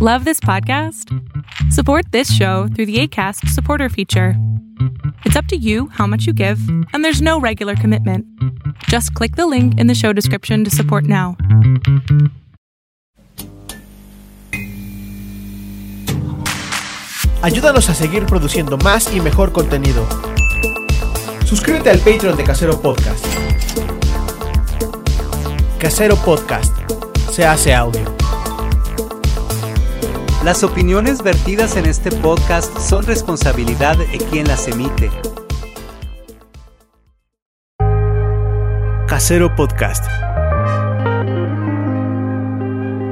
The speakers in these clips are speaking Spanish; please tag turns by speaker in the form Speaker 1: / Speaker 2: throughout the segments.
Speaker 1: Love this podcast? Support this show through the ACAST supporter feature. It's up to you how much you give, and there's no regular commitment. Just click the link in the show description to support now.
Speaker 2: Ayúdanos a seguir produciendo más y mejor contenido. Suscríbete al Patreon de Casero Podcast. Casero Podcast. Se hace audio.
Speaker 3: Las opiniones vertidas en este podcast son responsabilidad de quien las emite.
Speaker 2: Casero Podcast.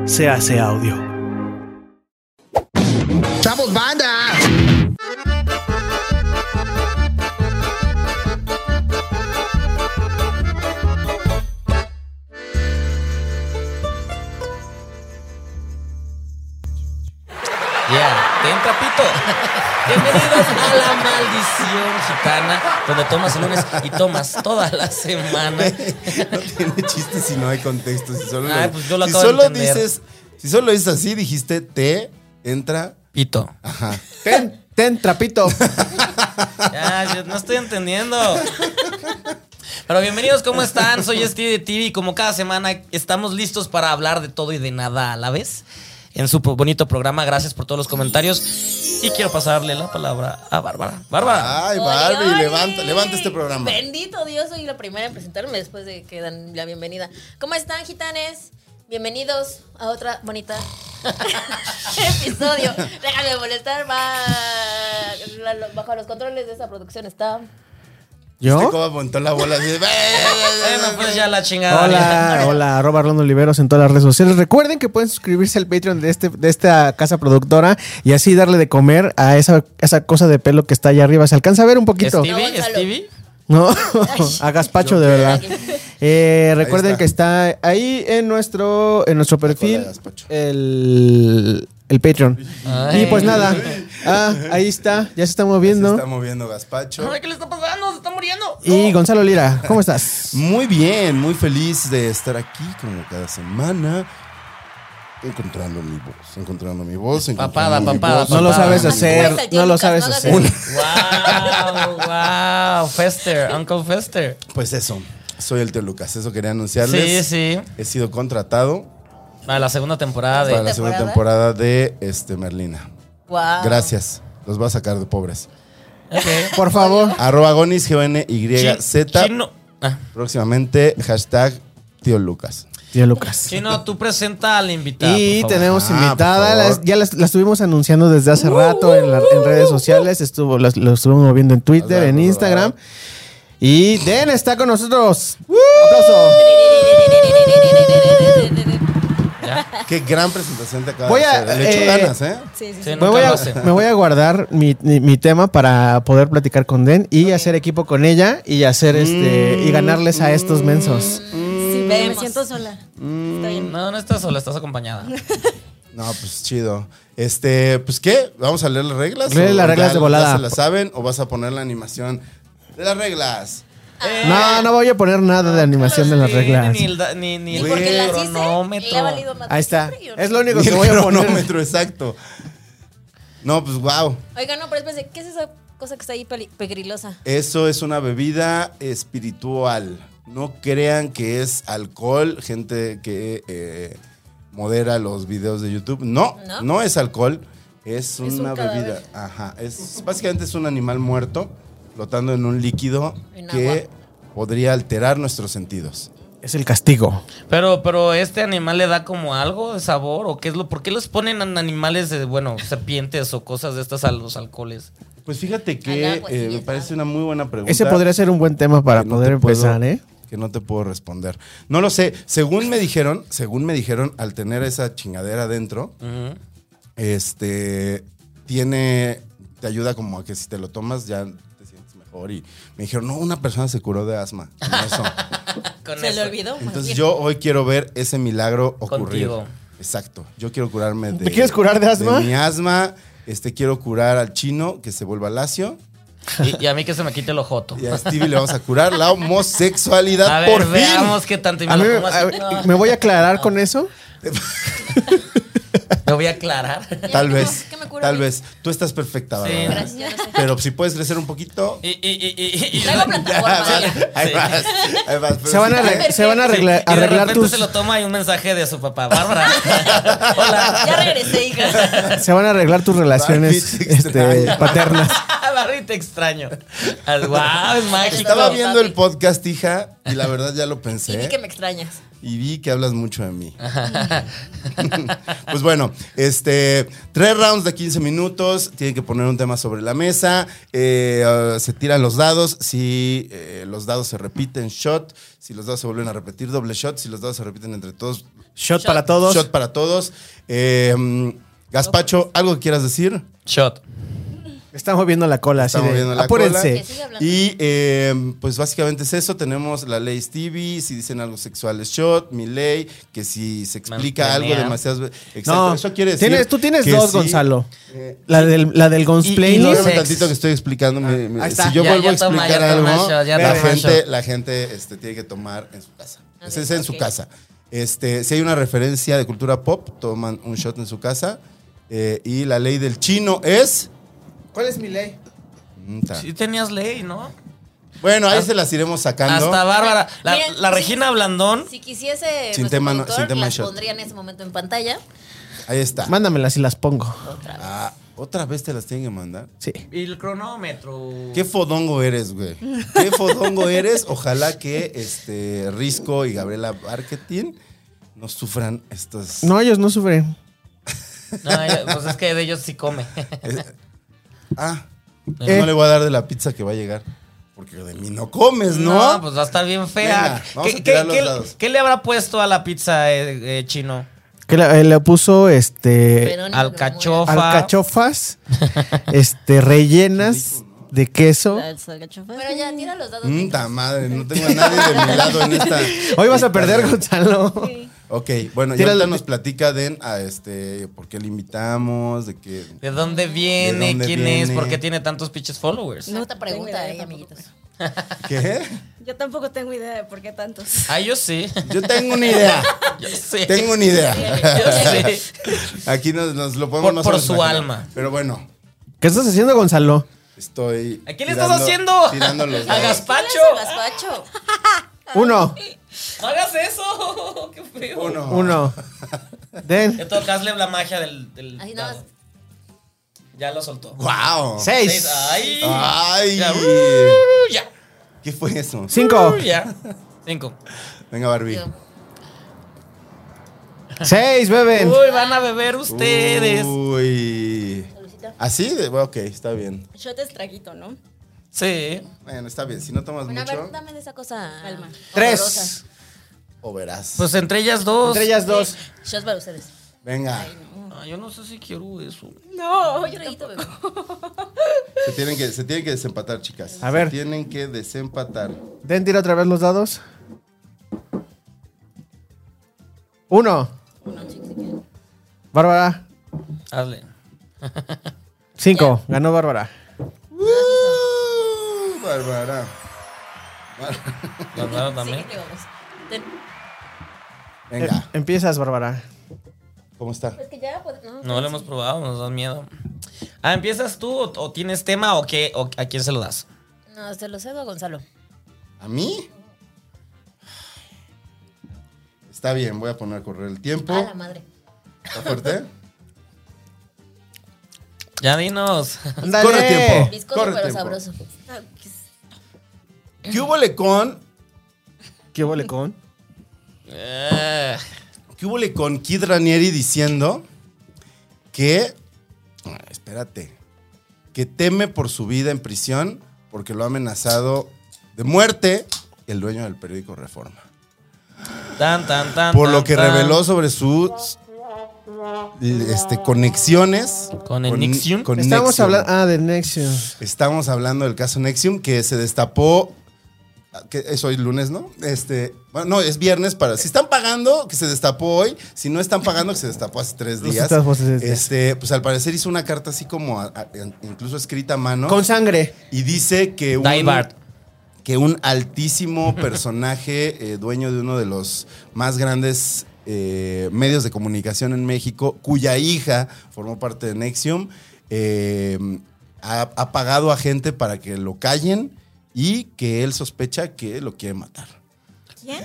Speaker 2: Se hace audio.
Speaker 4: ¡Chavos, banda!
Speaker 5: Yeah, ten trapito. Bienvenidos a la maldición gitana, donde tomas el lunes y tomas toda la semana.
Speaker 4: No tiene chiste si no hay contexto. Si solo,
Speaker 5: Ay, pues yo lo
Speaker 4: si
Speaker 5: acabo de
Speaker 4: solo
Speaker 5: entender.
Speaker 4: dices, si solo dices así, dijiste te entra.
Speaker 5: Pito.
Speaker 4: Ajá.
Speaker 2: Ten, ten, trapito.
Speaker 5: Ya, yo no estoy entendiendo. Pero bienvenidos, ¿cómo están? Soy Steve de TV y como cada semana estamos listos para hablar de todo y de nada a la vez. En su bonito programa, gracias por todos los comentarios. Y quiero pasarle la palabra a Bárbara. Bárbara.
Speaker 4: Ay,
Speaker 6: Ole,
Speaker 4: Barbie,
Speaker 6: ole.
Speaker 4: levanta, levanta este programa.
Speaker 6: Bendito Dios, soy la primera en presentarme después de que dan la bienvenida. ¿Cómo están, gitanes? Bienvenidos a otra bonita episodio. Déjame molestar, va- bajo los controles de esta producción está.
Speaker 4: ¿Viste cómo apuntó Este la bola? Así de-
Speaker 5: Bueno, pues ya la chingada.
Speaker 2: Hola, hola, arroba Arlando Oliveros en todas las redes sociales. Recuerden que pueden suscribirse al Patreon de, este, de esta casa productora y así darle de comer a esa, esa cosa de pelo que está allá arriba. Se alcanza a ver un poquito.
Speaker 5: Stevie,
Speaker 6: Gonzalo.
Speaker 5: Stevie.
Speaker 2: No, a gazpacho, de verdad. Eh, recuerden
Speaker 4: está.
Speaker 2: que está ahí en nuestro, en nuestro perfil
Speaker 4: de gazpacho.
Speaker 2: el, el Patreon.
Speaker 5: Ay.
Speaker 2: Y pues nada, ah, ahí está, ya se está
Speaker 4: Se
Speaker 2: moviendo.
Speaker 4: está moviendo Gaspacho.
Speaker 5: Ay, ¿Qué le está pasando? Se está muriendo.
Speaker 2: Y Gonzalo Lira, ¿cómo estás?
Speaker 4: Muy bien, muy feliz de estar aquí como cada semana. Encontrando mi voz, encontrando mi voz.
Speaker 5: Papada,
Speaker 4: encontrando mi
Speaker 5: papada,
Speaker 4: voz.
Speaker 2: No lo sabes hacer,
Speaker 6: Pues,
Speaker 2: no lo
Speaker 6: Lucas,
Speaker 2: sabes
Speaker 6: no hagas
Speaker 2: hacer.
Speaker 6: eso.
Speaker 5: Wow, wow, Fester, Uncle Fester.
Speaker 4: Pues eso, soy el Teo Lucas, eso quería anunciarles.
Speaker 5: Sí, sí.
Speaker 4: He sido contratado
Speaker 5: A la segunda temporada
Speaker 4: para
Speaker 5: de.
Speaker 4: la segunda temporada Ah.
Speaker 6: temporada?
Speaker 4: de este Merlina.
Speaker 6: Wow.
Speaker 4: Gracias. Los va a sacar de pobres.
Speaker 5: Ok.
Speaker 2: Por favor.
Speaker 4: Arroba Gonis,
Speaker 5: Chi-
Speaker 4: G-O-N-Y-Z.
Speaker 5: Chino, ah,
Speaker 4: Próximamente, hashtag tío Lucas.
Speaker 2: Tío Lucas.
Speaker 5: Chino, tú presenta al invitado.
Speaker 2: Y
Speaker 5: por favor.
Speaker 2: tenemos
Speaker 4: Ah,
Speaker 2: invitada,
Speaker 4: por favor.
Speaker 2: las- ya las- la estuvimos anunciando desde hace rato en, la- en redes sociales, estuvo, las- lo estuvimos moviendo en Twitter, en Instagram. Y Den está con nosotros. ¡Aplauso!
Speaker 4: Qué gran presentación te acabas
Speaker 2: Voy
Speaker 4: de
Speaker 2: a-
Speaker 4: hacer. Le
Speaker 2: eh,
Speaker 4: echo ganas, ¿eh?
Speaker 6: Sí, sí, sí.
Speaker 5: Sí,
Speaker 2: Me
Speaker 5: nunca
Speaker 2: voy, a,
Speaker 5: lo sé.
Speaker 2: me voy a guardar mi, mi- mi tema para poder platicar con Den y hacer equipo con ella y hacer este
Speaker 5: Mm.
Speaker 2: y ganarles a estos mensos.
Speaker 6: Sí, pero me
Speaker 7: Vemos.
Speaker 6: siento sola. Estoy en-
Speaker 5: No, no estás sola, estás acompañada.
Speaker 4: No, pues chido. Este, pues ¿qué? ¿Vamos a leer las reglas?
Speaker 2: Lee
Speaker 4: ¿O
Speaker 2: las reglas
Speaker 4: ya-
Speaker 2: de volada.
Speaker 4: ya se las saben o vas a poner la animación de las reglas?
Speaker 5: Eh,
Speaker 2: No, no voy a poner nada de animación de las
Speaker 5: Sí,
Speaker 2: reglas.
Speaker 5: Ni, el da- ni, ni
Speaker 6: Y
Speaker 5: el
Speaker 6: porque las hice,
Speaker 5: cronómetro.
Speaker 6: le ha valido más.
Speaker 2: Ahí está. Es lo único
Speaker 4: Ni
Speaker 2: que
Speaker 4: el
Speaker 2: voy a poner.
Speaker 4: cronómetro, exacto. No, pues wow.
Speaker 6: Oiga, no, pero espérense, ¿qué es esa cosa que está ahí peli- pegrilosa?
Speaker 4: Eso es una bebida espiritual. No crean que es alcohol, gente que eh, modera los videos de YouTube. No, no,
Speaker 6: ¿No?
Speaker 4: es alcohol. Es
Speaker 6: un
Speaker 4: una
Speaker 6: cadáver.
Speaker 4: bebida. Ajá. Es, básicamente es un animal muerto flotando en un líquido
Speaker 6: En
Speaker 4: que podría alterar nuestros sentidos.
Speaker 2: Es el castigo.
Speaker 5: Pero, pero este animal le da como algo de sabor o qué es lo, ¿por qué los ponen en animales de, bueno, serpientes o cosas de estas a los alcoholes?
Speaker 4: Pues fíjate que
Speaker 6: Al agua, sí,
Speaker 4: eh, me
Speaker 6: ¿sabes?
Speaker 4: parece una muy buena pregunta.
Speaker 2: Ese podría ser un buen tema para
Speaker 4: que no
Speaker 2: poder
Speaker 4: te puedo-
Speaker 2: empezar, ¿eh?
Speaker 4: Que no te puedo responder. No lo sé. Según me dijeron, según me dijeron, al tener esa chingadera adentro,
Speaker 5: Ujú.
Speaker 4: este tiene. Te ayuda como a que si te lo tomas ya te sientes mejor. Y me dijeron, no, una persona se curó de asma. con eso".
Speaker 5: Con
Speaker 6: Se le
Speaker 5: eso.
Speaker 6: olvidó.
Speaker 4: Entonces yo hoy quiero ver ese milagro ocurrir.
Speaker 5: Contigo.
Speaker 4: Exacto. Yo quiero curarme de.
Speaker 2: ¿Te quieres curar de asma?
Speaker 4: mi asma. Este quiero curar al chino que se vuelva lacio.
Speaker 5: Y, y a mí que se me quite el ojoto.
Speaker 4: Y a Stevie le vamos a curar la homosexualidad.
Speaker 5: A ver,
Speaker 4: por fin.
Speaker 5: Ah, veamos qué tanto y me
Speaker 2: A mí
Speaker 5: lo
Speaker 2: me,
Speaker 5: como así.
Speaker 2: a- me voy a aclarar con eso.
Speaker 5: Me voy a aclarar.
Speaker 4: Tal
Speaker 6: ¿qué
Speaker 4: vez.
Speaker 6: me- qué me curo
Speaker 4: tal
Speaker 6: yo?
Speaker 4: vez. Tú estás perfecta,
Speaker 5: Sí.
Speaker 4: Bárbara.
Speaker 6: Gracias, yo lo sé.
Speaker 4: Pero si puedes crecer un poquito.
Speaker 5: Y, y, y, y- y-
Speaker 6: Traigo
Speaker 4: Ya,
Speaker 6: plataforma,
Speaker 4: vas,
Speaker 6: vaya.
Speaker 4: ahí
Speaker 5: Sí.
Speaker 4: vas, ahí vas, pero
Speaker 8: Se van a,
Speaker 4: sí. eh,
Speaker 8: arreg- se van a
Speaker 5: Sí,
Speaker 8: arreglar,
Speaker 5: y de
Speaker 8: arreglar
Speaker 5: repente
Speaker 8: tus.
Speaker 5: se lo toma y un mensaje de su papá. Bárbara. Hola.
Speaker 6: Ya regresé, hija.
Speaker 8: Se van a arreglar tus relaciones
Speaker 4: Ay, Pete,
Speaker 8: este,
Speaker 4: extraño.
Speaker 8: paternas.
Speaker 5: Bárbara, y te extraño. Wow, es mágico.
Speaker 4: Estaba viendo
Speaker 6: papi.
Speaker 4: el podcast, hija, y la verdad ya lo
Speaker 6: Y
Speaker 4: pensé.
Speaker 6: vi que me extrañas.
Speaker 4: Y vi que hablas mucho de mí. pues bueno, este, tres rounds de 15 minutos, tienen que poner un tema sobre la mesa, eh, ah, se tiran los dados, si eh, los dados se repiten, shot, si los dados se vuelven a repetir, doble shot, si los dados se repiten entre todos,
Speaker 8: Shot para todos.
Speaker 4: shot para todos. Eh, mm, Gaspacho, ¿algo que quieras decir?
Speaker 5: Shot.
Speaker 8: Están moviendo la cola, así
Speaker 4: Estamos
Speaker 8: de,
Speaker 4: viendo la
Speaker 8: apúrense.
Speaker 6: Que siga
Speaker 4: cola.
Speaker 6: hablando.
Speaker 4: Y eh, pues básicamente es eso. Tenemos la ley Stevie, si dicen algo sexual es shot, mi ley, que si se explica
Speaker 5: Mantenea.
Speaker 4: algo demasiado... Exacto,
Speaker 8: No,
Speaker 4: eso quiere decir...
Speaker 8: tienes, tú tienes
Speaker 4: que
Speaker 8: dos,
Speaker 4: sí-
Speaker 8: Gonzalo. La del, la del
Speaker 5: y
Speaker 8: Gonzplaining.
Speaker 5: los-
Speaker 4: Espérame
Speaker 5: Sex.
Speaker 4: tantito que estoy explicando. mi- mi-
Speaker 8: ahí está.
Speaker 4: si yo
Speaker 5: Ya,
Speaker 4: vuelvo
Speaker 5: ya
Speaker 4: a
Speaker 5: toma,
Speaker 4: explicar
Speaker 5: ya toma
Speaker 4: algo,
Speaker 5: shot, ya
Speaker 4: la
Speaker 5: toma
Speaker 4: gente,
Speaker 5: shot.
Speaker 4: la gente este, tiene que tomar en su casa.
Speaker 6: Ah,
Speaker 4: Ese
Speaker 6: bien,
Speaker 4: es en su
Speaker 6: ok.
Speaker 4: casa. Este, si hay una referencia de cultura pop, toman un shot en su casa. Eh, y la ley del chino es...
Speaker 8: ¿Cuál es mi ley?
Speaker 4: Mm, ta.
Speaker 5: Sí tenías ley, ¿no?
Speaker 4: Bueno, ahí se las iremos sacando.
Speaker 5: Hasta Bárbara. La,
Speaker 6: Miren,
Speaker 5: la
Speaker 6: sí.
Speaker 5: Regina Blandón.
Speaker 6: Si quisiese
Speaker 4: Sin
Speaker 6: nuestro
Speaker 4: tema, no-
Speaker 6: productor,
Speaker 4: sin tema
Speaker 6: las
Speaker 4: shot.
Speaker 6: pondría en ese momento en pantalla.
Speaker 4: Ahí está.
Speaker 8: Mándamelas y las pongo.
Speaker 6: Otra vez.
Speaker 4: Ah, otra vez te las tienen que mandar.
Speaker 8: Sí.
Speaker 5: Y el cronómetro.
Speaker 4: Qué fodongo eres, güey. Qué fodongo eres. Ojalá que este Risco y Gabriela Marketing no sufran estos.
Speaker 8: No, ellos no sufren.
Speaker 5: No, eh, pues es que de ellos sí come.
Speaker 4: Es- Ah,
Speaker 8: Eh.
Speaker 4: no le voy a dar de la pizza que va a llegar. Porque de mí no comes, ¿no?
Speaker 5: pues va a estar bien fea.
Speaker 4: Venga, vamos
Speaker 5: ¿Qué,
Speaker 4: a tirar
Speaker 5: qué-
Speaker 4: los
Speaker 5: qué-
Speaker 4: dados.
Speaker 5: qué le habrá puesto a la pizza eh, eh, chino?
Speaker 8: Que la- eh, le puso este
Speaker 6: Verónica
Speaker 5: Alcachofa.
Speaker 8: alcachofas, este rellenas de queso.
Speaker 6: Gamboa. Bueno, ya, tira los dados.
Speaker 4: Mm, ta madre, no tengo a nadie de mi lado en esta.
Speaker 8: Hoy vas a perder, Gonzalo.
Speaker 4: Ok, bueno, ya
Speaker 8: Tira
Speaker 4: ahorita
Speaker 8: la-
Speaker 4: nos platica de a este, por qué le invitamos, de qué.
Speaker 5: ¿De dónde viene?
Speaker 4: ¿De dónde
Speaker 5: ¿Quién es?
Speaker 4: viene?
Speaker 5: ¿Por qué tiene tantos pinches followers?
Speaker 6: No te
Speaker 9: tengo
Speaker 6: pregunta,
Speaker 9: idea
Speaker 6: eh,
Speaker 9: tampoco.
Speaker 6: amiguitos.
Speaker 4: ¿Qué?
Speaker 9: Yo tampoco tengo idea de por qué tantos.
Speaker 5: Ah, yo sí.
Speaker 4: Yo tengo una idea.
Speaker 5: Yo sí.
Speaker 4: Tengo una idea.
Speaker 5: Yo sí.
Speaker 4: Aquí nos, nos lo podemos
Speaker 5: Por-
Speaker 4: más
Speaker 5: por
Speaker 4: o menos
Speaker 5: su
Speaker 4: imaginar.
Speaker 5: alma.
Speaker 4: Pero bueno,
Speaker 8: ¿Qué estás haciendo, Gonzalo?
Speaker 4: estoy.
Speaker 5: ¿A quién le
Speaker 4: tirando-
Speaker 5: estás haciendo?
Speaker 4: Tirando los
Speaker 5: a
Speaker 4: dados.
Speaker 5: Gaspacho.
Speaker 6: Gaspacho.
Speaker 8: Uno,
Speaker 5: No hagas eso. Qué feo.
Speaker 4: Uno.
Speaker 8: uno.
Speaker 5: Ya
Speaker 8: Den.
Speaker 5: tocaste la magia del. del
Speaker 6: Así nada
Speaker 5: dado.
Speaker 6: más.
Speaker 5: Ya lo soltó.
Speaker 4: ¡Wow!
Speaker 5: Seis.
Speaker 8: Seis.
Speaker 5: Ay.
Speaker 4: ¡Ay!
Speaker 5: Ya. uh. Ya.
Speaker 4: ¿Qué fue eso?
Speaker 8: Cinco.
Speaker 5: Ya. Cinco.
Speaker 4: Venga, Barbie.
Speaker 6: Yo.
Speaker 8: Seis, beben.
Speaker 5: Uy, van a beber ustedes.
Speaker 4: Uh. Uy.
Speaker 6: Saludcita.
Speaker 4: Así de. bueno, ok, está bien.
Speaker 9: Shot es traguito, ¿no?
Speaker 5: Sí.
Speaker 4: Bueno, está bien. Si no tomas
Speaker 6: Bueno, a
Speaker 4: mucho,
Speaker 6: ver, dame de esa cosa.
Speaker 9: Calma.
Speaker 8: Tres.
Speaker 4: o verás.
Speaker 5: Pues entre ellas dos.
Speaker 8: Entre ellas dos.
Speaker 6: Shots para ustedes.
Speaker 4: Venga,
Speaker 5: Ah, yo no sé si quiero eso.
Speaker 9: No,
Speaker 6: Un traguito, bebé.
Speaker 4: se, tienen que, se tienen que desempatar, chicas.
Speaker 8: A ver.
Speaker 4: Se tienen que desempatar.
Speaker 8: Den, tira otra vez los dados. Uno. Bárbara.
Speaker 5: Hazle.
Speaker 8: Cinco. Ganó Bárbara.
Speaker 4: Uh, Bárbara.
Speaker 5: Las dadas también.
Speaker 6: Sí, vamos. Ten-
Speaker 4: Venga,
Speaker 8: Em- Empiezas, Bárbara. eh.
Speaker 4: ¿cómo está?
Speaker 6: Pues que ya, pues, no.
Speaker 5: No lo hemos probado, nos da miedo. Ah, ¿empiezas tú o, o tienes tema o qué? O, ¿A quién se lo das?
Speaker 6: No, se lo cedo a Gonzalo.
Speaker 4: ¿A mí? Está bien, voy a poner a correr el tiempo.
Speaker 6: A la madre.
Speaker 4: ¿Está fuerte?
Speaker 5: Ya dinos.
Speaker 8: Ándale.
Speaker 4: Corre tiempo.
Speaker 6: Viscoso
Speaker 4: Corre
Speaker 6: pero
Speaker 4: tiempo.
Speaker 6: sabroso.
Speaker 9: Ah, pues,
Speaker 4: ¿Qué hubo con?
Speaker 8: ¿Qué huele con?
Speaker 5: Eh,
Speaker 4: ¿Qué hubo con Kid Ranieri diciendo que. Ah, Espérate. Que teme por su vida en prisión porque lo ha amenazado de muerte el dueño del periódico Reforma.
Speaker 5: tan, tan, tan.
Speaker 4: Por
Speaker 5: tan,
Speaker 4: lo que
Speaker 5: tan.
Speaker 4: reveló sobre sus este, conexiones.
Speaker 5: Con el Nexium.
Speaker 4: con
Speaker 8: Estamos
Speaker 4: Nexium.
Speaker 8: hablando. Ah, de Nexium.
Speaker 4: Estamos hablando del caso Nexium que se destapó. Que es hoy lunes, ¿no? Este, bueno, no, es viernes para. Si están pagando, que se destapó hoy. Si no están pagando, que se destapó hace tres
Speaker 8: Los
Speaker 4: días.
Speaker 8: destapó hace tres días.
Speaker 4: Este, pues al parecer hizo una carta así como a- a- incluso escrita a mano.
Speaker 8: Con sangre.
Speaker 4: y dice que un,
Speaker 5: Die Bart.
Speaker 4: que un altísimo personaje, eh, dueño de uno de los más grandes eh, medios de comunicación en México, cuya hija formó parte de Nexium, eh, ha, ha pagado a gente para que lo callen y que él sospecha que lo quiere matar.
Speaker 9: ¿Quién?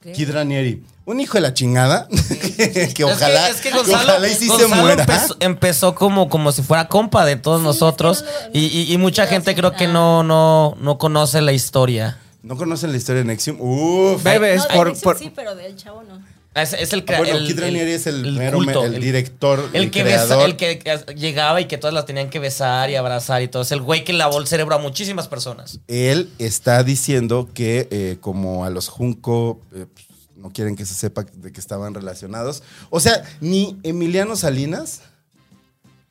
Speaker 6: ¿Qué?
Speaker 4: Kid Ranieri, un hijo de la chingada, que,
Speaker 5: Es
Speaker 4: ojalá,
Speaker 5: que- es que
Speaker 4: que ojalá y sí se
Speaker 5: Gonzalo
Speaker 4: muera.
Speaker 5: empezó, empezó como, como si fuera compa de todos
Speaker 6: Sí,
Speaker 5: nosotros.
Speaker 6: es que no lo-
Speaker 5: y, y- y mucha
Speaker 6: no lo
Speaker 5: gente creo que
Speaker 6: aceptan.
Speaker 5: no, no, no conoce la historia.
Speaker 4: ¿No conocen la historia de Nexium? Uf.
Speaker 8: Bebe, es
Speaker 9: No, de
Speaker 8: por-
Speaker 9: Nixon
Speaker 8: por-
Speaker 9: sí, pero del chavo no.
Speaker 5: Es, es el
Speaker 4: Ah,
Speaker 5: crea-
Speaker 4: bueno,
Speaker 5: el-
Speaker 4: Kid Ranieri es el, mero-
Speaker 5: culto,
Speaker 4: el director,
Speaker 5: El,
Speaker 4: el
Speaker 5: que besa-
Speaker 4: creador.
Speaker 5: el que eh, llegaba y que todas las tenían que besar y abrazar y todo. Es el güey que lavó el cerebro a muchísimas personas.
Speaker 4: Él está diciendo que eh, como a los Junco eh, pues, no quieren que se sepa de que estaban relacionados. O sea, ni Emiliano Salinas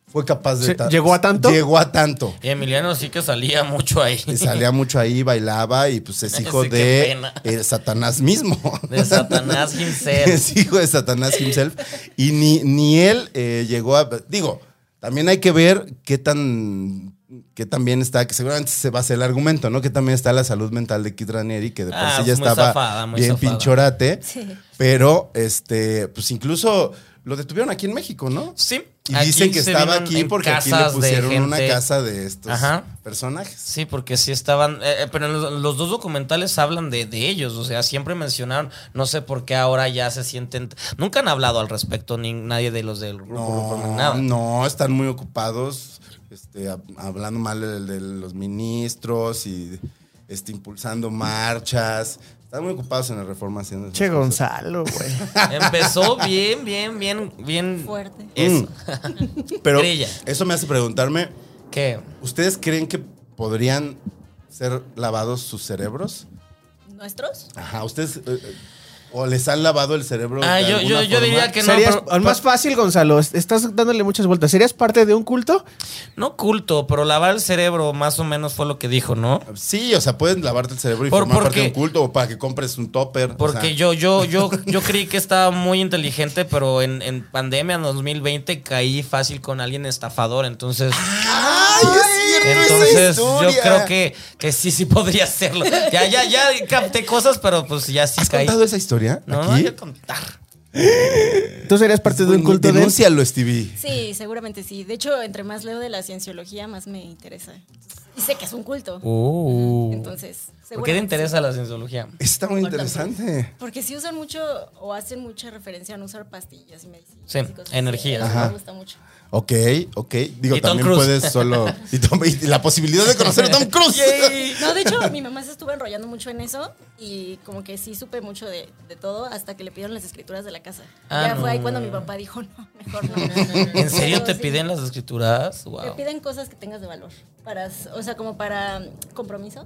Speaker 4: fue capaz de...
Speaker 8: Sí,
Speaker 4: ta-
Speaker 8: ¿llegó a tanto?
Speaker 4: Llegó a tanto.
Speaker 5: Y Emiliano sí que salía mucho ahí.
Speaker 4: Y salía mucho ahí, bailaba y pues es hijo
Speaker 5: Sí, qué
Speaker 4: de
Speaker 5: pena.
Speaker 4: eh, Satanás mismo.
Speaker 5: De Satanás himself.
Speaker 4: Es hijo de Satanás himself. Y ni, ni él eh, llegó a... Digo, también hay que ver qué tan... Qué tan bien está, que seguramente se basa el argumento, ¿no? Que también está la salud mental de Kid Ranieri, que de por
Speaker 5: Ah,
Speaker 4: sí ya
Speaker 5: muy
Speaker 4: estaba
Speaker 5: zafada, muy
Speaker 4: bien
Speaker 5: zafada.
Speaker 4: pinchorate.
Speaker 6: Sí.
Speaker 4: Pero, este, pues incluso lo detuvieron aquí en México, ¿no?
Speaker 5: Sí.
Speaker 4: Y
Speaker 5: Aquí
Speaker 4: dicen que
Speaker 5: se
Speaker 4: estaba
Speaker 5: vino en-
Speaker 4: aquí
Speaker 5: en
Speaker 4: porque aquí le
Speaker 5: casas de
Speaker 4: pusieron una
Speaker 5: gente.
Speaker 4: casa de estos
Speaker 5: Ajá.
Speaker 4: personajes.
Speaker 5: Sí, porque sí estaban. eh, eh, pero los, los dos documentales hablan de, de ellos. O sea, siempre mencionaron. No sé por qué ahora ya se sienten. Nunca han hablado al respecto, ni nadie de los del grupo. grupo, ni
Speaker 4: No,
Speaker 5: nada.
Speaker 4: no, están muy ocupados este, hab- hablando mal de, de los ministros y este, impulsando marchas. Están muy ocupados en la reforma haciendo esas
Speaker 8: Che
Speaker 4: cosas.
Speaker 8: Gonzalo, güey.
Speaker 5: Empezó bien, bien, bien, bien.
Speaker 9: Fuerte.
Speaker 5: Eso.
Speaker 4: Mm. Pero
Speaker 5: Grilla.
Speaker 4: eso me hace preguntarme,
Speaker 5: ¿Qué?
Speaker 4: ¿ustedes creen que podrían ser lavados sus cerebros?
Speaker 9: ¿Nuestros?
Speaker 4: Ajá, ¿ustedes eh, eh, o les han lavado el cerebro?
Speaker 5: Ah,
Speaker 4: de
Speaker 5: yo, yo,
Speaker 4: alguna
Speaker 5: yo diría
Speaker 4: forma?
Speaker 5: que no.
Speaker 8: Serías-
Speaker 5: pero- pero-
Speaker 8: más fácil, Gonzalo. es- Estás dándole muchas vueltas. ¿Serías parte de un culto?
Speaker 5: no culto, pero lavar el cerebro más o menos fue lo que dijo, ¿no?
Speaker 4: Sí, o sea, pueden lavarte el cerebro y
Speaker 5: Por-
Speaker 4: formar parte
Speaker 5: porque-
Speaker 4: de un culto o para que compres un topper. o
Speaker 5: Porque
Speaker 4: sea.
Speaker 5: yo, yo, yo, yo creí que estaba muy inteligente, pero en, en pandemia en 2020 caí fácil con alguien estafador. Entonces,
Speaker 4: ¡Ay, es cierto Ah, esa
Speaker 5: entonces yo
Speaker 4: historia!
Speaker 5: creo que, que sí, sí podría hacerlo. Ya, ya, ya capté cosas, pero pues ya sí
Speaker 4: ¿Has
Speaker 5: caí.
Speaker 4: contado esa historia?
Speaker 5: No, no
Speaker 4: aquí?
Speaker 5: voy a contar.
Speaker 8: ¿Tú serías parte de un culto de
Speaker 4: Denúncialo, Stevie.
Speaker 9: Sí, seguramente sí. De hecho, entre más leo de la cienciología, más me interesa. Entonces, y sé que es un culto.
Speaker 4: Uh.
Speaker 9: Entonces,
Speaker 5: Oh. ¿Por qué te
Speaker 9: seguramente
Speaker 5: interesa la cienciología?
Speaker 4: Está muy interesante.
Speaker 9: sí. Porque sí usan mucho o hacen mucha referencia a no usar pastillas y medicinas.
Speaker 5: Sí,
Speaker 9: y cosas así.
Speaker 5: energía.
Speaker 9: Eso
Speaker 4: Ajá.
Speaker 9: Me gusta mucho.
Speaker 4: Ok, ok. Digo,
Speaker 5: Y Tom
Speaker 4: también
Speaker 5: Cruise.
Speaker 4: puedes solo. Y, Tom- y la posibilidad de conocer a Tom Cruise.
Speaker 9: No, de hecho, mi mamá se estuvo enrollando mucho en eso y como que sí supe mucho de, de todo hasta que le pidieron las escrituras de la casa.
Speaker 5: Ah,
Speaker 9: ya fue ahí
Speaker 5: no.
Speaker 9: cuando mi papá dijo, no, mejor no.
Speaker 5: ¿En serio
Speaker 9: Pero
Speaker 5: te
Speaker 9: sí,
Speaker 5: piden las escrituras? Wow.
Speaker 9: Te piden cosas que tengas de valor. Para, o sea, como para mm, compromiso.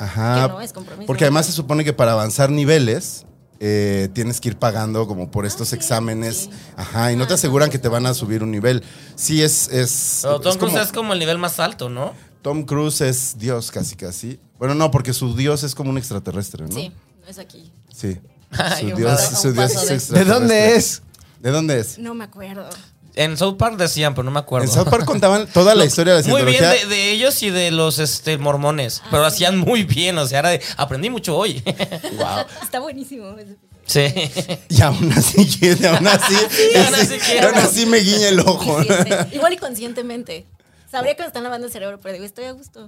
Speaker 4: Ajá.
Speaker 9: Que no es compromiso.
Speaker 4: Ah, Porque además se supone que para avanzar niveles. eh, tienes que ir pagando como
Speaker 5: Ah,
Speaker 4: por estos
Speaker 9: sí,
Speaker 4: exámenes.
Speaker 9: sí.
Speaker 4: Ajá, y no te aseguran que te van a subir un nivel. Sí, es. es
Speaker 5: Pero Tom
Speaker 4: es
Speaker 5: Cruise
Speaker 4: como-
Speaker 5: es como el nivel más alto, ¿no?
Speaker 4: Tom Cruise es Dios, casi, casi. Bueno, no, porque su Dios es como un extraterrestre, ¿no?
Speaker 9: Sí, no es aquí.
Speaker 4: Sí.
Speaker 5: Ay,
Speaker 4: Su
Speaker 5: un
Speaker 4: Dios,
Speaker 5: paso-
Speaker 4: su
Speaker 6: un
Speaker 4: Dios
Speaker 6: paso
Speaker 4: es
Speaker 6: de-
Speaker 8: ¿De
Speaker 4: extraterrestre.
Speaker 8: dónde es?
Speaker 4: ¿De dónde es?
Speaker 9: No me acuerdo.
Speaker 5: En South Park decían, pero no me acuerdo.
Speaker 4: En South Park contaban toda la historia de la
Speaker 5: Muy bien
Speaker 4: cientología.
Speaker 5: de, de ellos y de los este, mormones. pero hacían muy bien, o sea, era de- aprendí mucho hoy.
Speaker 4: Wow.
Speaker 9: Está buenísimo.
Speaker 5: sí.
Speaker 4: Y aún así, que- aún así,
Speaker 5: aún así
Speaker 4: ese-
Speaker 5: que-
Speaker 4: aún así me guiña el ojo.
Speaker 9: Quisiese. Igual y conscientemente. Sabría que me están lavando el cerebro, pero digo, estoy a gusto.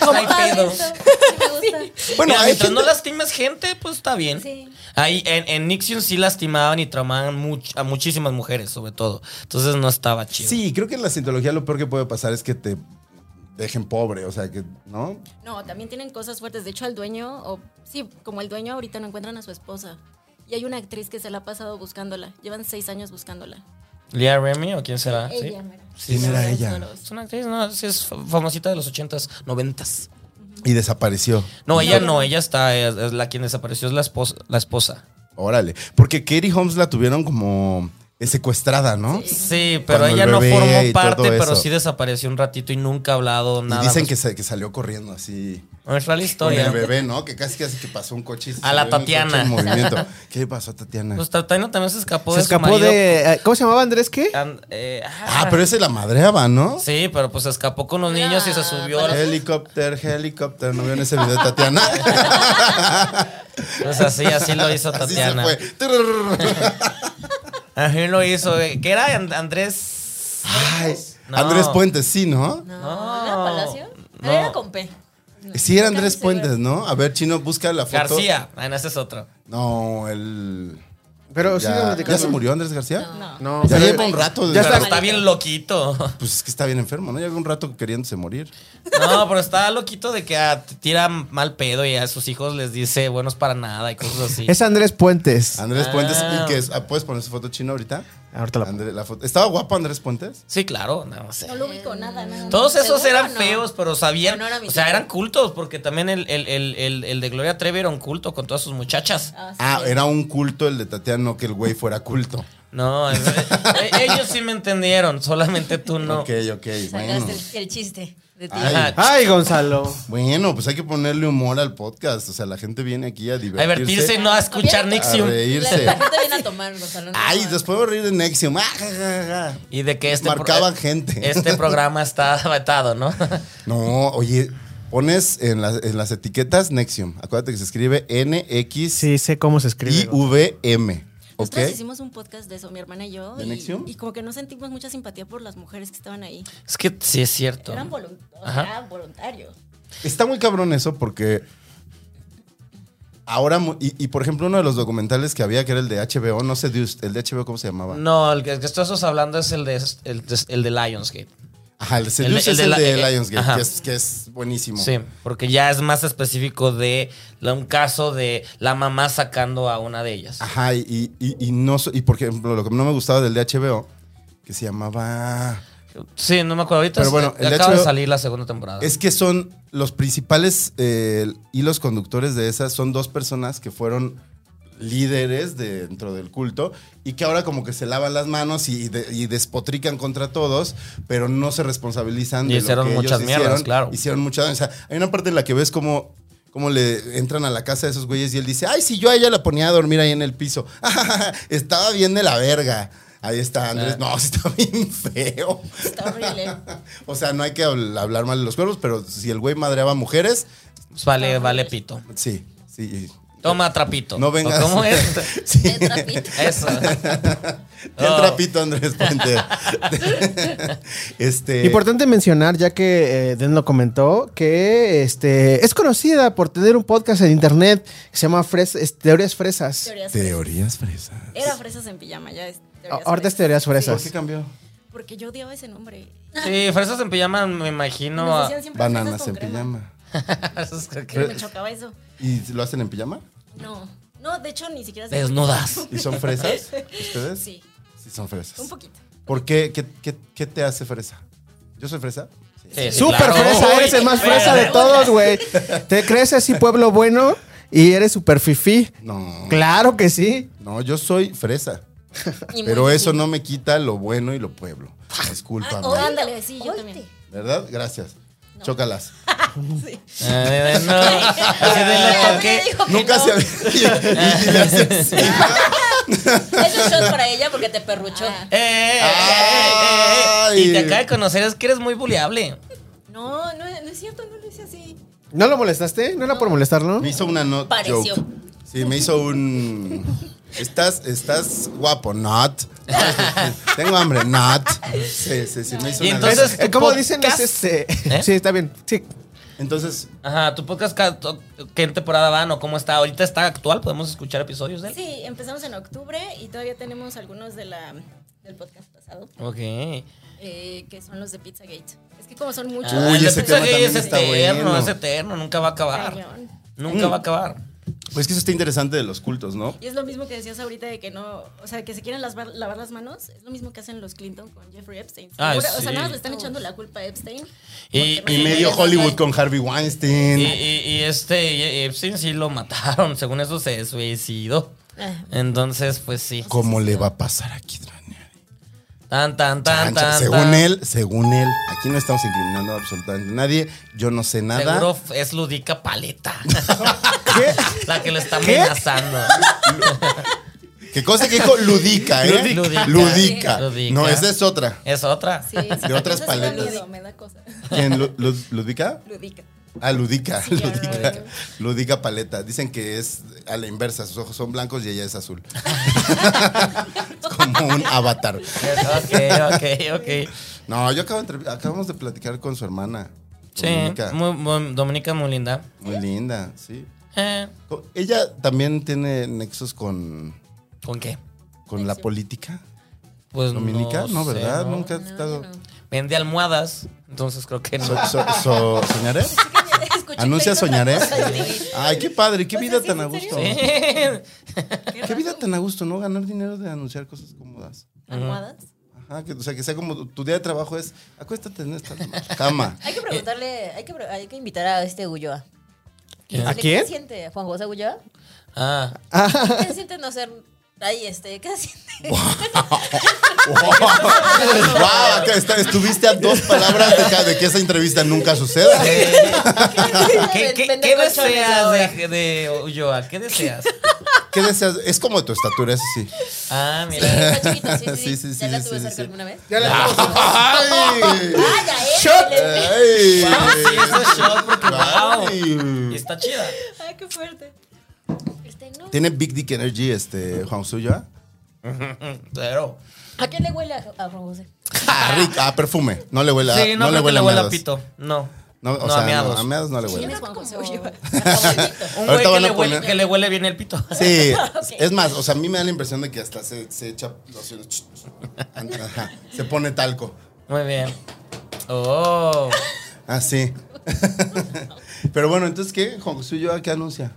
Speaker 5: No hay
Speaker 9: padre,
Speaker 5: pedo.
Speaker 9: esto, sí me gusta.
Speaker 4: Bueno,
Speaker 5: Mira,
Speaker 4: hay
Speaker 5: mientras no
Speaker 4: gente-
Speaker 5: lastimes gente, pues está bien.
Speaker 9: Sí.
Speaker 5: Ahí en, en Nixion sí lastimaban y tramaban much- a muchísimas mujeres, sobre todo. Entonces no estaba chido.
Speaker 4: Sí, creo que en la cientología lo peor que puede pasar es que te dejen pobre, o sea, que, ¿no?
Speaker 9: No, también tienen cosas fuertes. De hecho, al dueño, o sí, como el dueño ahorita no encuentran a su esposa. Y hay una actriz que se la ha pasado buscándola. Llevan seis años buscándola.
Speaker 5: ¿Lia Remy o quién será? ¿Sí?
Speaker 9: Ella, mira.
Speaker 4: ¿Quién era
Speaker 9: Dolores,
Speaker 4: ella?
Speaker 9: Dolores.
Speaker 5: Es una actriz, no, sí es fa- famosita de los 80s, 90s.
Speaker 4: Y desapareció.
Speaker 5: No, ella no, ella está, es, es la quien desapareció, es la esposa. La esposa.
Speaker 4: Órale. Porque Katie Holmes la tuvieron como es secuestrada, ¿no?
Speaker 5: Sí, pero
Speaker 4: Cuando el
Speaker 5: ella no
Speaker 4: bebé y
Speaker 5: formó
Speaker 4: todo
Speaker 5: parte, pero
Speaker 4: eso.
Speaker 5: sí desapareció un ratito y nunca ha hablado
Speaker 4: Y
Speaker 5: nada. pues.
Speaker 4: dicen que, sa- que salió corriendo así
Speaker 5: Es real
Speaker 4: con el
Speaker 5: historia.
Speaker 4: bebé, ¿no? Que casi casi que pasó un coche. y se
Speaker 5: A la
Speaker 4: salió en el coche
Speaker 5: Tatiana.
Speaker 4: En movimiento. ¿Qué le pasó a Tatiana?
Speaker 5: Pues Tatiana también se escapó
Speaker 8: Se
Speaker 5: de su
Speaker 8: escapó
Speaker 5: marido.
Speaker 8: de. eh, ¿Cómo se llamaba Andrés? ¿Qué?
Speaker 5: An- eh, ah,
Speaker 4: ah, pero ese la madreaba, ¿no?
Speaker 5: Sí, pero pues se escapó con los niños y se subió. a la-
Speaker 4: Helicóptero, helicóptero. ¿No vieron ese video de Tatiana?
Speaker 5: Pues así, así lo hizo
Speaker 4: Así
Speaker 5: Tatiana.
Speaker 4: se fue. Trrr.
Speaker 5: Así lo hizo. eh, ¿Qué era And- Andrés?
Speaker 4: Ay,
Speaker 5: Pues, No.
Speaker 4: Andrés Puentes, sí, ¿no?
Speaker 6: No,
Speaker 5: No.
Speaker 6: ¿Era Palacio?
Speaker 5: No.
Speaker 6: Era con P.
Speaker 4: Sí, era Andrés
Speaker 6: Casi
Speaker 4: Puentes, ¿no? A ver, Chino, busca la foto.
Speaker 5: García. Ah, no, ese es otro.
Speaker 4: No, el...
Speaker 8: Pero sí,
Speaker 4: Ya,
Speaker 8: platicando.
Speaker 4: ¿Ya se murió Andrés García?
Speaker 8: No,
Speaker 4: Ya
Speaker 8: pero-
Speaker 4: lleva un rato. de-
Speaker 8: Ya
Speaker 5: Pero
Speaker 8: está.
Speaker 5: está bien loquito.
Speaker 4: Pues es que está bien enfermo, ¿no? Lleva un rato queriéndose morir.
Speaker 5: No, pero está loquito de que ah, te tira mal pedo y a sus hijos les dice buenos para nada y cosas así.
Speaker 8: Es Andrés Puentes.
Speaker 4: Andrés
Speaker 5: Ah.
Speaker 4: Puentes, y que es- ah, ¿puedes poner su foto chino ahorita?
Speaker 8: Ahorita la pongo.
Speaker 4: André- la foto- ¿Estaba guapo Andrés Puentes?
Speaker 5: Sí, claro, no sé.
Speaker 9: No lo ubico, nada, nada.
Speaker 5: Todos
Speaker 9: nada.
Speaker 5: esos
Speaker 9: ¿Seguro
Speaker 5: eran
Speaker 9: no?
Speaker 5: feos, pero sabían,
Speaker 6: No, no era mi
Speaker 5: o sea,
Speaker 6: tipo.
Speaker 5: eran cultos, porque también el, el- el- el- el de Gloria Trevi era un culto con todas sus muchachas.
Speaker 6: Ah, sí.
Speaker 5: eh,
Speaker 4: Ah, era un culto el de Tatiana, no que el güey fuera culto.
Speaker 5: No, es- eh, ellos sí me entendieron, solamente tú no.
Speaker 4: Ok, ok, bueno.
Speaker 6: Sacaste el, el chiste de ti.
Speaker 4: Ay.
Speaker 5: Ajá,
Speaker 8: Ay, Gonzalo.
Speaker 4: Bueno, pues hay que ponerle humor al podcast. O sea, la gente viene aquí a
Speaker 5: a divertirse y no a escuchar
Speaker 6: Hubiera-
Speaker 5: Nixium.
Speaker 4: A ver. irse.
Speaker 6: La, la gente viene a tomar, Gonzalo. no
Speaker 4: Ay,
Speaker 6: toman.
Speaker 4: después voy a reír de Nexium. Ah, ja, ja, ja.
Speaker 5: Y de que este,
Speaker 4: Marcaban gente.
Speaker 5: este programa está vetado, ¿no?
Speaker 4: No, oye, pones en, las- en las etiquetas Nexium. Acuérdate que se escribe N-X-I-V-M.
Speaker 8: Sí, sé cómo se escribe. Gonzalo.
Speaker 4: ¿Ok?
Speaker 9: Nosotros hicimos un podcast de eso, mi hermana y yo.
Speaker 4: ¿De
Speaker 9: y-
Speaker 4: Nexium?
Speaker 9: Y, como que no sentimos mucha simpatía por las mujeres que estaban ahí.
Speaker 5: Es que sí es cierto.
Speaker 9: Eran volun- o sea, voluntarios.
Speaker 4: Está muy cabrón eso porque ahora, mu- y, y por ejemplo, uno de los documentales que había, que era el de HBO, no sé, de us- el de HBO, ¿cómo se llamaba?
Speaker 5: No, el que, el que estás hablando es el de, el, de- el de Lionsgate.
Speaker 4: Ajá, el de
Speaker 5: El de- el
Speaker 4: Seduce es
Speaker 5: de
Speaker 4: el
Speaker 5: la-
Speaker 4: de
Speaker 5: eh,
Speaker 4: Lionsgate,
Speaker 5: ajá.
Speaker 4: que es, que es buenísimo.
Speaker 5: Sí, porque ya es más específico de la- un caso de la mamá sacando a una de ellas.
Speaker 4: Ajá, y, y, y no, so- y por ejemplo, lo que no me gustaba del de HBO, que se llamaba...
Speaker 5: Sí, no me acuerdo ahorita.
Speaker 4: Pero bueno,
Speaker 5: es-
Speaker 4: el
Speaker 5: acaba de
Speaker 4: HBO
Speaker 5: salir la segunda temporada.
Speaker 4: Es que son los principales eh, hilos conductores de esas, son dos personas que fueron líderes dentro del culto y que ahora como que se lavan las manos y, de- y despotrican contra todos, pero no se responsabilizan
Speaker 5: Y
Speaker 4: de
Speaker 5: hicieron
Speaker 4: lo que
Speaker 5: muchas
Speaker 4: ellos
Speaker 5: mierdas,
Speaker 4: hicieron.
Speaker 5: claro.
Speaker 4: Hicieron muchas, o sea, hay una parte en la que ves como como le entran a la casa de esos güeyes y él dice, "Ay, si yo a ella la ponía a dormir ahí en el piso. Estaba bien de la verga." Ahí está
Speaker 5: Ah.
Speaker 4: Andrés. No, sí está bien feo.
Speaker 9: Está horrible.
Speaker 4: O sea, no hay que habl- hablar mal de los cuervos, pero si el güey madreaba mujeres,
Speaker 5: Pues vale, vale pito.
Speaker 4: sí, sí.
Speaker 5: Toma trapito.
Speaker 4: No
Speaker 5: ¿O
Speaker 4: vengas.
Speaker 5: ¿Cómo es?
Speaker 4: Sí.
Speaker 6: De trapito.
Speaker 5: Eso.
Speaker 4: Ten
Speaker 5: Oh.
Speaker 4: trapito, Andrés Puente. este.
Speaker 8: Importante mencionar, ya que eh, Den lo comentó, que este, es conocida por tener un podcast en internet que se llama Fres- es- Teorías Fresas.
Speaker 9: Teorías fresas.
Speaker 4: Teorías fresas.
Speaker 9: Era fresas en pijama, ya es. teorías
Speaker 8: Ahorita es Teorías Fresas.
Speaker 4: ¿Por qué cambió?
Speaker 9: Porque yo odiaba ese nombre.
Speaker 5: Sí, fresas en pijama, me imagino.
Speaker 9: Nos
Speaker 5: a-
Speaker 9: hacían siempre
Speaker 4: Bananas
Speaker 9: fresas
Speaker 4: en
Speaker 9: con crema.
Speaker 4: pijama.
Speaker 5: Fresas que-
Speaker 9: Pero me chocaba eso.
Speaker 4: ¿Y lo hacen en pijama?
Speaker 9: No. No, de hecho, ni siquiera. se-
Speaker 5: Desnudas.
Speaker 4: ¿Y son fresas? ¿Ustedes?
Speaker 9: Sí,
Speaker 4: Sí, son fresas.
Speaker 9: un poquito.
Speaker 4: ¿Por qué? ¿Qué, qué, qué te hace fresa? ¿Yo soy fresa?
Speaker 5: Sí, sí,
Speaker 8: Súper
Speaker 5: claro.
Speaker 8: fresa, eres el más fresa de todos, güey. Te crees así pueblo bueno y eres súper fifí.
Speaker 4: No.
Speaker 8: Claro que sí.
Speaker 4: No, yo soy fresa.
Speaker 6: Y muy
Speaker 4: Pero eso
Speaker 6: chiquito.
Speaker 4: no me quita lo bueno y lo pueblo. Discúlpame.
Speaker 6: Oílo,
Speaker 9: Ándale, sí, yo
Speaker 6: oíte.
Speaker 9: también.
Speaker 4: ¿Verdad? Gracias. Chócalas.
Speaker 5: Eh, no. Así de lo toqué.
Speaker 6: Dijo que
Speaker 4: Nunca
Speaker 6: no.
Speaker 4: se había. y- y le haces-
Speaker 6: Es un shot para ella porque te perruchó.
Speaker 9: Ah.
Speaker 5: Eh, eh, eh, eh, eh. Y te
Speaker 4: Ay.
Speaker 5: acaba de conocer, es que eres muy buleable.
Speaker 9: No, no, no es cierto, no lo hice así.
Speaker 8: ¿No lo molestaste? ¿No era por molestarlo?
Speaker 4: Me hizo una not
Speaker 6: Pareció.
Speaker 4: joke. Sí, me hizo un. Estás, estás guapo, not. Tengo hambre, not. Sí, sí, sí, me hizo
Speaker 5: Y
Speaker 4: una
Speaker 5: entonces-
Speaker 4: gracia.
Speaker 8: Eh, ¿Cómo dicen? Es
Speaker 5: podcast?
Speaker 8: este.
Speaker 5: ¿Eh?
Speaker 8: Sí, está bien. Sí.
Speaker 4: Entonces,
Speaker 5: Ajá, tu podcast, ca- to- ¿qué temporada van o cómo está? Ahorita está actual, podemos escuchar episodios de él.
Speaker 9: Sí, empezamos en octubre y todavía tenemos algunos de la, del podcast pasado,
Speaker 5: Ok.
Speaker 9: eh, que son los de Pizzagate. Es que como son muchos.
Speaker 4: Uy,
Speaker 5: Ah, el de
Speaker 4: ese
Speaker 5: Pizza
Speaker 4: tema
Speaker 5: Gay
Speaker 4: también
Speaker 5: es
Speaker 4: está
Speaker 5: eterno,
Speaker 4: bueno. Mm.
Speaker 5: es eterno, nunca va a acabar.
Speaker 9: este Cañón.
Speaker 5: Nunca va a acabar.
Speaker 4: pues que eso está interesante de los cultos, ¿no?
Speaker 9: Y es lo mismo que decías ahorita de que no, o sea, que se quieren las- lavar las manos, es lo mismo que hacen los Clinton con Jeffrey Epstein.
Speaker 5: Ah,
Speaker 9: Segura- O sea,
Speaker 5: sí.
Speaker 9: nada más le están echando la culpa a Epstein.
Speaker 5: Y,
Speaker 4: Y medio Hollywood con Harvey Weinstein.
Speaker 5: y- y- y este y Epstein sí lo mataron, según eso se suicidó.
Speaker 6: Ah.
Speaker 5: Entonces, pues sí.
Speaker 4: ¿Cómo le va a pasar aquí, Drania?
Speaker 5: Tan, tan, tan,
Speaker 4: Chancha.
Speaker 5: tan.
Speaker 4: según
Speaker 5: tan.
Speaker 4: él, según él, aquí no estamos incriminando a absolutamente nadie. Yo no sé nada.
Speaker 5: Seguro f- es Ludica Paleta. La que lo está
Speaker 8: ¿Qué?
Speaker 5: amenazando.
Speaker 4: ¿Qué cosa que dijo? Ludica, ¿eh?
Speaker 5: Ludica.
Speaker 4: Ludica.
Speaker 5: Ludica.
Speaker 4: No, esa es otra.
Speaker 5: Es otra.
Speaker 9: Sí, sí,
Speaker 4: De otras
Speaker 9: esa sí
Speaker 4: paletas.
Speaker 9: Me da miedo, me da cosa.
Speaker 4: ¿Quién? Lu- Lu- ¿Ludica?
Speaker 9: Ludica.
Speaker 4: Ah, Ludica.
Speaker 9: Sí, ya,
Speaker 4: Ludica.
Speaker 9: Ludica.
Speaker 4: Ludica Paleta. Dicen que es a la inversa. Sus ojos son blancos y ella es azul. Es como un avatar.
Speaker 5: Es- ok, ok, ok.
Speaker 4: No, yo acabo de entrev- acabamos de platicar con su hermana.
Speaker 5: Sí,
Speaker 4: Dominica. Muy,
Speaker 5: muy- muy- Dominica muy linda.
Speaker 4: linda, sí.
Speaker 5: Eh,
Speaker 4: Co- Ella también tiene nexos con,
Speaker 5: ¿Con qué?
Speaker 4: con la política.
Speaker 5: Pues
Speaker 4: Dominica, no,
Speaker 5: sé,
Speaker 4: ¿verdad?
Speaker 5: ¿no?
Speaker 4: Nunca has estado.
Speaker 5: Vende almohadas, entonces creo que no.
Speaker 4: So- so- so- ¿Soñaré?
Speaker 6: Escuché
Speaker 4: ¿Anuncia ¿eh?
Speaker 6: que hay
Speaker 4: Soñaré?
Speaker 6: otra cosa, sí.
Speaker 4: Ay, qué padre, qué vida tan a gusto.
Speaker 5: Sí.
Speaker 4: Qué vida tan a gusto, ¿no? Ganar dinero de anunciar cosas cómodas.
Speaker 9: Almohadas.
Speaker 4: Ajá, que, o sea, que sea como tu- tu día de trabajo es, acuéstate en esta cama.
Speaker 6: Hay que preguntarle, hay que, pre- hay que invitar a este Ulloa.
Speaker 4: ¿Eh?
Speaker 8: ¿A
Speaker 6: ¿Qué
Speaker 8: quién?
Speaker 6: se siente ¿A Juan José Ulloa?
Speaker 5: Ah,
Speaker 6: ¿Qué se siente no ser ahí este? ¿Qué se siente?
Speaker 4: ¡Wow! acá está- estuviste a dos palabras de, ca- de que esa entrevista nunca suceda.
Speaker 5: ¿Qué, qué-
Speaker 6: Vender
Speaker 5: qué
Speaker 6: colchones
Speaker 5: deseas
Speaker 6: ahora.
Speaker 5: de, de Ulloa? ¿Qué deseas?
Speaker 4: ¿Qué deseas? Es como de tu estatura, eso sí.
Speaker 5: Ah, mira.
Speaker 6: Está chiquito, sí,
Speaker 4: Sí,
Speaker 6: sí,
Speaker 4: sí,
Speaker 6: sí.
Speaker 4: sí,
Speaker 6: ¿Ya la
Speaker 4: sí,
Speaker 6: tuve
Speaker 4: sí,
Speaker 6: cerca
Speaker 4: sí.
Speaker 6: alguna vez?
Speaker 8: Ya la
Speaker 4: ¡Ay!
Speaker 6: ¡Vaya,
Speaker 4: ¡Ay!
Speaker 6: eh!
Speaker 5: Ah, Sí, eso es shot porque wow.
Speaker 4: ¡Ay!
Speaker 5: Y está chida.
Speaker 6: ¡Ay, qué fuerte! Este, no.
Speaker 4: Tiene Big Dick Energy, este, Juan Suyo.
Speaker 5: Pero.
Speaker 6: ¿A qué le huele a, a Juan José?
Speaker 4: Ah, rica, ah, perfume. No le huele a,
Speaker 5: Sí, no,
Speaker 4: no le
Speaker 5: creo que
Speaker 4: huele
Speaker 5: le
Speaker 4: a
Speaker 5: huela a
Speaker 4: meados.
Speaker 5: pito. No.
Speaker 4: No, o
Speaker 5: No,
Speaker 4: sea,
Speaker 5: a meados.
Speaker 4: No, a meados no le
Speaker 6: ¿Quién
Speaker 4: huele.
Speaker 6: es Juan José Ulloa?
Speaker 5: Un
Speaker 4: Ahorita
Speaker 5: güey que
Speaker 4: van a
Speaker 5: le, huele,
Speaker 4: poner-
Speaker 5: que le huele bien el pito.
Speaker 4: Sí, es más, o sea, a mí me da la impresión de que hasta se, se echa lociones. Ajá, se pone talco.
Speaker 5: Muy bien. Oh.
Speaker 4: Ah, sí. Pero bueno, entonces, ¿qué? Juan José Ulloa, ¿qué anuncia?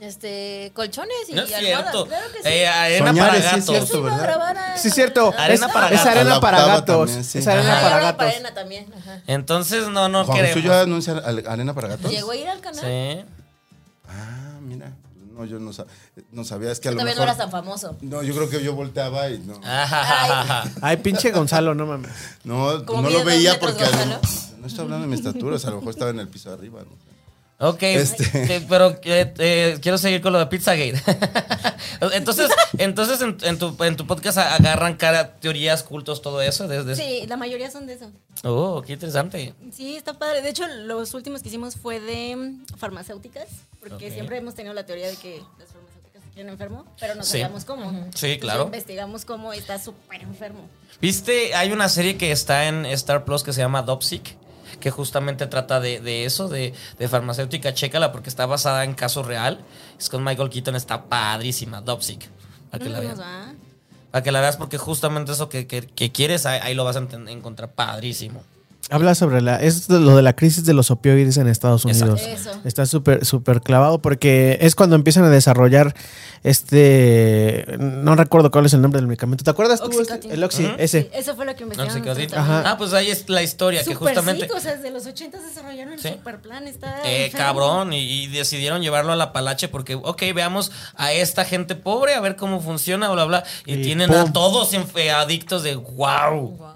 Speaker 6: Este, colchones y
Speaker 5: No es
Speaker 6: almohadas.
Speaker 5: cierto.
Speaker 6: Claro que sí.
Speaker 5: Eh, arena
Speaker 4: Soñar
Speaker 5: para
Speaker 4: es- sí es
Speaker 5: gatos.
Speaker 4: cierto,
Speaker 6: Eso iba a
Speaker 4: ¿verdad?
Speaker 6: grabar a-
Speaker 8: Sí, es cierto.
Speaker 5: Arena
Speaker 8: es,
Speaker 5: para
Speaker 8: es
Speaker 5: gatos.
Speaker 8: arena
Speaker 4: La
Speaker 8: para
Speaker 4: octava
Speaker 8: gatos.
Speaker 4: también, sí.
Speaker 8: Es
Speaker 6: Ah,
Speaker 8: arena
Speaker 6: y
Speaker 8: para
Speaker 6: ahora
Speaker 8: gatos.
Speaker 6: arena también. Ajá.
Speaker 5: Entonces no, no
Speaker 4: Juan José Ulloa
Speaker 5: queremos.
Speaker 4: anuncia al- Arena para Gatos.
Speaker 6: Llegó a ir al canal.
Speaker 5: Sí.
Speaker 4: Ah, mira. No, yo no, sab- no sabía. Es que a lo
Speaker 6: Todavía
Speaker 4: mejor.
Speaker 6: no eras tan famoso.
Speaker 4: No, yo creo que yo volteaba y no.
Speaker 5: Ah, Ajajajaja.
Speaker 8: Ay, pinche Gonzalo, no mames.
Speaker 4: No,
Speaker 6: Como
Speaker 4: no
Speaker 6: mide
Speaker 4: lo
Speaker 6: dos
Speaker 4: veía
Speaker 6: metros,
Speaker 4: porque.
Speaker 6: Gonzalo.
Speaker 4: No estoy hablando de mi estatura, o sea, a lo mejor estaba en el piso de arriba. ¿no?
Speaker 5: Ok,
Speaker 4: Este.
Speaker 5: eh, pero eh, eh, quiero seguir con lo de Pizzagate. entonces, entonces en, en tu, en tu podcast agarran cara, teorías, cultos, todo eso. Desde
Speaker 9: Sí, la mayoría son de eso.
Speaker 5: Oh, qué interesante.
Speaker 9: Sí, está padre. De hecho, los últimos que hicimos fue de mm, farmacéuticas, porque
Speaker 5: Ok.
Speaker 9: siempre hemos tenido la teoría de que las farmacéuticas se quieren enfermo, pero no
Speaker 5: Sí.
Speaker 9: sabíamos cómo. Entonces,
Speaker 5: claro.
Speaker 9: Investigamos cómo está súper enfermo.
Speaker 5: ¿Viste? Hay una serie que está en Star Plus que se llama Dopsic, que justamente trata de, de eso, de, de farmacéutica. Chécala porque está basada en caso real. Es con Michael Keaton, está padrísima. Dopsic. Para que,
Speaker 9: No
Speaker 5: la
Speaker 9: nos
Speaker 5: veas.
Speaker 9: va.
Speaker 5: para que la veas porque justamente eso que, que- que quieres, ahí, ahí lo vas a enten- encontrar padrísimo.
Speaker 8: Habla sobre la, es de lo de la crisis de los opioides en Estados Unidos.
Speaker 9: Exacto. Eso.
Speaker 8: Está súper, súper clavado porque es cuando empiezan a desarrollar este, no recuerdo cuál es el nombre del medicamento. ¿Te acuerdas tú?
Speaker 9: Oxycontin.
Speaker 8: Este? El Oxy,
Speaker 5: Ujú.
Speaker 8: ese.
Speaker 9: Eso fue lo que
Speaker 5: No
Speaker 9: investigamos.
Speaker 5: sé qué os digo.
Speaker 9: nosotros también.
Speaker 5: Ah, pues ahí es la historia que
Speaker 9: Súper
Speaker 5: justamente.
Speaker 9: sí, o sea, desde los 80 desarrollaron el
Speaker 5: Sí.
Speaker 9: superplan. Está
Speaker 5: Eh,
Speaker 9: enfermo.
Speaker 5: cabrón, y, y decidieron llevarlo a la palache porque, ok, veamos a esta gente pobre, a ver cómo funciona, bla, bla. Y,
Speaker 8: Y
Speaker 5: tienen
Speaker 8: pum.
Speaker 5: a todos enfe- adictos de wow.
Speaker 6: Wow.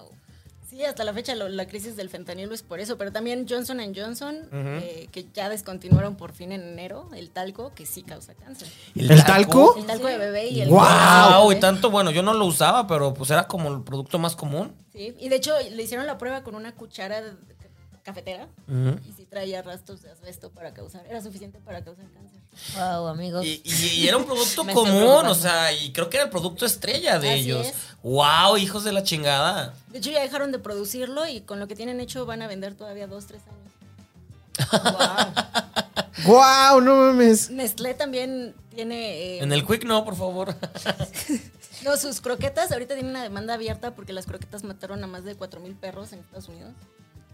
Speaker 9: Sí, hasta la fecha lo- la crisis del fentanilo es por eso, pero también Johnson Johnson, eh, que ya descontinuaron por fin en enero, el talco, que sí causa cáncer.
Speaker 8: ¿El, talco?
Speaker 9: El talco de bebé y el...
Speaker 8: ¡Guau!
Speaker 5: Wow, y tanto, bueno, yo no lo usaba, pero pues era como el producto más común.
Speaker 9: Sí, y de hecho le hicieron la prueba con una cuchara de- ca- cafetera y sí traía rastros de asbesto para causar, era suficiente para causar cáncer.
Speaker 6: Wow, amigos.
Speaker 5: Y, y- y era un producto
Speaker 6: Me estoy
Speaker 5: común,
Speaker 6: preocupando.
Speaker 5: o sea, y creo que era el producto estrella de
Speaker 9: Así
Speaker 5: ellos.
Speaker 9: es.
Speaker 5: Wow, hijos de la chingada.
Speaker 9: De hecho ya dejaron de producirlo y con lo que tienen hecho van a vender todavía dos, tres años.
Speaker 8: ¡Guau! No mames.
Speaker 9: Nestlé también tiene... eh,
Speaker 5: En el Quick no, por favor.
Speaker 9: No, sus croquetas ahorita tienen una demanda abierta porque las croquetas mataron a más de 4.000 perros en Estados Unidos.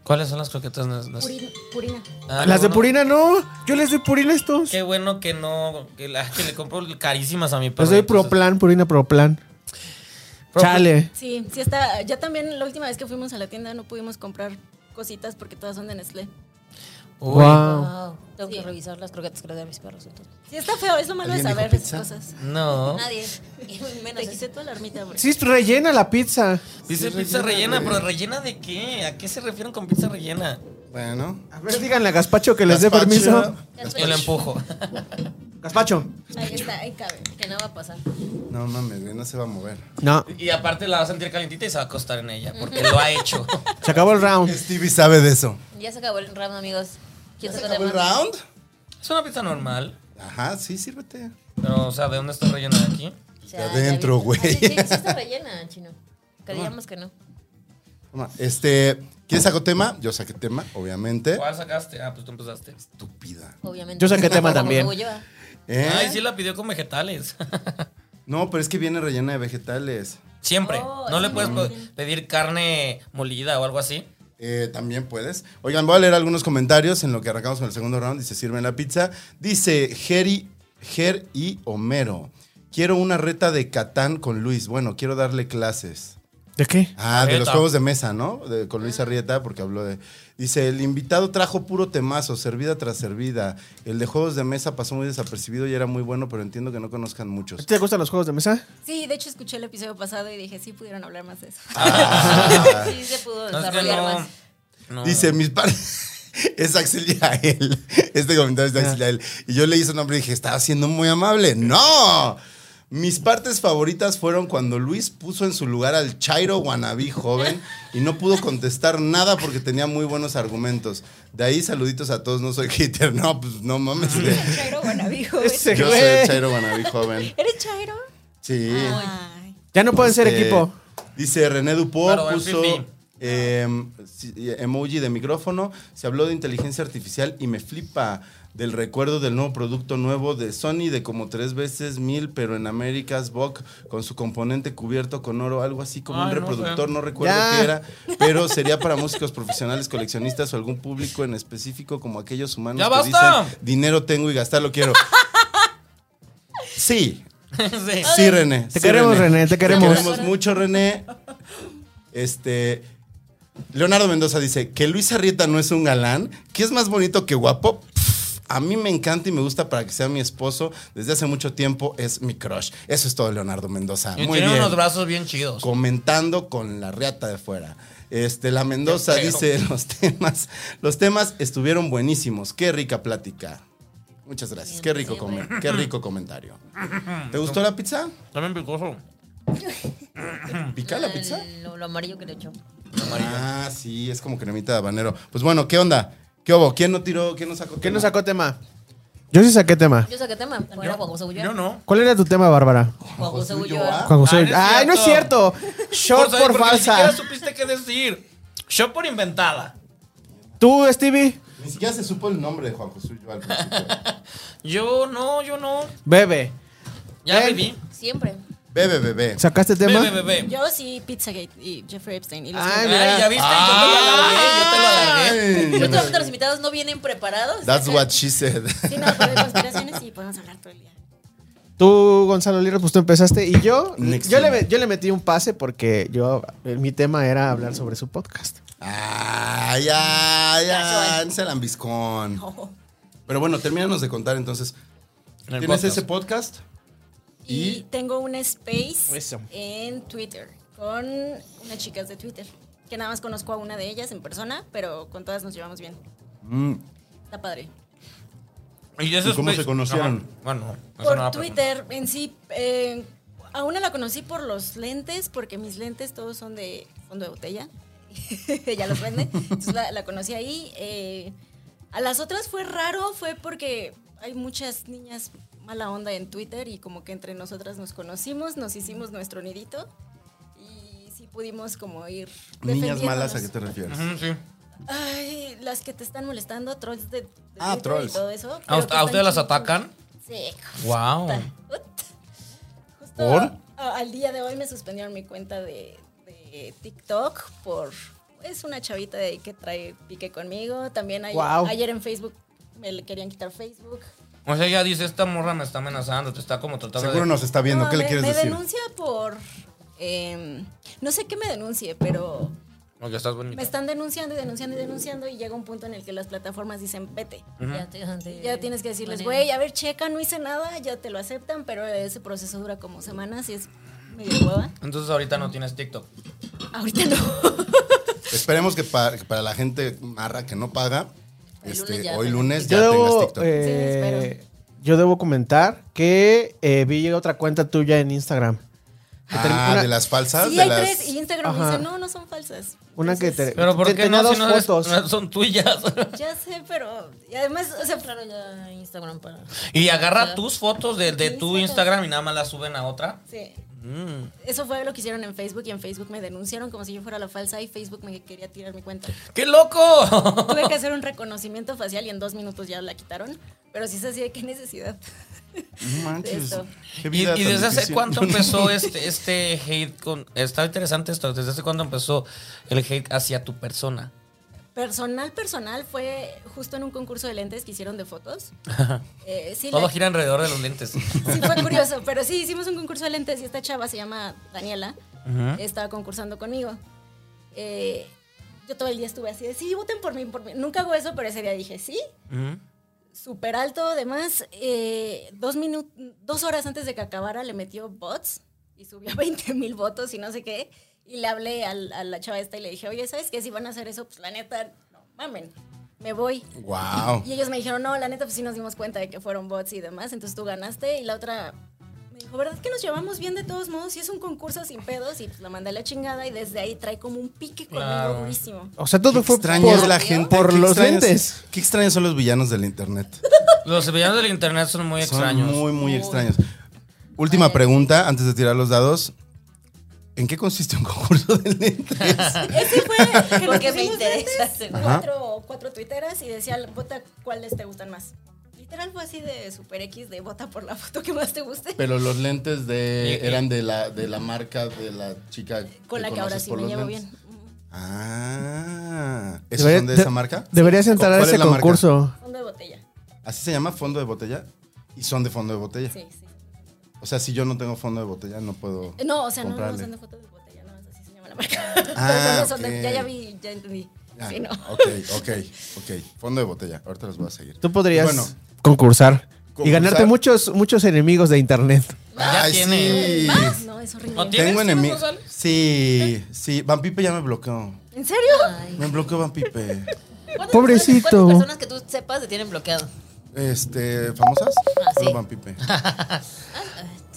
Speaker 5: ¿Cuáles son las croquetas? Las- las-
Speaker 9: Purina. purina.
Speaker 5: Ah,
Speaker 8: Las de
Speaker 5: no, no.
Speaker 8: Purina no. Yo les doy Purina a estos.
Speaker 5: Qué bueno que no, que, la- que le compro carísimas a mi perro.
Speaker 4: Pues
Speaker 8: Les doy
Speaker 5: entonces-
Speaker 8: Proplan, Purina Proplan.
Speaker 5: Proplan.
Speaker 8: Chale.
Speaker 9: Sí, sí está. Ya también la última vez que fuimos a la tienda no pudimos comprar cositas porque todas son de Nestlé.
Speaker 8: Wow.
Speaker 6: Wow. Tengo que revisar las croquetas que le doy a mis perros. entonces.
Speaker 9: Sí, está feo, es lo malo de
Speaker 4: ¿Alguien dijo
Speaker 9: saber esas
Speaker 4: pizza?
Speaker 9: cosas.
Speaker 5: No.
Speaker 6: Nadie.
Speaker 9: Y menos Te quité tu alarmita, bro.
Speaker 8: Sí, rellena la pizza.
Speaker 5: Dice pizza rellena, pero ¿rellena de qué? ¿A qué se refieren con pizza rellena?
Speaker 4: Bueno.
Speaker 8: A ver, díganle a Gaspacho que les dé
Speaker 4: Gazpacho.
Speaker 8: permiso.
Speaker 5: Yo la empujo.
Speaker 8: Gaspacho.
Speaker 6: Ahí está, ahí cabe. Que no va a pasar.
Speaker 4: No mames, güey, no se va a mover.
Speaker 8: No,
Speaker 5: Y aparte la va a sentir calentita y se va a acostar en ella, porque lo ha hecho.
Speaker 8: se acabó el round.
Speaker 4: Stevie sabe de eso.
Speaker 6: Ya se acabó el round, amigos. ¿Quién
Speaker 4: ¿Se
Speaker 6: toca
Speaker 4: acabó el
Speaker 6: tema?
Speaker 4: round?
Speaker 5: Es una pizza normal,
Speaker 4: Ajá, sí, sírvete.
Speaker 5: pero o sea, ¿de dónde está rellena de aquí?
Speaker 6: O sea,
Speaker 4: De
Speaker 6: ya
Speaker 4: adentro,
Speaker 6: vi-
Speaker 4: güey.
Speaker 6: Ah, Sí, sí, sí está rellena, chino. Creíamos que no.
Speaker 4: Toma, Este, ¿quién sacó tema? Yo saqué tema, obviamente.
Speaker 5: ¿Cuál sacaste? Ah, pues tú empezaste.
Speaker 4: Estúpida.
Speaker 6: Obviamente.
Speaker 8: Yo saqué tema
Speaker 6: Como
Speaker 8: también.
Speaker 6: Ulloa.
Speaker 4: ¿Eh?
Speaker 5: Ay, sí la pidió con vegetales.
Speaker 4: No, pero es que viene rellena de vegetales.
Speaker 5: Siempre.
Speaker 9: Oh,
Speaker 5: no le
Speaker 9: sí,
Speaker 5: puedes
Speaker 9: no.
Speaker 5: pe- pedir carne molida o algo así.
Speaker 4: Eh, También puedes. Oigan, voy a leer algunos comentarios en lo que arrancamos con el segundo round y se sirven la pizza. Dice Geri, Ger y Homero. Quiero una reta de Catán con Luis. Bueno, quiero darle clases.
Speaker 8: ¿De qué?
Speaker 4: Ah, de los
Speaker 5: Arrieta.
Speaker 4: juegos de mesa, ¿no? De- con Luis Arrieta, porque habló de. Dice: el invitado trajo puro temazo, servida tras servida. El de juegos de mesa pasó muy desapercibido y era muy bueno, pero entiendo que no conozcan
Speaker 8: ¿A ti
Speaker 4: muchos.
Speaker 8: te gustan los juegos de mesa?
Speaker 9: Sí, de hecho escuché el episodio pasado y dije, sí pudieron hablar más de eso.
Speaker 4: Ah.
Speaker 6: Sí, se pudo
Speaker 5: No, es que
Speaker 6: desarrollar
Speaker 5: no,
Speaker 6: más.
Speaker 5: no.
Speaker 4: Dice: mis padres. Es Axel Yael. Este comentario es de Axel Yael. Y yo leí su nombre y dije: estaba siendo muy amable. ¡No! Mis partes favoritas fueron cuando Luis puso en su lugar al Chairo Guanabí joven y no pudo contestar nada porque tenía muy buenos argumentos. De ahí saluditos a todos, no soy hater, no, pues no mames.
Speaker 9: Chairo Guanabí, joven.
Speaker 8: Ese
Speaker 4: Yo soy
Speaker 8: güey.
Speaker 4: el Chairo Guanabí joven.
Speaker 9: ¿Eres Chairo?
Speaker 4: Sí.
Speaker 9: Ay.
Speaker 8: Ya no pueden ser
Speaker 4: Eh,
Speaker 8: equipo.
Speaker 4: Dice René Dupont
Speaker 5: Claro, el
Speaker 4: puso
Speaker 5: pipí.
Speaker 4: em, sí, emoji de micrófono. Se habló de inteligencia artificial y me flipa del recuerdo del nuevo producto nuevo de Sony de como tres veces mil, pero en Américas Bock con su componente cubierto con oro, algo así como un
Speaker 5: Ay, no sé.
Speaker 4: reproductor, no, recuerdo
Speaker 8: Ya.
Speaker 4: qué era, pero sería para músicos profesionales, coleccionistas o algún público en específico como aquellos humanos
Speaker 5: ¡Ya
Speaker 4: que
Speaker 5: basta!
Speaker 4: dicen dinero tengo y gastarlo quiero. Sí,
Speaker 5: Sí.
Speaker 4: Sí, René. sí,
Speaker 8: Te queremos, René, te queremos.
Speaker 4: Te queremos mucho, René. Este. Leonardo Mendoza dice que Luis Arrieta no es un galán, que es más bonito que guapo. Pff, A mí me encanta y me gusta para que sea mi esposo. Desde hace mucho tiempo es mi crush. Eso es todo, Leonardo Mendoza.
Speaker 5: Y
Speaker 4: Muy
Speaker 5: tiene
Speaker 4: bien.
Speaker 5: unos brazos bien chidos.
Speaker 4: Comentando con la riata de fuera. Este, la Mendoza
Speaker 5: Yo creo.
Speaker 4: dice los temas, los temas estuvieron buenísimos. Qué rica plática. Muchas gracias. Qué rico comer, qué rico comentario. ¿Te gustó la pizza?
Speaker 5: También picoso.
Speaker 4: ¿Pica la pizza?
Speaker 6: Lo, lo amarillo que le echó.
Speaker 4: Ah, sí, es como cremita de habanero. Pues bueno, ¿qué onda? ¿Qué hubo? ¿Quién no tiró? ¿Quién no sacó?
Speaker 8: ¿Quién
Speaker 4: tema?
Speaker 8: nos sacó tema? Yo sí saqué tema.
Speaker 6: Yo saqué tema. Bueno, Juan José Ulloa.
Speaker 5: Yo no.
Speaker 8: ¿Cuál era tu tema, Bárbara?
Speaker 6: Juan José Ulloa.
Speaker 8: Juan José.
Speaker 5: Ah, no es
Speaker 8: Ay, no es cierto. Short
Speaker 5: saber,
Speaker 8: por
Speaker 5: porque Pues Ni
Speaker 8: falsa.
Speaker 5: siquiera supiste qué decir. Short por inventada.
Speaker 8: ¿Tú, Stevie?
Speaker 4: Ni siquiera se supo el nombre de Juan José Ulloa al principio.
Speaker 5: Yo no, yo no.
Speaker 8: Bebe.
Speaker 5: Ya
Speaker 8: Ven.
Speaker 5: viví.
Speaker 6: Siempre.
Speaker 4: Bebe, bebé.
Speaker 8: ¿Sacaste tema?
Speaker 5: Bebe, bebe.
Speaker 9: Yo sí, Pizzagate y Jeffrey Epstein. Y los
Speaker 8: Ay,
Speaker 5: Ay,
Speaker 8: mira.
Speaker 5: ya viste. yo te lo alargué, yo te lo alargué.
Speaker 6: Yo creo que los invitados no vienen preparados.
Speaker 4: That's what she said.
Speaker 9: Sí, no, pero de conspiraciones sí podemos hablar todo el día.
Speaker 8: Tú, Gonzalo Lira, pues tú empezaste. Y yo,
Speaker 4: Next
Speaker 8: yo le,
Speaker 4: time.
Speaker 8: me- yo le metí un pase porque yo, eh, mi tema era hablar sobre su podcast.
Speaker 4: Ay, ay, ay. Es el ambiscón. Pero bueno, termínanos de contar entonces.
Speaker 5: En el
Speaker 4: ¿Tienes
Speaker 5: podcast.
Speaker 4: ese podcast?
Speaker 9: Y,
Speaker 4: ¿Y?
Speaker 9: tengo un space
Speaker 8: Eso.
Speaker 9: en Twitter con unas chicas de Twitter. Que nada más conozco a una de ellas en persona, pero con todas nos llevamos bien.
Speaker 4: Mm,
Speaker 9: Está padre.
Speaker 5: ¿Y de esos
Speaker 4: ¿Y cómo se
Speaker 5: pe-
Speaker 4: conocieron?
Speaker 5: Ajá. Bueno, eso no va a
Speaker 9: Por Twitter, en sí, eh, a una la conocí por los lentes, porque mis lentes todos son de fondo de botella. Ella los vende. Entonces la, la conocí ahí. eh, a las otras fue raro, fue porque hay muchas niñas mala onda en Twitter y como que entre nosotras nos conocimos, nos hicimos nuestro nidito y sí pudimos como ir
Speaker 4: Niñas malas, ¿a qué
Speaker 9: defendiéndonos.
Speaker 4: te refieres?
Speaker 5: Ujú, Mm, sí.
Speaker 9: Ay, las que te están molestando, trolls de, de
Speaker 4: Ah,
Speaker 9: Twitter
Speaker 4: trolls.
Speaker 9: y todo eso.
Speaker 5: ¿A,
Speaker 9: pero
Speaker 5: usted-
Speaker 9: que
Speaker 5: a
Speaker 9: están
Speaker 5: ustedes las
Speaker 9: chiquitos.
Speaker 5: atacan?
Speaker 9: Sí,
Speaker 5: Wow.
Speaker 9: Justo
Speaker 4: ¿Por?
Speaker 9: a- al día de hoy me suspendieron mi cuenta de, de TikTok por es una chavita de ahí que trae pique conmigo. También ayer,
Speaker 8: Guau.
Speaker 9: ayer en Facebook me le querían quitar Facebook.
Speaker 5: O sea, ella dice, esta morra me está amenazando, te está como tratando
Speaker 4: Seguro
Speaker 5: de...
Speaker 4: nos está viendo.
Speaker 9: No,
Speaker 4: ¿Qué le
Speaker 9: me,
Speaker 4: quieres
Speaker 9: me
Speaker 4: decir?
Speaker 9: denuncia por em, no sé qué me denuncie, pero
Speaker 5: Aunque estás
Speaker 9: Me
Speaker 5: bonita.
Speaker 9: están denunciando y denunciando y denunciando y llega un punto en el que las plataformas dicen, vete.
Speaker 6: Ya, te-
Speaker 9: Ya tienes que decirles,
Speaker 6: Bueno.
Speaker 9: güey, a ver, checa, no hice nada, ya te lo aceptan, pero ese proceso dura como semanas y es medio hueva.
Speaker 5: Entonces ahorita no tienes TikTok.
Speaker 9: Ahorita no.
Speaker 4: Esperemos que para, que para la gente marra que no paga,
Speaker 6: El
Speaker 4: este,
Speaker 6: lunes ya
Speaker 4: hoy
Speaker 6: tengas
Speaker 4: lunes
Speaker 8: Yo
Speaker 4: ya tengas
Speaker 8: debo,
Speaker 4: TikTok.
Speaker 8: eh, yo debo comentar que eh, vi otra cuenta tuya en Instagram. que ten-
Speaker 4: ah,
Speaker 8: una-
Speaker 4: de las falsas.
Speaker 9: Sí,
Speaker 4: de
Speaker 9: hay
Speaker 4: las...
Speaker 9: tres y Instagram
Speaker 8: Ajá.
Speaker 9: dice, no, no son falsas.
Speaker 8: Una que te,
Speaker 5: Pero ¿por
Speaker 8: te-
Speaker 5: qué
Speaker 8: tenía
Speaker 5: no?
Speaker 8: dos
Speaker 5: si no eres-
Speaker 8: fotos.
Speaker 5: no son tuyas.
Speaker 9: Ya sé, pero... Y además, o sea,
Speaker 6: Claro, ya Instagram para.
Speaker 5: y agarra tus fotos de, de
Speaker 9: Mis
Speaker 5: tu
Speaker 9: fotos.
Speaker 5: Instagram y nada más las suben a otra.
Speaker 9: sí.
Speaker 5: Mm.
Speaker 9: Eso fue lo que hicieron en Facebook y en Facebook me denunciaron como si yo fuera la falsa y Facebook me quería tirar mi cuenta.
Speaker 5: ¡Qué loco!
Speaker 9: Tuve que hacer un reconocimiento facial y en dos minutos ya la quitaron. Pero sí es así de qué necesidad.
Speaker 4: No manches.
Speaker 9: Esto.
Speaker 4: qué
Speaker 5: ¿Y,
Speaker 4: vida
Speaker 5: y
Speaker 4: tan
Speaker 5: desde hace
Speaker 4: difícil.
Speaker 5: cuánto empezó este, este hate con... Está interesante esto. ¿Desde hace cuánto empezó el hate hacia tu persona?
Speaker 9: Personal, personal fue justo en un concurso de lentes que hicieron de fotos. Eh, sí,
Speaker 5: Todo
Speaker 9: la-
Speaker 5: gira alrededor de los lentes.
Speaker 9: sí fue curioso, pero sí hicimos un concurso de lentes y esta chava se llama Daniela. Estaba concursando conmigo. Eh, yo todo el día estuve así de, sí, voten por mí, por mí. Nunca hago eso, pero ese día dije, sí,
Speaker 5: Ujú.
Speaker 9: súper alto. Además, eh, dos, minu- dos horas antes de que acabara le metió bots y subió 20 mil votos y no sé qué. Y le hablé al- a la chava esta y le dije, oye, ¿sabes qué? Si van a hacer eso, pues la neta, no mamen, me voy.
Speaker 4: Wow.
Speaker 9: Y ellos me dijeron, no, la neta, pues sí nos dimos cuenta de que fueron bots y demás, entonces tú ganaste. Y la otra me dijo, ¿verdad que nos llevamos bien de todos modos? Y es un concurso sin pedos. Y pues la mandé a la chingada y desde ahí trae como un pique conmigo
Speaker 5: Claro.
Speaker 9: durísimo.
Speaker 8: O sea, todo
Speaker 4: Qué
Speaker 8: fue
Speaker 4: extraña es
Speaker 8: por,
Speaker 4: la gente.
Speaker 8: por
Speaker 4: qué
Speaker 8: los
Speaker 4: extraños-
Speaker 8: lentes.
Speaker 4: Qué extraños son los villanos del internet.
Speaker 5: Los villanos del internet son muy
Speaker 4: Son
Speaker 5: extraños.
Speaker 4: muy, muy extraños. Última pregunta antes de tirar los dados. ¿En qué consiste un concurso de lentes?
Speaker 9: Ese fue que
Speaker 6: Porque
Speaker 9: porque
Speaker 6: me
Speaker 9: me
Speaker 6: interesa, seguro.
Speaker 9: Cuatro, cuatro tuiteras y decía, vota cuáles te gustan más. Literal fue así de super X, de vota por la foto que más te guste.
Speaker 10: Pero los lentes de
Speaker 5: Y- y-
Speaker 10: eran de la, de la marca de la chica
Speaker 9: Con la que ahora
Speaker 10: conoces
Speaker 9: sí
Speaker 10: por
Speaker 9: me
Speaker 10: los
Speaker 9: llevo bien.
Speaker 10: lentes.
Speaker 4: Ah, ¿esos
Speaker 8: Debería-
Speaker 4: son de
Speaker 8: de-
Speaker 4: esa marca?
Speaker 8: Deberías
Speaker 4: ¿Cuál
Speaker 8: entrar a
Speaker 4: es
Speaker 8: ese
Speaker 4: la marca?
Speaker 8: concurso.
Speaker 9: Fondo de botella.
Speaker 4: Así se llama fondo de botella. Y son de fondo de botella.
Speaker 9: Sí, sí.
Speaker 4: O sea, si yo no tengo fondo de botella, no puedo.
Speaker 9: No, o sea, no, no
Speaker 4: comprarle.
Speaker 9: son de foto de botella, no, así se llama la marca.
Speaker 4: Ah,
Speaker 9: Pero son de-
Speaker 4: ok.
Speaker 9: ya, ya vi, ya entendí.
Speaker 4: Ah,
Speaker 9: sí, no.
Speaker 4: Ok, ok, ok. Fondo de botella. Ahorita los voy a seguir.
Speaker 8: Tú podrías
Speaker 4: Bueno.
Speaker 8: concursar, y
Speaker 4: Concursar.
Speaker 8: ganarte muchos, muchos enemigos de internet.
Speaker 5: Ya
Speaker 4: Ay,
Speaker 5: tiene.
Speaker 4: sí.
Speaker 9: ¿Más? No, es horrible.
Speaker 5: ¿No tienes?
Speaker 4: Tengo
Speaker 5: ¿Tienes,
Speaker 4: enemigos.
Speaker 5: González?
Speaker 4: Sí, sí. Van Pipe ya me bloqueó.
Speaker 9: ¿En serio?
Speaker 4: Me bloqueó Van Pipe.
Speaker 6: ¿Cuántas
Speaker 8: Pobrecito.
Speaker 6: personas- ¿Cuántas personas que tú sepas te tienen bloqueado?
Speaker 4: Este, ¿famosas?
Speaker 6: Ah, sí.
Speaker 4: Solo Van Pipe.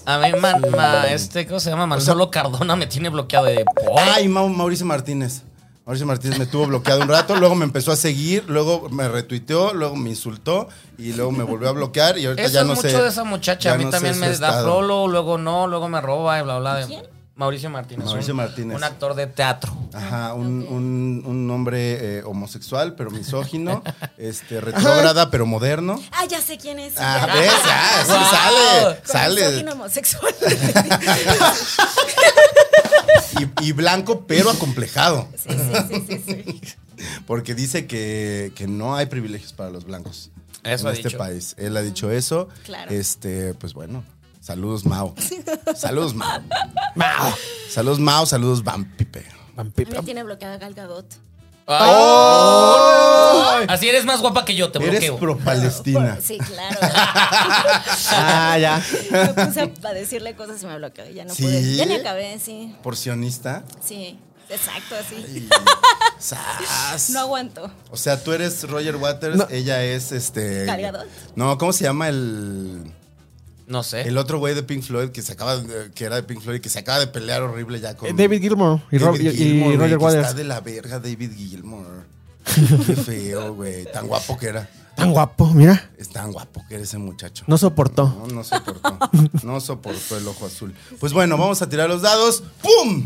Speaker 5: A mí, ma- ma- este, ¿cómo se llama? Manolo Cardona me tiene bloqueado de... por-
Speaker 4: Ay, Mau- Mauricio Martínez. Mauricio Martínez me tuvo bloqueado un rato, luego me empezó a seguir, luego me retuiteó, luego me insultó y luego me volvió a bloquear y ahorita
Speaker 5: Eso
Speaker 4: ya
Speaker 5: es
Speaker 4: no
Speaker 5: mucho
Speaker 4: sé.
Speaker 5: de esa muchacha.
Speaker 4: ya
Speaker 5: A mí
Speaker 4: no sé
Speaker 5: también
Speaker 4: su
Speaker 5: me da
Speaker 4: estado.
Speaker 5: prolo, luego no, luego me roba y bla, bla. De... Mauricio Martínez.
Speaker 4: Mauricio
Speaker 5: un-
Speaker 4: Martínez.
Speaker 5: Un actor de teatro.
Speaker 9: Ah,
Speaker 4: Ajá, un, un- un hombre eh, homosexual, pero misógino, este, retrógrada, pero moderno.
Speaker 9: Ah, ya sé quién es.
Speaker 4: Ah,
Speaker 9: ya.
Speaker 4: ves, ah, sí,
Speaker 5: Wow.
Speaker 9: Con
Speaker 4: sale,
Speaker 9: misógino
Speaker 4: sale.
Speaker 9: homosexual.
Speaker 4: Y, y blanco, pero acomplejado,
Speaker 9: Sí, sí, sí, sí, sí.
Speaker 4: porque dice que, que no hay privilegios para los blancos
Speaker 5: Eso
Speaker 4: en
Speaker 5: ha
Speaker 4: este
Speaker 5: dicho.
Speaker 4: país. Él ha dicho eso.
Speaker 9: Claro.
Speaker 4: Este, pues bueno, saludos, Mao. Saludos, Mao. Saludos, Mao. Saludos, Vampipe.
Speaker 9: A mí tiene bloqueada Gal Gadot.
Speaker 5: Así eres más guapa que yo, te
Speaker 4: Eres
Speaker 5: bloqueo.
Speaker 4: pro Palestina.
Speaker 9: Sí, claro.
Speaker 8: Ah, ya.
Speaker 9: Me puse a- a decirle cosas y me bloqueó. Ya no
Speaker 4: ¿Sí?
Speaker 9: pude. Ya ni acabé, sí.
Speaker 4: Porcionista.
Speaker 9: Sí. Exacto, así.
Speaker 4: Y- Sas.
Speaker 9: No aguanto.
Speaker 4: O sea, tú eres Roger Waters, ella es este.
Speaker 9: ¿Cargador?
Speaker 4: No, ¿cómo se llama el,
Speaker 5: No
Speaker 8: ¿Eh?
Speaker 5: sé.
Speaker 4: el otro güey de Pink Floyd que se acaba de- que era de Pink Floyd y que se acaba de pelear horrible ya con
Speaker 8: Eh, David Gilmour y, Rob- y-
Speaker 4: David
Speaker 8: y
Speaker 4: Gilmour, güey,
Speaker 8: Roger
Speaker 4: que
Speaker 8: Waters.
Speaker 4: Está de la verga David Gilmour. Qué feo, güey. Tan guapo que era.
Speaker 8: Tan guapo, mira.
Speaker 4: Es tan guapo que era ese muchacho.
Speaker 8: No soportó.
Speaker 4: No, no soportó. No soportó el ojo azul. Pues bueno, vamos a tirar los dados. ¡Pum!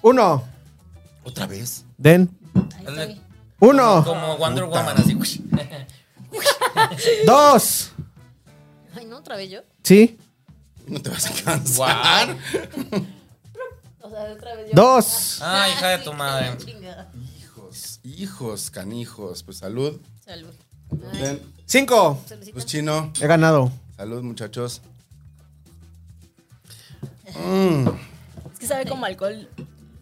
Speaker 8: Uno.
Speaker 4: ¿Otra vez?
Speaker 8: Den. Uno.
Speaker 5: Como Wonder
Speaker 4: Puta.
Speaker 5: Woman, así.
Speaker 8: Dos.
Speaker 6: Ay, no, otra vez yo.
Speaker 8: ¿Sí?
Speaker 4: No te vas a cansar.
Speaker 5: Guau.
Speaker 6: O sea, otra vez yo.
Speaker 8: Dos.
Speaker 5: Ay, hija de tu madre.
Speaker 6: Chingada.
Speaker 4: Hijos, hijos, canijos. Pues salud.
Speaker 6: Salud.
Speaker 4: Ven.
Speaker 8: Cinco.
Speaker 4: Pues chino.
Speaker 8: He ganado.
Speaker 4: Salud, muchachos.
Speaker 9: Es que sabe como alcohol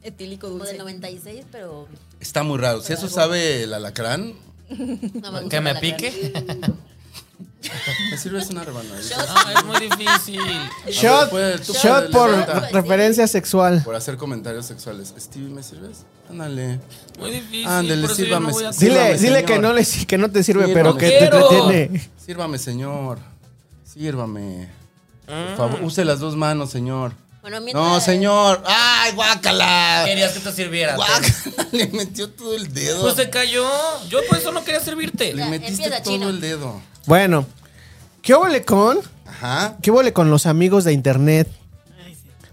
Speaker 9: etílico
Speaker 6: Como
Speaker 9: dulce.
Speaker 6: del 96, pero
Speaker 4: Está muy raro. Si eso sabe el alacrán,
Speaker 6: no me gusta.
Speaker 5: ¿Que me
Speaker 6: la
Speaker 5: pique?
Speaker 6: carne.
Speaker 4: me sirves una rebanada.
Speaker 5: No, es muy difícil.
Speaker 8: Shot,
Speaker 4: pues, tú puedes,
Speaker 8: shot por
Speaker 4: levanta.
Speaker 8: re- referencia sexual.
Speaker 4: Por hacer comentarios sexuales. Stevie, ¿me sirves? Ándale.
Speaker 5: Muy difícil.
Speaker 4: Ándele,
Speaker 5: por eso yo
Speaker 4: sírvame,
Speaker 5: no voy a-
Speaker 4: sí.
Speaker 8: Dile,
Speaker 4: Sírvame,
Speaker 8: dile
Speaker 4: señor.
Speaker 8: que no, le, que no te sirve,
Speaker 4: Sírvame.
Speaker 8: pero que te
Speaker 5: Quiero.
Speaker 8: entretiene.
Speaker 4: Sírvame, señor. Sírvame. Por favor,
Speaker 8: Mm.
Speaker 4: use las dos manos, señor.
Speaker 6: Bueno, mientras-
Speaker 4: No, señor. ¡Ay, guácala!
Speaker 5: Querías que te sirviera.
Speaker 4: Guácala, le metió todo el dedo.
Speaker 5: Pues se cayó. Yo por eso no quería servirte.
Speaker 4: le
Speaker 6: Ya,
Speaker 4: metiste
Speaker 6: empieza,
Speaker 4: todo
Speaker 6: chino.
Speaker 4: el dedo.
Speaker 8: Bueno, ¿qué huele con?
Speaker 4: Ajá.
Speaker 8: ¿Qué huele con los amigos de internet?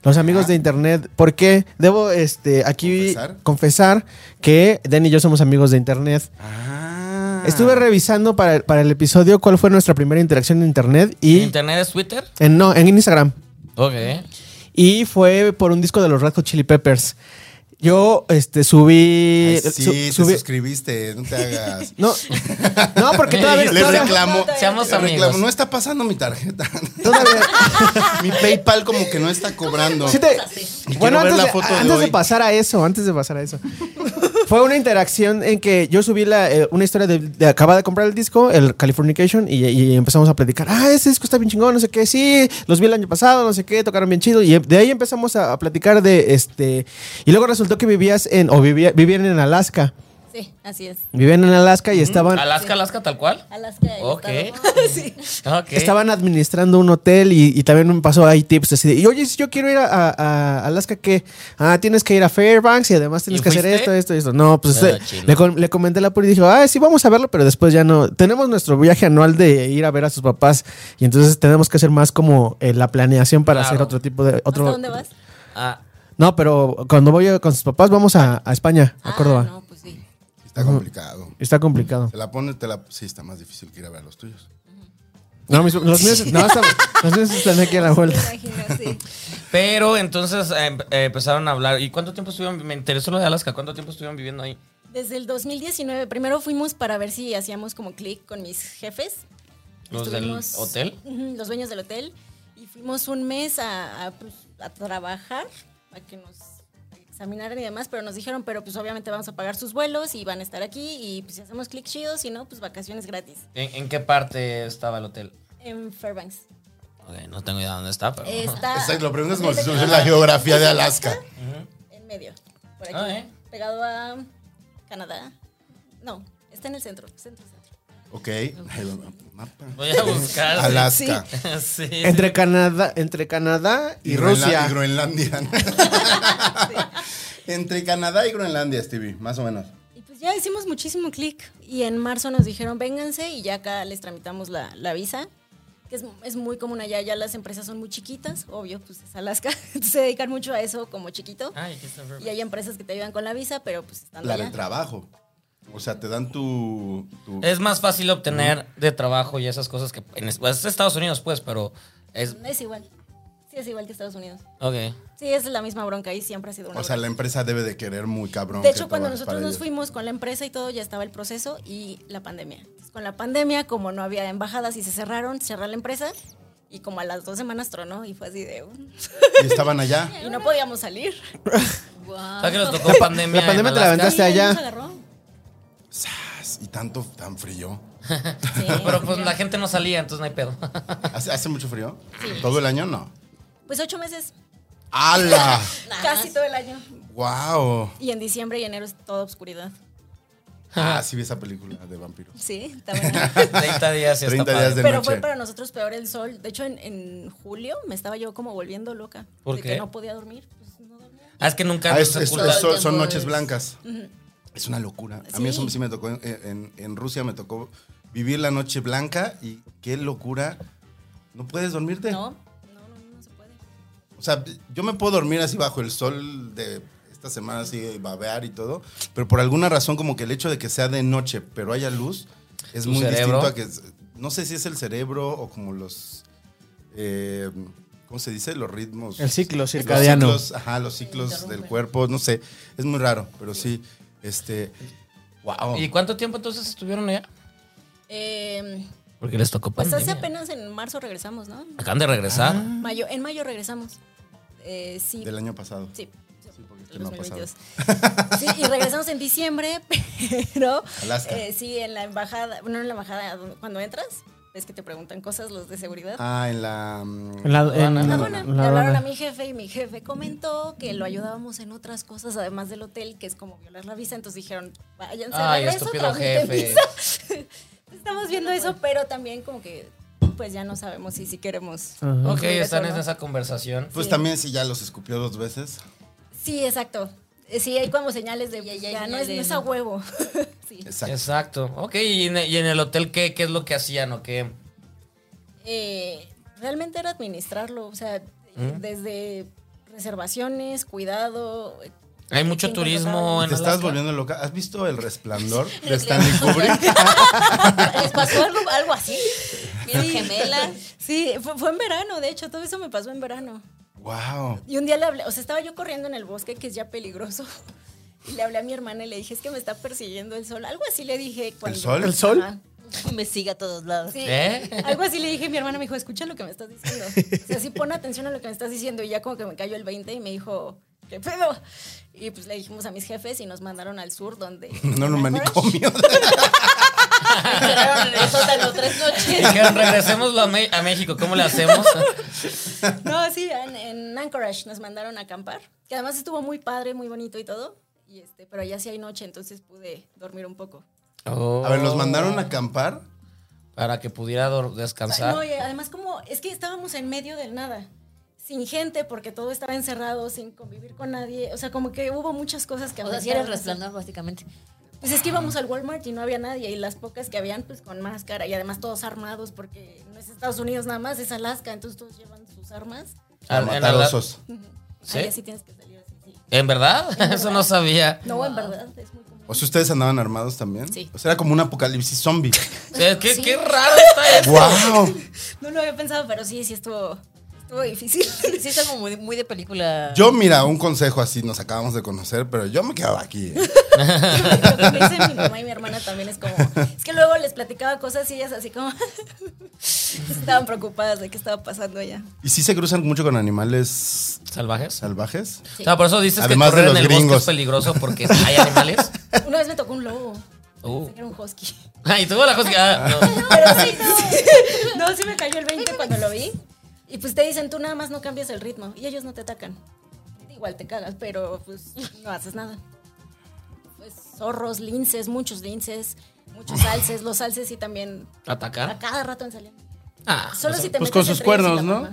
Speaker 8: Los amigos de internet, porque debo este aquí
Speaker 4: ¿Confesar?
Speaker 8: confesar, que Den y yo somos amigos de internet.
Speaker 4: Ah.
Speaker 8: Estuve revisando para, para el episodio cuál fue nuestra primera interacción en internet y
Speaker 5: ¿Internet es Twitter?
Speaker 8: en, no, en Instagram.
Speaker 5: Ok.
Speaker 8: Y fue por un disco de los Red Hot Chili Peppers. Yo este subí,
Speaker 4: Ay, sí,
Speaker 8: su-
Speaker 4: te
Speaker 8: subí-
Speaker 4: suscribiste, no te hagas.
Speaker 8: no, no, porque todavía,
Speaker 4: Le
Speaker 8: todavía-
Speaker 4: reclamo.
Speaker 5: Seamos
Speaker 4: le reclamo,
Speaker 5: amigos.
Speaker 4: No está pasando mi tarjeta.
Speaker 8: todavía-
Speaker 4: mi PayPal como que no está cobrando.
Speaker 8: Sí te-
Speaker 4: quiero
Speaker 8: bueno,
Speaker 4: ver
Speaker 8: antes,
Speaker 4: la
Speaker 8: de,
Speaker 4: foto de
Speaker 8: antes de
Speaker 4: hoy.
Speaker 8: pasar a eso, antes de pasar a eso. Fue una interacción en que yo subí la, eh, una historia de, de acaba de comprar el disco, el Californication, y, y empezamos a platicar. Ah, ese disco está bien chingón, no sé qué. Sí, los vi el año pasado, no sé qué, tocaron bien chido. Y de ahí empezamos a, a platicar de este. Y luego resultó que vivías en, o vivía, vivían en Alaska.
Speaker 6: Sí, así es.
Speaker 8: Vivían en Alaska y estaban,
Speaker 5: Alaska, Alaska, tal cual.
Speaker 6: Alaska. el
Speaker 5: Ok.
Speaker 6: estado. sí.
Speaker 5: Ok.
Speaker 8: estaban administrando un hotel y, y también me pasó ahí tips así de, y oye, si yo quiero ir a, a- a Alaska, ¿qué? Ah, tienes que ir a Fairbanks y además tienes
Speaker 5: ¿Y
Speaker 8: que hacer
Speaker 5: fuiste?
Speaker 8: esto, esto, y esto. No, pues
Speaker 5: Ah,
Speaker 8: eh,
Speaker 5: chino.
Speaker 8: le, com- le comenté a la pura y dijo, ah, sí, vamos a verlo, pero después ya no. Tenemos nuestro viaje anual de ir a ver a sus papás y entonces tenemos que hacer más como eh, la planeación para
Speaker 5: Claro.
Speaker 8: hacer otro tipo de... Otro,
Speaker 9: ¿Hasta dónde vas?
Speaker 5: Ah,
Speaker 8: No, pero cuando voy con sus papás vamos a, a España, a
Speaker 9: Ah,
Speaker 8: Córdoba.
Speaker 9: no, pues sí.
Speaker 4: Está complicado.
Speaker 8: Está complicado.
Speaker 4: Te la pone, te la. Sí, está más difícil que ir a ver a los tuyos.
Speaker 8: No, mis- los míos, no, hasta- los míos están aquí a la
Speaker 9: Me
Speaker 8: vuelta.
Speaker 9: imagino, sí.
Speaker 5: Pero entonces eh, em- eh, empezaron a hablar. ¿Y cuánto tiempo estuvieron? Me interesó lo de Alaska. ¿Cuánto tiempo estuvieron viviendo ahí?
Speaker 9: Desde el 2019, primero fuimos para ver si hacíamos como clic con mis jefes.
Speaker 5: ¿Los del
Speaker 9: Estuvimos-
Speaker 5: hotel?
Speaker 9: Ujú, Los dueños del hotel. Y fuimos un mes a, a, pues, a trabajar, a que nos examinaran y demás, pero nos dijeron, pero pues obviamente vamos a pagar sus vuelos y van a estar aquí y pues si hacemos clic chido, si no, pues vacaciones gratis.
Speaker 5: ¿En, en qué parte estaba el hotel?
Speaker 9: En Fairbanks.
Speaker 5: Ok, no tengo idea dónde está, pero.
Speaker 9: Está
Speaker 4: Exacto, lo
Speaker 9: Ah,
Speaker 4: preguntas como si fuese la geografía de Alaska.
Speaker 9: en medio, por aquí,
Speaker 5: Ah, ¿eh?
Speaker 9: pegado a Canadá. No, está en el centro, centro, centro.
Speaker 4: Ok. Ahí va, mapa.
Speaker 5: Voy a buscar. sí.
Speaker 4: Alaska.
Speaker 5: Sí.
Speaker 8: Entre Canadá, entre Canadá y,
Speaker 4: Groenla-
Speaker 8: Rusia.
Speaker 4: Y Groenlandia. Entre Canadá y Groenlandia, Stevie, más o menos.
Speaker 9: Y pues ya hicimos muchísimo clic y en marzo nos dijeron vénganse y ya acá les tramitamos la, la visa, que es, es muy común allá, ya las empresas son muy chiquitas, obvio, pues es Alaska, se dedican mucho a eso como chiquito
Speaker 5: Ay, aquí está
Speaker 9: y hay empresas que te ayudan con la visa, pero pues están
Speaker 4: La de
Speaker 9: allá.
Speaker 4: trabajo. O sea, te dan tu. tu-
Speaker 9: Eh,
Speaker 5: Es más fácil obtener de trabajo y esas cosas que. En, es- pues, es Estados Unidos, pues, pero. Es.
Speaker 9: Es igual, sí es igual que Estados Unidos.
Speaker 5: Ok.
Speaker 9: Sí, es la misma bronca y siempre ha sido una
Speaker 4: o sea,
Speaker 9: bronca.
Speaker 4: la empresa debe de querer muy cabrón.
Speaker 9: De
Speaker 4: que
Speaker 9: hecho, cuando
Speaker 4: trabajes
Speaker 9: nosotros
Speaker 4: para
Speaker 9: nos
Speaker 4: ellos.
Speaker 9: fuimos con la empresa y todo, ya estaba el proceso y la pandemia. Entonces, con la pandemia, como no había embajadas y se cerraron, cerrar la empresa y como a las dos semanas tronó y fue así de... "Uh".
Speaker 4: Y estaban allá.
Speaker 9: Y no podíamos salir.
Speaker 5: ¿Sabes que les tocó
Speaker 9: Ah.
Speaker 8: La pa-
Speaker 5: pandemia?
Speaker 8: la pandemia
Speaker 5: en
Speaker 8: te la
Speaker 5: Alaska?
Speaker 8: aventaste
Speaker 9: Sí,
Speaker 8: allá.
Speaker 9: nos agarró.
Speaker 4: Y tanto, tan frío.
Speaker 9: Sí.
Speaker 5: Pero pues la gente no salía, entonces no hay pedo.
Speaker 4: ¿Hace, hace mucho frío? ¿Todo el año no?
Speaker 9: Pues ocho meses,
Speaker 4: ¡Hala!
Speaker 9: casi todo el año.
Speaker 4: ¡Wow!
Speaker 9: Y en diciembre y enero es toda oscuridad.
Speaker 4: Ah, sí vi esa película de vampiros.
Speaker 9: Sí, está bueno.
Speaker 5: 30 días y
Speaker 4: 30 días de
Speaker 9: Pero
Speaker 4: noche.
Speaker 9: fue para nosotros peor el sol. De hecho, en, en julio me estaba yo como volviendo loca.
Speaker 5: ¿Por
Speaker 9: de
Speaker 5: qué?
Speaker 9: que no podía dormir. Pues no dormía.
Speaker 5: Ah, es que nunca
Speaker 4: Ah, es-
Speaker 5: se
Speaker 4: es-
Speaker 5: oculta.
Speaker 4: son, son
Speaker 6: Tiempo
Speaker 4: noches
Speaker 6: es-
Speaker 4: blancas. Es una locura. A mí eso
Speaker 9: Sí.
Speaker 4: sí me tocó. En, en- en Rusia me tocó vivir la noche blanca y qué locura. No puedes dormirte.
Speaker 9: No, no, no, no se puede.
Speaker 4: O sea, yo me puedo dormir así bajo el sol de esta semana, así babear y todo. Pero por alguna razón, como que el hecho de que sea de noche, pero haya luz, es
Speaker 5: ¿Tu
Speaker 4: muy
Speaker 5: cerebro?
Speaker 4: distinto a que. No sé si es el cerebro o como los. eh, ¿Cómo se dice? Los ritmos.
Speaker 8: El ciclo circadiano.
Speaker 4: Los ciclos, ajá, los ciclos del cuerpo, no sé. Es muy raro, pero sí. Este. Wow.
Speaker 5: ¿Y cuánto tiempo entonces estuvieron allá?
Speaker 9: Eh,
Speaker 5: Porque les tocó
Speaker 9: pues
Speaker 5: pandemia. Ah,
Speaker 9: hace apenas en marzo regresamos, ¿no?
Speaker 5: Acaban de regresar.
Speaker 9: Mayo, en mayo regresamos. Eh, sí,
Speaker 4: Del año pasado.
Speaker 9: sí.
Speaker 4: Sí, porque esto
Speaker 9: el
Speaker 4: no ha pasado.
Speaker 9: 2022. Sí, y regresamos en diciembre, pero
Speaker 4: Alaska.
Speaker 9: eh, sí, en la embajada, bueno, en la embajada donde- cuando entras, ves que te preguntan cosas los de seguridad.
Speaker 4: Ah, en la. mm,
Speaker 8: En la, en
Speaker 9: Ah,
Speaker 8: la-
Speaker 9: bueno,
Speaker 8: en
Speaker 9: le
Speaker 8: la
Speaker 9: hablaron
Speaker 8: aduana.
Speaker 9: a mi jefe y mi jefe comentó que lo ayudábamos en otras cosas además del hotel, que es como violar la visa, entonces dijeron, váyanse
Speaker 5: Ay,
Speaker 9: regreso,
Speaker 5: estúpido
Speaker 9: tramiten
Speaker 5: jefe.
Speaker 9: visa". Estamos viendo eso, pero también como que pues ya no sabemos si si queremos.
Speaker 5: Ok, están
Speaker 9: Eso,
Speaker 5: en
Speaker 9: ¿no?
Speaker 5: esa conversación.
Speaker 4: Pues también si ya los escupió dos veces.
Speaker 9: Sí, exacto. Eh, Sí, hay como señales de ya,
Speaker 6: Ya, ya,
Speaker 9: no, es, no
Speaker 6: señales,
Speaker 9: es a
Speaker 6: ¿no?
Speaker 9: huevo. sí.
Speaker 4: Exacto.
Speaker 5: Exacto. Ok, ¿y en, y en el hotel qué, qué es lo que hacían o qué?
Speaker 9: Eh, realmente era administrarlo, o sea,
Speaker 4: Mm.
Speaker 9: desde reservaciones, cuidado. eh,
Speaker 5: Hay mucho
Speaker 9: ¿Quién
Speaker 5: turismo
Speaker 9: contrataba?
Speaker 5: en
Speaker 4: Te estás
Speaker 5: Alaska?
Speaker 4: volviendo loca. ¿Has visto El Resplandor de Stanley Kubrick?
Speaker 6: ¿Les pasó algo, algo así? ¿Vieron gemelas?
Speaker 9: Sí, fue, fue en verano, de hecho, todo eso me pasó en verano.
Speaker 4: wow.
Speaker 9: Y un día le hablé, o sea, estaba yo corriendo en el bosque, que es ya peligroso. Y le hablé a mi hermana y le dije, es que me está persiguiendo el sol. Algo así le dije. cuando-
Speaker 4: sol? ¿El sol?
Speaker 9: Ajá.
Speaker 6: Me sigue a todos lados.
Speaker 9: Sí.
Speaker 5: ¿Eh?
Speaker 9: Algo así le dije, mi hermana me dijo, escucha lo que me estás diciendo. O sea, sí, pon atención a lo que me estás diciendo. Y ya como que me cayó el 20 y me dijo, ¿qué pedo? Y pues le dijimos a mis jefes y nos mandaron al sur donde...
Speaker 4: No, no, manicomio.
Speaker 6: Quedaron en el sótano tres noches.
Speaker 5: Dijeron, regresemos a, Me- a México, ¿cómo le hacemos?
Speaker 9: No, sí, en, en Anchorage nos mandaron a acampar. Que además estuvo muy padre, muy bonito y todo. Y este, pero ya sí hay noche, entonces pude dormir un poco.
Speaker 5: Oh,
Speaker 4: A ver, los mandaron a acampar.
Speaker 5: Para que pudiera dor- descansar.
Speaker 9: No, y además como es que estábamos en medio del nada, sin gente porque todo estaba encerrado, sin convivir con nadie, o sea, como que hubo muchas cosas que
Speaker 6: Eh, O sea, si era el
Speaker 9: afectaron.
Speaker 6: resplandor, básicamente.
Speaker 9: Pues es que íbamos al Walmart y no había nadie y las pocas que habían pues con máscara y además todos armados porque no es Estados Unidos nada más, es Alaska, entonces todos llevan sus armas.
Speaker 4: A
Speaker 5: Al- Ah, en
Speaker 4: matar
Speaker 5: Ala-
Speaker 4: osos.
Speaker 5: ¿Sí?
Speaker 9: Ahí así tienes que salir así. sí.
Speaker 5: ¿En verdad? Eso no sabía.
Speaker 9: No, en verdad es muy común.
Speaker 4: O si ustedes andaban armados también.
Speaker 9: Sí.
Speaker 4: O sea, era como un apocalipsis zombie.
Speaker 5: O sea, ¿qué, qué raro está eso.
Speaker 4: wow.
Speaker 9: No lo había pensado, pero sí, sí estuvo, estuvo difícil.
Speaker 6: Sí, es algo muy, muy de película.
Speaker 4: Yo, mira, un consejo así, nos acabamos de conocer, pero yo me quedaba aquí. ¿eh?
Speaker 9: Lo que me dicen mi mamá y mi hermana también es como, es que luego les platicaba cosas y ellas así como estaban preocupadas de qué estaba pasando allá.
Speaker 4: ¿Y si se cruzan mucho con animales
Speaker 5: ¿Salvajes?
Speaker 4: salvajes?
Speaker 5: O sea, por eso dices
Speaker 4: Además
Speaker 5: que correr
Speaker 4: de
Speaker 5: en
Speaker 4: los
Speaker 5: el bosque es
Speaker 4: gringos.
Speaker 5: peligroso porque hay animales.
Speaker 9: Una vez me tocó un lobo,
Speaker 5: Uh.
Speaker 9: pensé que era un husky.
Speaker 5: Ay, tuvo la cosa que- ah, no.
Speaker 9: Pero sí, no. No, sí me cayó el 20 cuando lo vi. Y pues te dicen, tú nada más no cambias el ritmo y ellos no te atacan. Igual te cagas, pero pues no haces nada. Pues zorros, linces, muchos linces, muchos alces. Los alces sí también a
Speaker 5: ¿Atacar?
Speaker 9: cada rato en salían.
Speaker 5: Ah,
Speaker 9: Solo si te
Speaker 4: pues
Speaker 9: metes
Speaker 4: con sus
Speaker 9: entre ellos y
Speaker 4: cuernos,
Speaker 9: la
Speaker 4: ¿no? Mm.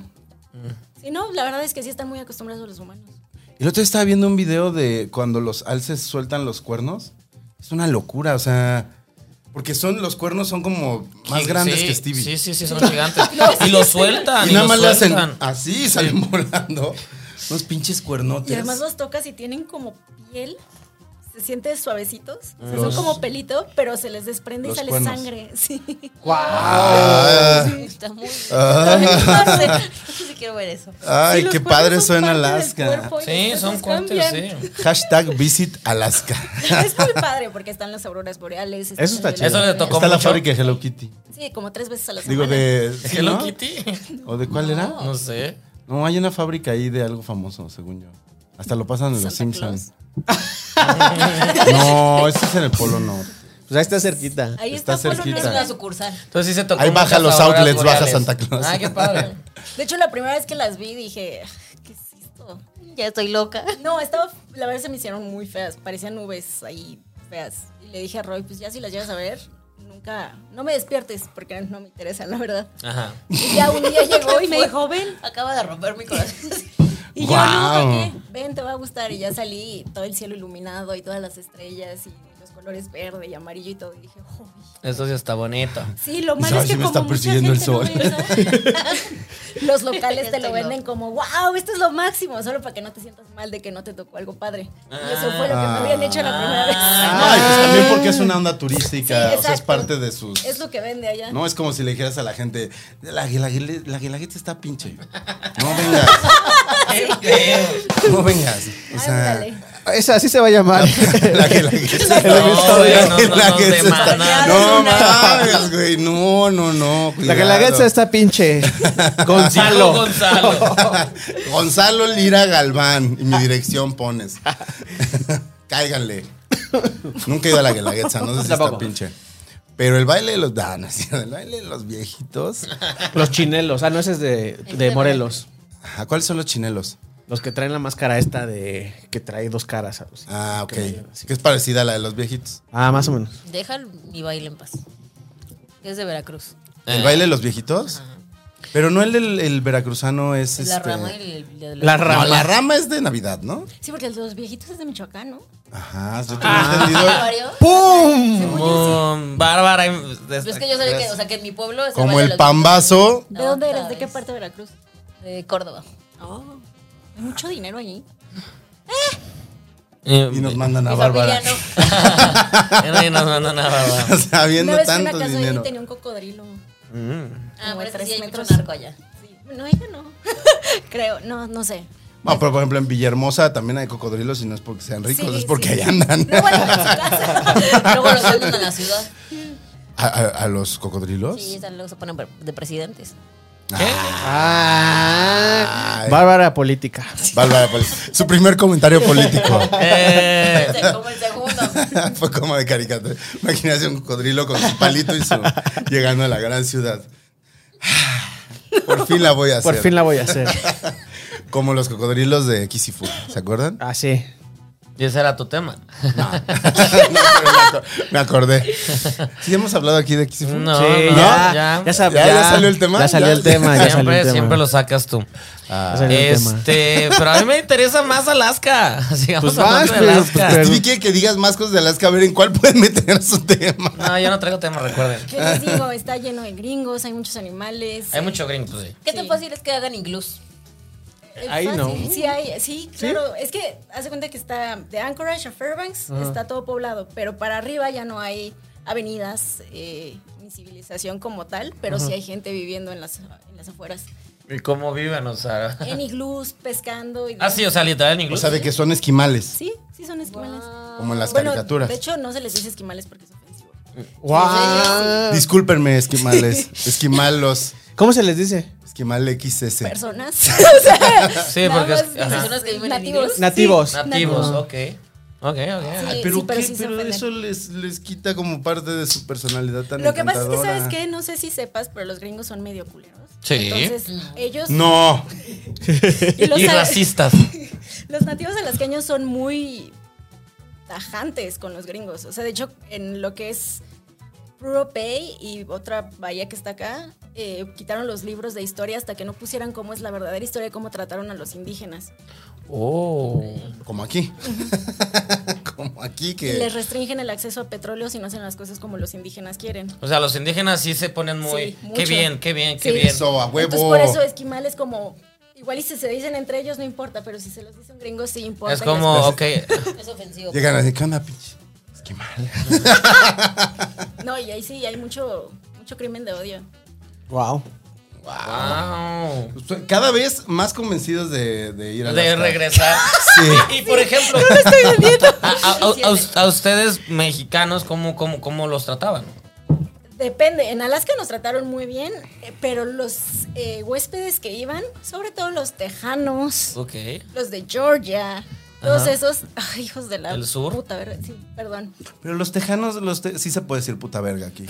Speaker 9: forma. Sí, no, la verdad es que sí están muy acostumbrados los humanos.
Speaker 4: El otro día estaba viendo un video de cuando los alces sueltan los cuernos. Es una locura, o sea, porque son los cuernos son como más
Speaker 5: sí,
Speaker 4: grandes
Speaker 5: sí,
Speaker 4: que Stevie.
Speaker 5: Sí, sí, sí, son gigantes. y lo sueltan.
Speaker 4: Y nada
Speaker 5: lo
Speaker 4: más le hacen
Speaker 5: sueltan.
Speaker 4: así y salen volando. Unos pinches cuernotes.
Speaker 9: Y además los tocas y tienen como piel. Se sienten suavecitos. O sea, son como pelito, pero se les desprende y
Speaker 4: los
Speaker 9: sale
Speaker 4: cuernos.
Speaker 9: sangre. Sí.
Speaker 4: Ah,
Speaker 6: Está muy.
Speaker 4: ah,
Speaker 6: No sé, no sé si quiero ver eso.
Speaker 4: ay,
Speaker 9: Sí, los
Speaker 4: qué
Speaker 9: cuernos
Speaker 4: padre
Speaker 9: son
Speaker 4: suena
Speaker 9: parte del
Speaker 4: Alaska.
Speaker 9: cuerpo y
Speaker 5: Sí,
Speaker 9: después
Speaker 5: son
Speaker 9: los
Speaker 5: cuentes,
Speaker 9: Pues, cambian.
Speaker 5: sí.
Speaker 4: Hashtag visit Alaska.
Speaker 9: Es muy padre porque están las auroras boreales.
Speaker 8: Eso está chido.
Speaker 5: Eso le tocó
Speaker 4: Está la
Speaker 5: mucho.
Speaker 4: fábrica de Hello Kitty.
Speaker 9: Sí, como tres veces a la semana.
Speaker 4: Digo, de. ¿sí,
Speaker 5: Hello
Speaker 4: no?
Speaker 5: Kitty.
Speaker 4: ¿O de cuál era?
Speaker 5: No sé.
Speaker 4: No, hay una fábrica ahí de algo famoso, según yo. Hasta lo pasan en los
Speaker 9: Santa
Speaker 4: Simpsons. no, esto es en el Polo Norte.
Speaker 8: Pues ahí está cerquita.
Speaker 9: Ahí
Speaker 4: está
Speaker 9: está, Polo
Speaker 6: Es
Speaker 4: cerquita.
Speaker 9: Norte.
Speaker 6: una sucursal.
Speaker 5: Entonces sí se tocó
Speaker 4: Ahí baja
Speaker 5: muchas
Speaker 4: los
Speaker 5: auroras
Speaker 4: outlets, baja
Speaker 5: boreales.
Speaker 4: Santa Claus.
Speaker 5: Ay, qué padre.
Speaker 9: De hecho, la primera vez que las vi dije, "Ah, ¿qué es esto?
Speaker 6: Ya estoy loca.
Speaker 9: No, estaba, la verdad se me hicieron muy feas, parecían nubes ahí feas. Y le dije a Roy, pues ya si las llegas a ver, nunca, no me despiertes porque no me interesa, la verdad.
Speaker 5: Ajá.
Speaker 9: Y ya un día llegó y me dijo, ven.
Speaker 6: Acaba de romper mi corazón.
Speaker 9: Y yo,
Speaker 4: Guau.
Speaker 9: no, ¿qué? ven, te va a gustar. Y ya salí, y todo el cielo iluminado y todas las estrellas y los colores verde y amarillo y todo. Y dije, "Uy".
Speaker 5: Eso sí está bonito.
Speaker 9: sí, lo malo
Speaker 4: Ay,
Speaker 9: es que
Speaker 4: sí me
Speaker 9: como
Speaker 4: está
Speaker 9: mucha
Speaker 4: persiguiendo el
Speaker 9: gente no ve eso, los locales
Speaker 6: Ya
Speaker 9: te lo
Speaker 6: estoy
Speaker 9: venden
Speaker 6: loca.
Speaker 9: como, wow, esto es lo máximo, solo para que no te sientas mal de que no te tocó algo padre. Y eso fue lo que me
Speaker 4: Ah.
Speaker 9: habían hecho la primera vez.
Speaker 4: No, y pues también porque es una onda turística.
Speaker 9: Sí,
Speaker 4: o sea, es
Speaker 9: exacto.
Speaker 4: parte de sus.
Speaker 9: Es lo que vende allá.
Speaker 4: No, es como si le dijeras a la gente: La guelaguete la, guelaguete está pinche. No vengas.
Speaker 5: Qué feo.
Speaker 4: No vengas. O sea,
Speaker 9: Ándale.
Speaker 8: Esa así se va a llamar.
Speaker 4: La que, la que- la que-
Speaker 5: güey, no, no,
Speaker 4: la
Speaker 5: no,
Speaker 4: que
Speaker 5: de
Speaker 4: se está-
Speaker 5: maná.
Speaker 4: No mames, güey. No, no, no.
Speaker 8: La que la
Speaker 4: cuidado.
Speaker 8: gacha está pinche.
Speaker 5: Diego
Speaker 8: Gonzalo.
Speaker 5: Gonzalo.
Speaker 4: Gonzalo Lira Galván. Y mi dirección pones. Cáiganle. Nunca he ido a la Guelaguetza, no sé si está
Speaker 8: Tampoco.
Speaker 4: pinche. Pero el baile de los danos, el baile de los viejitos.
Speaker 8: Los chinelos. Ah, no, ese es de, de Morelos.
Speaker 4: Ajá, ¿Cuáles son los chinelos?
Speaker 8: Los que traen la máscara esta de. que trae dos caras. algo así.
Speaker 4: Ah, ok. Que es parecida a la de los viejitos.
Speaker 8: Ah, más o menos.
Speaker 6: Deja mi baile en paz. Es de Veracruz.
Speaker 4: ¿El baile de los viejitos? Pero no el del el veracruzano es
Speaker 6: La
Speaker 4: este-
Speaker 6: rama y el- el-
Speaker 8: La
Speaker 4: No,
Speaker 8: rama.
Speaker 4: la rama es de Navidad, ¿no?
Speaker 9: Sí, porque los viejitos es de Michoacán, ¿no?
Speaker 4: Ajá, yo tengo entendido.
Speaker 6: Mario.
Speaker 8: ¡Pum!
Speaker 5: Mm, Bárbara.
Speaker 6: Pero es que yo sabía que, o sea, que en mi pueblo es
Speaker 4: Como
Speaker 6: baile
Speaker 4: el
Speaker 6: de los-
Speaker 4: pambazo.
Speaker 9: ¿De dónde eres?
Speaker 6: otra
Speaker 9: ¿De qué
Speaker 6: vez.
Speaker 9: parte de Veracruz?
Speaker 6: De Córdoba.
Speaker 9: Oh, hay mucho dinero allí.
Speaker 5: Eh,
Speaker 4: Y nos mandan a
Speaker 6: Mi
Speaker 4: Ah, Bárbara.
Speaker 6: familia no.
Speaker 5: nadie nos manda nada, Bárbara.
Speaker 4: O sea,
Speaker 9: Una
Speaker 4: viendo
Speaker 9: vez fui a una
Speaker 4: tanto
Speaker 9: casa
Speaker 4: dinero.
Speaker 9: y tenía un cocodrilo.
Speaker 6: Ah,
Speaker 9: Como de
Speaker 6: pero es que
Speaker 9: tres
Speaker 6: sí hay mucho
Speaker 9: metros.
Speaker 6: narco allá.
Speaker 9: Sí. No, ella no. Creo, no, no sé.
Speaker 4: No, pero por ejemplo, en Villahermosa también hay cocodrilos y no es porque sean ricos,
Speaker 9: Sí,
Speaker 4: es porque
Speaker 9: sí.
Speaker 4: ahí andan.
Speaker 9: No, bueno, en su casa.
Speaker 6: Luego los mandan a la ciudad.
Speaker 4: ¿A, a- a los cocodrilos?
Speaker 6: Sí, esas luego se ponen de presidentes.
Speaker 8: Ah,
Speaker 4: eh.
Speaker 8: Bárbara política.
Speaker 4: Bárbara, pues, su primer comentario político.
Speaker 5: Eh,
Speaker 6: Como el segundo.
Speaker 4: Fue como de caricatura. Imagínate un cocodrilo con su palito y su. llegando a la gran ciudad. Por fin la voy a hacer.
Speaker 8: Por fin la voy a hacer.
Speaker 4: Como los cocodrilos de Kisifu, ¿se acuerdan?
Speaker 8: Así.
Speaker 5: y ese era tu tema.
Speaker 4: No, No, pero me, aco- me acordé. Sí, hemos hablado aquí de Kisifu.
Speaker 5: No,
Speaker 8: Sí,
Speaker 5: no,
Speaker 8: ya,
Speaker 5: ya.
Speaker 8: ya sab-
Speaker 4: ¿Ya- ya salió el tema?
Speaker 8: Ya salió
Speaker 4: Ya-
Speaker 8: el tema. Ya salió el
Speaker 5: Siempre,
Speaker 8: tema.
Speaker 5: siempre lo sacas tú.
Speaker 8: Ya salió el tema.
Speaker 5: Este, pero a mí me interesa más Alaska. Sigamos
Speaker 8: Pues
Speaker 5: hablando de
Speaker 8: vas, pero-
Speaker 5: Alaska.
Speaker 8: pero-
Speaker 4: Stevie quiere que digas más cosas de Alaska, a ver en cuál pueden meter su tema.
Speaker 5: No, yo no traigo tema, recuerden.
Speaker 9: ¿Qué les digo? Está lleno de gringos, hay muchos animales.
Speaker 5: Hay mucho gringo, pues sí.
Speaker 6: ¿Qué tan fácil es que hagan inglés?
Speaker 9: Eh,
Speaker 8: Ahí no.
Speaker 9: Sí, hay, sí, claro. Es que hace cuenta que está de Anchorage a Fairbanks, está todo poblado, pero para arriba ya no hay avenidas eh, ni civilización como tal, pero sí hay gente viviendo en las, en las afueras.
Speaker 5: ¿Y cómo viven? O sea.
Speaker 9: En iglús, pescando. Y
Speaker 5: Ah, sí, o sea, literal en
Speaker 4: O
Speaker 5: inglés.
Speaker 4: sea, de que son esquimales,
Speaker 9: sí, sí son esquimales.
Speaker 4: como en las
Speaker 9: Bueno,
Speaker 4: caricaturas.
Speaker 9: de hecho no se les dice esquimales porque es ofensivo.
Speaker 8: Guau.
Speaker 4: Discúlpenme, esquimales. Esquimalos.
Speaker 8: ¿Cómo se les dice?
Speaker 4: Esquimal XS.
Speaker 9: Personas. o sea,
Speaker 5: Sí,
Speaker 9: nada
Speaker 5: porque es-
Speaker 9: más
Speaker 5: ajá.
Speaker 6: Personas que viven en
Speaker 9: nativos.
Speaker 6: iglús.
Speaker 8: Nativos.
Speaker 5: Nativos,
Speaker 9: Nativos.
Speaker 5: ok. Ok, ok.
Speaker 9: Sí,
Speaker 4: Ay, Ah, pero
Speaker 9: sí, pero
Speaker 4: qué,
Speaker 9: sí se
Speaker 4: pero
Speaker 9: ofenden.
Speaker 4: eso les, les quita como parte de su personalidad tan
Speaker 9: Lo que pasa es que,
Speaker 4: encantadora.
Speaker 9: ¿sabes qué? No sé si sepas, pero los gringos son medio culeros.
Speaker 5: Sí.
Speaker 9: Entonces, ellos.
Speaker 4: No,
Speaker 9: Y los,
Speaker 5: Y racistas.
Speaker 9: los nativos alasqueños son muy tajantes con los gringos. O sea, de hecho, en lo que es Puro Bay y otra bahía que está acá, eh, quitaron los libros de historia hasta que no pusieran cómo es la verdadera historia y cómo trataron a los indígenas.
Speaker 5: Oh.
Speaker 4: como aquí. como aquí
Speaker 9: Y
Speaker 4: que.
Speaker 9: les restringen el acceso a petróleo si no hacen las cosas como los indígenas quieren.
Speaker 5: O sea, los indígenas sí se ponen muy.
Speaker 9: Sí,
Speaker 5: qué
Speaker 9: mucho.
Speaker 5: bien, qué bien, qué
Speaker 9: Sí.
Speaker 5: bien.
Speaker 4: Eso, a huevo.
Speaker 9: Entonces, por eso esquimal es como. Igual y si se dicen entre ellos no importa, pero si se los dice un gringo sí importa.
Speaker 5: Pues Es
Speaker 9: y
Speaker 5: como, ok.
Speaker 6: Es ofensivo.
Speaker 4: Llegan así, ¿qué onda, pinche? Esquimal.
Speaker 9: después- No, y ahí sí hay mucho, mucho crimen de odio.
Speaker 8: Wow.
Speaker 5: Wow.
Speaker 4: Estoy Cada vez más convencidos de, de ir a
Speaker 5: De
Speaker 4: Alaska.
Speaker 5: regresar.
Speaker 4: Sí.
Speaker 5: Y por ejemplo. A, a- a- a- a ustedes mexicanos, ¿cómo, cómo, cómo los trataban?
Speaker 9: Depende, en Alaska nos trataron muy bien, eh, pero los eh, huéspedes que iban, sobre todo los tejanos,
Speaker 5: Ok.
Speaker 9: los de Georgia, todos
Speaker 5: Ajá.
Speaker 9: esos ay, hijos de la
Speaker 5: ¿Del sur?
Speaker 9: puta, ver- sí, perdón.
Speaker 4: Pero los tejanos, los te- sí se puede decir puta verga aquí.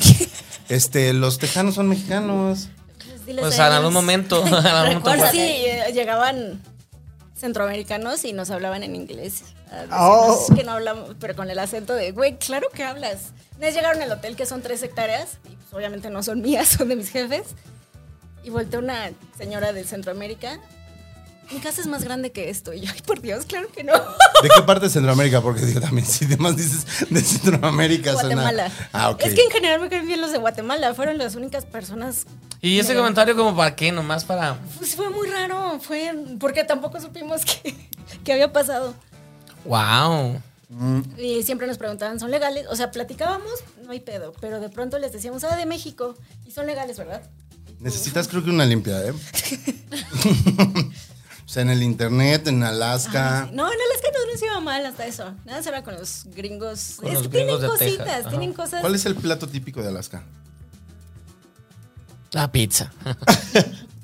Speaker 4: Este, los tejanos son mexicanos.
Speaker 9: Pues, diles
Speaker 5: Pues
Speaker 9: a
Speaker 5: en
Speaker 9: ellos.
Speaker 5: algún momento. en algún momento
Speaker 9: Recuerda,
Speaker 5: fue-
Speaker 9: sí, eh, llegaban centroamericanos y nos hablaban en inglés. A veces
Speaker 8: Oh.
Speaker 9: nos- que no hablamos, pero con el acento de, güey, claro que hablas. Una vez llegaron al hotel que son tres hectáreas, y pues, obviamente no son mías, son de mis jefes. Y volteó una señora de Centroamérica. Mi casa es más grande que esto. Y yo, ay, por Dios, claro que no.
Speaker 4: ¿De qué parte de Centroamérica? Porque digo, también, si demás dices de Centroamérica, suena-
Speaker 9: Guatemala.
Speaker 4: Ah, ok.
Speaker 9: Es que en general me caen bien los de Guatemala. Fueron las únicas personas
Speaker 5: Y ese comentario como para qué, nomás para...
Speaker 9: Pues fue muy raro, fue porque tampoco supimos qué qué había pasado.
Speaker 5: Wow.
Speaker 9: Y siempre nos preguntaban, ¿son legales? O sea, platicábamos, no hay pedo, pero de pronto les decíamos, ah, de México, y son legales, ¿verdad?
Speaker 4: Necesitas, creo que una limpia, ¿eh? o sea, en el internet, en Alaska.
Speaker 5: Ah.
Speaker 9: No, en Alaska no no se iba mal hasta eso. Nada se habla con los gringos.
Speaker 5: Con
Speaker 9: es
Speaker 5: los
Speaker 9: que
Speaker 5: gringos de
Speaker 9: tienen cositas,
Speaker 5: Texas, ajá.
Speaker 9: tienen cosas.
Speaker 4: ¿Cuál es el plato típico de Alaska?
Speaker 5: La pizza.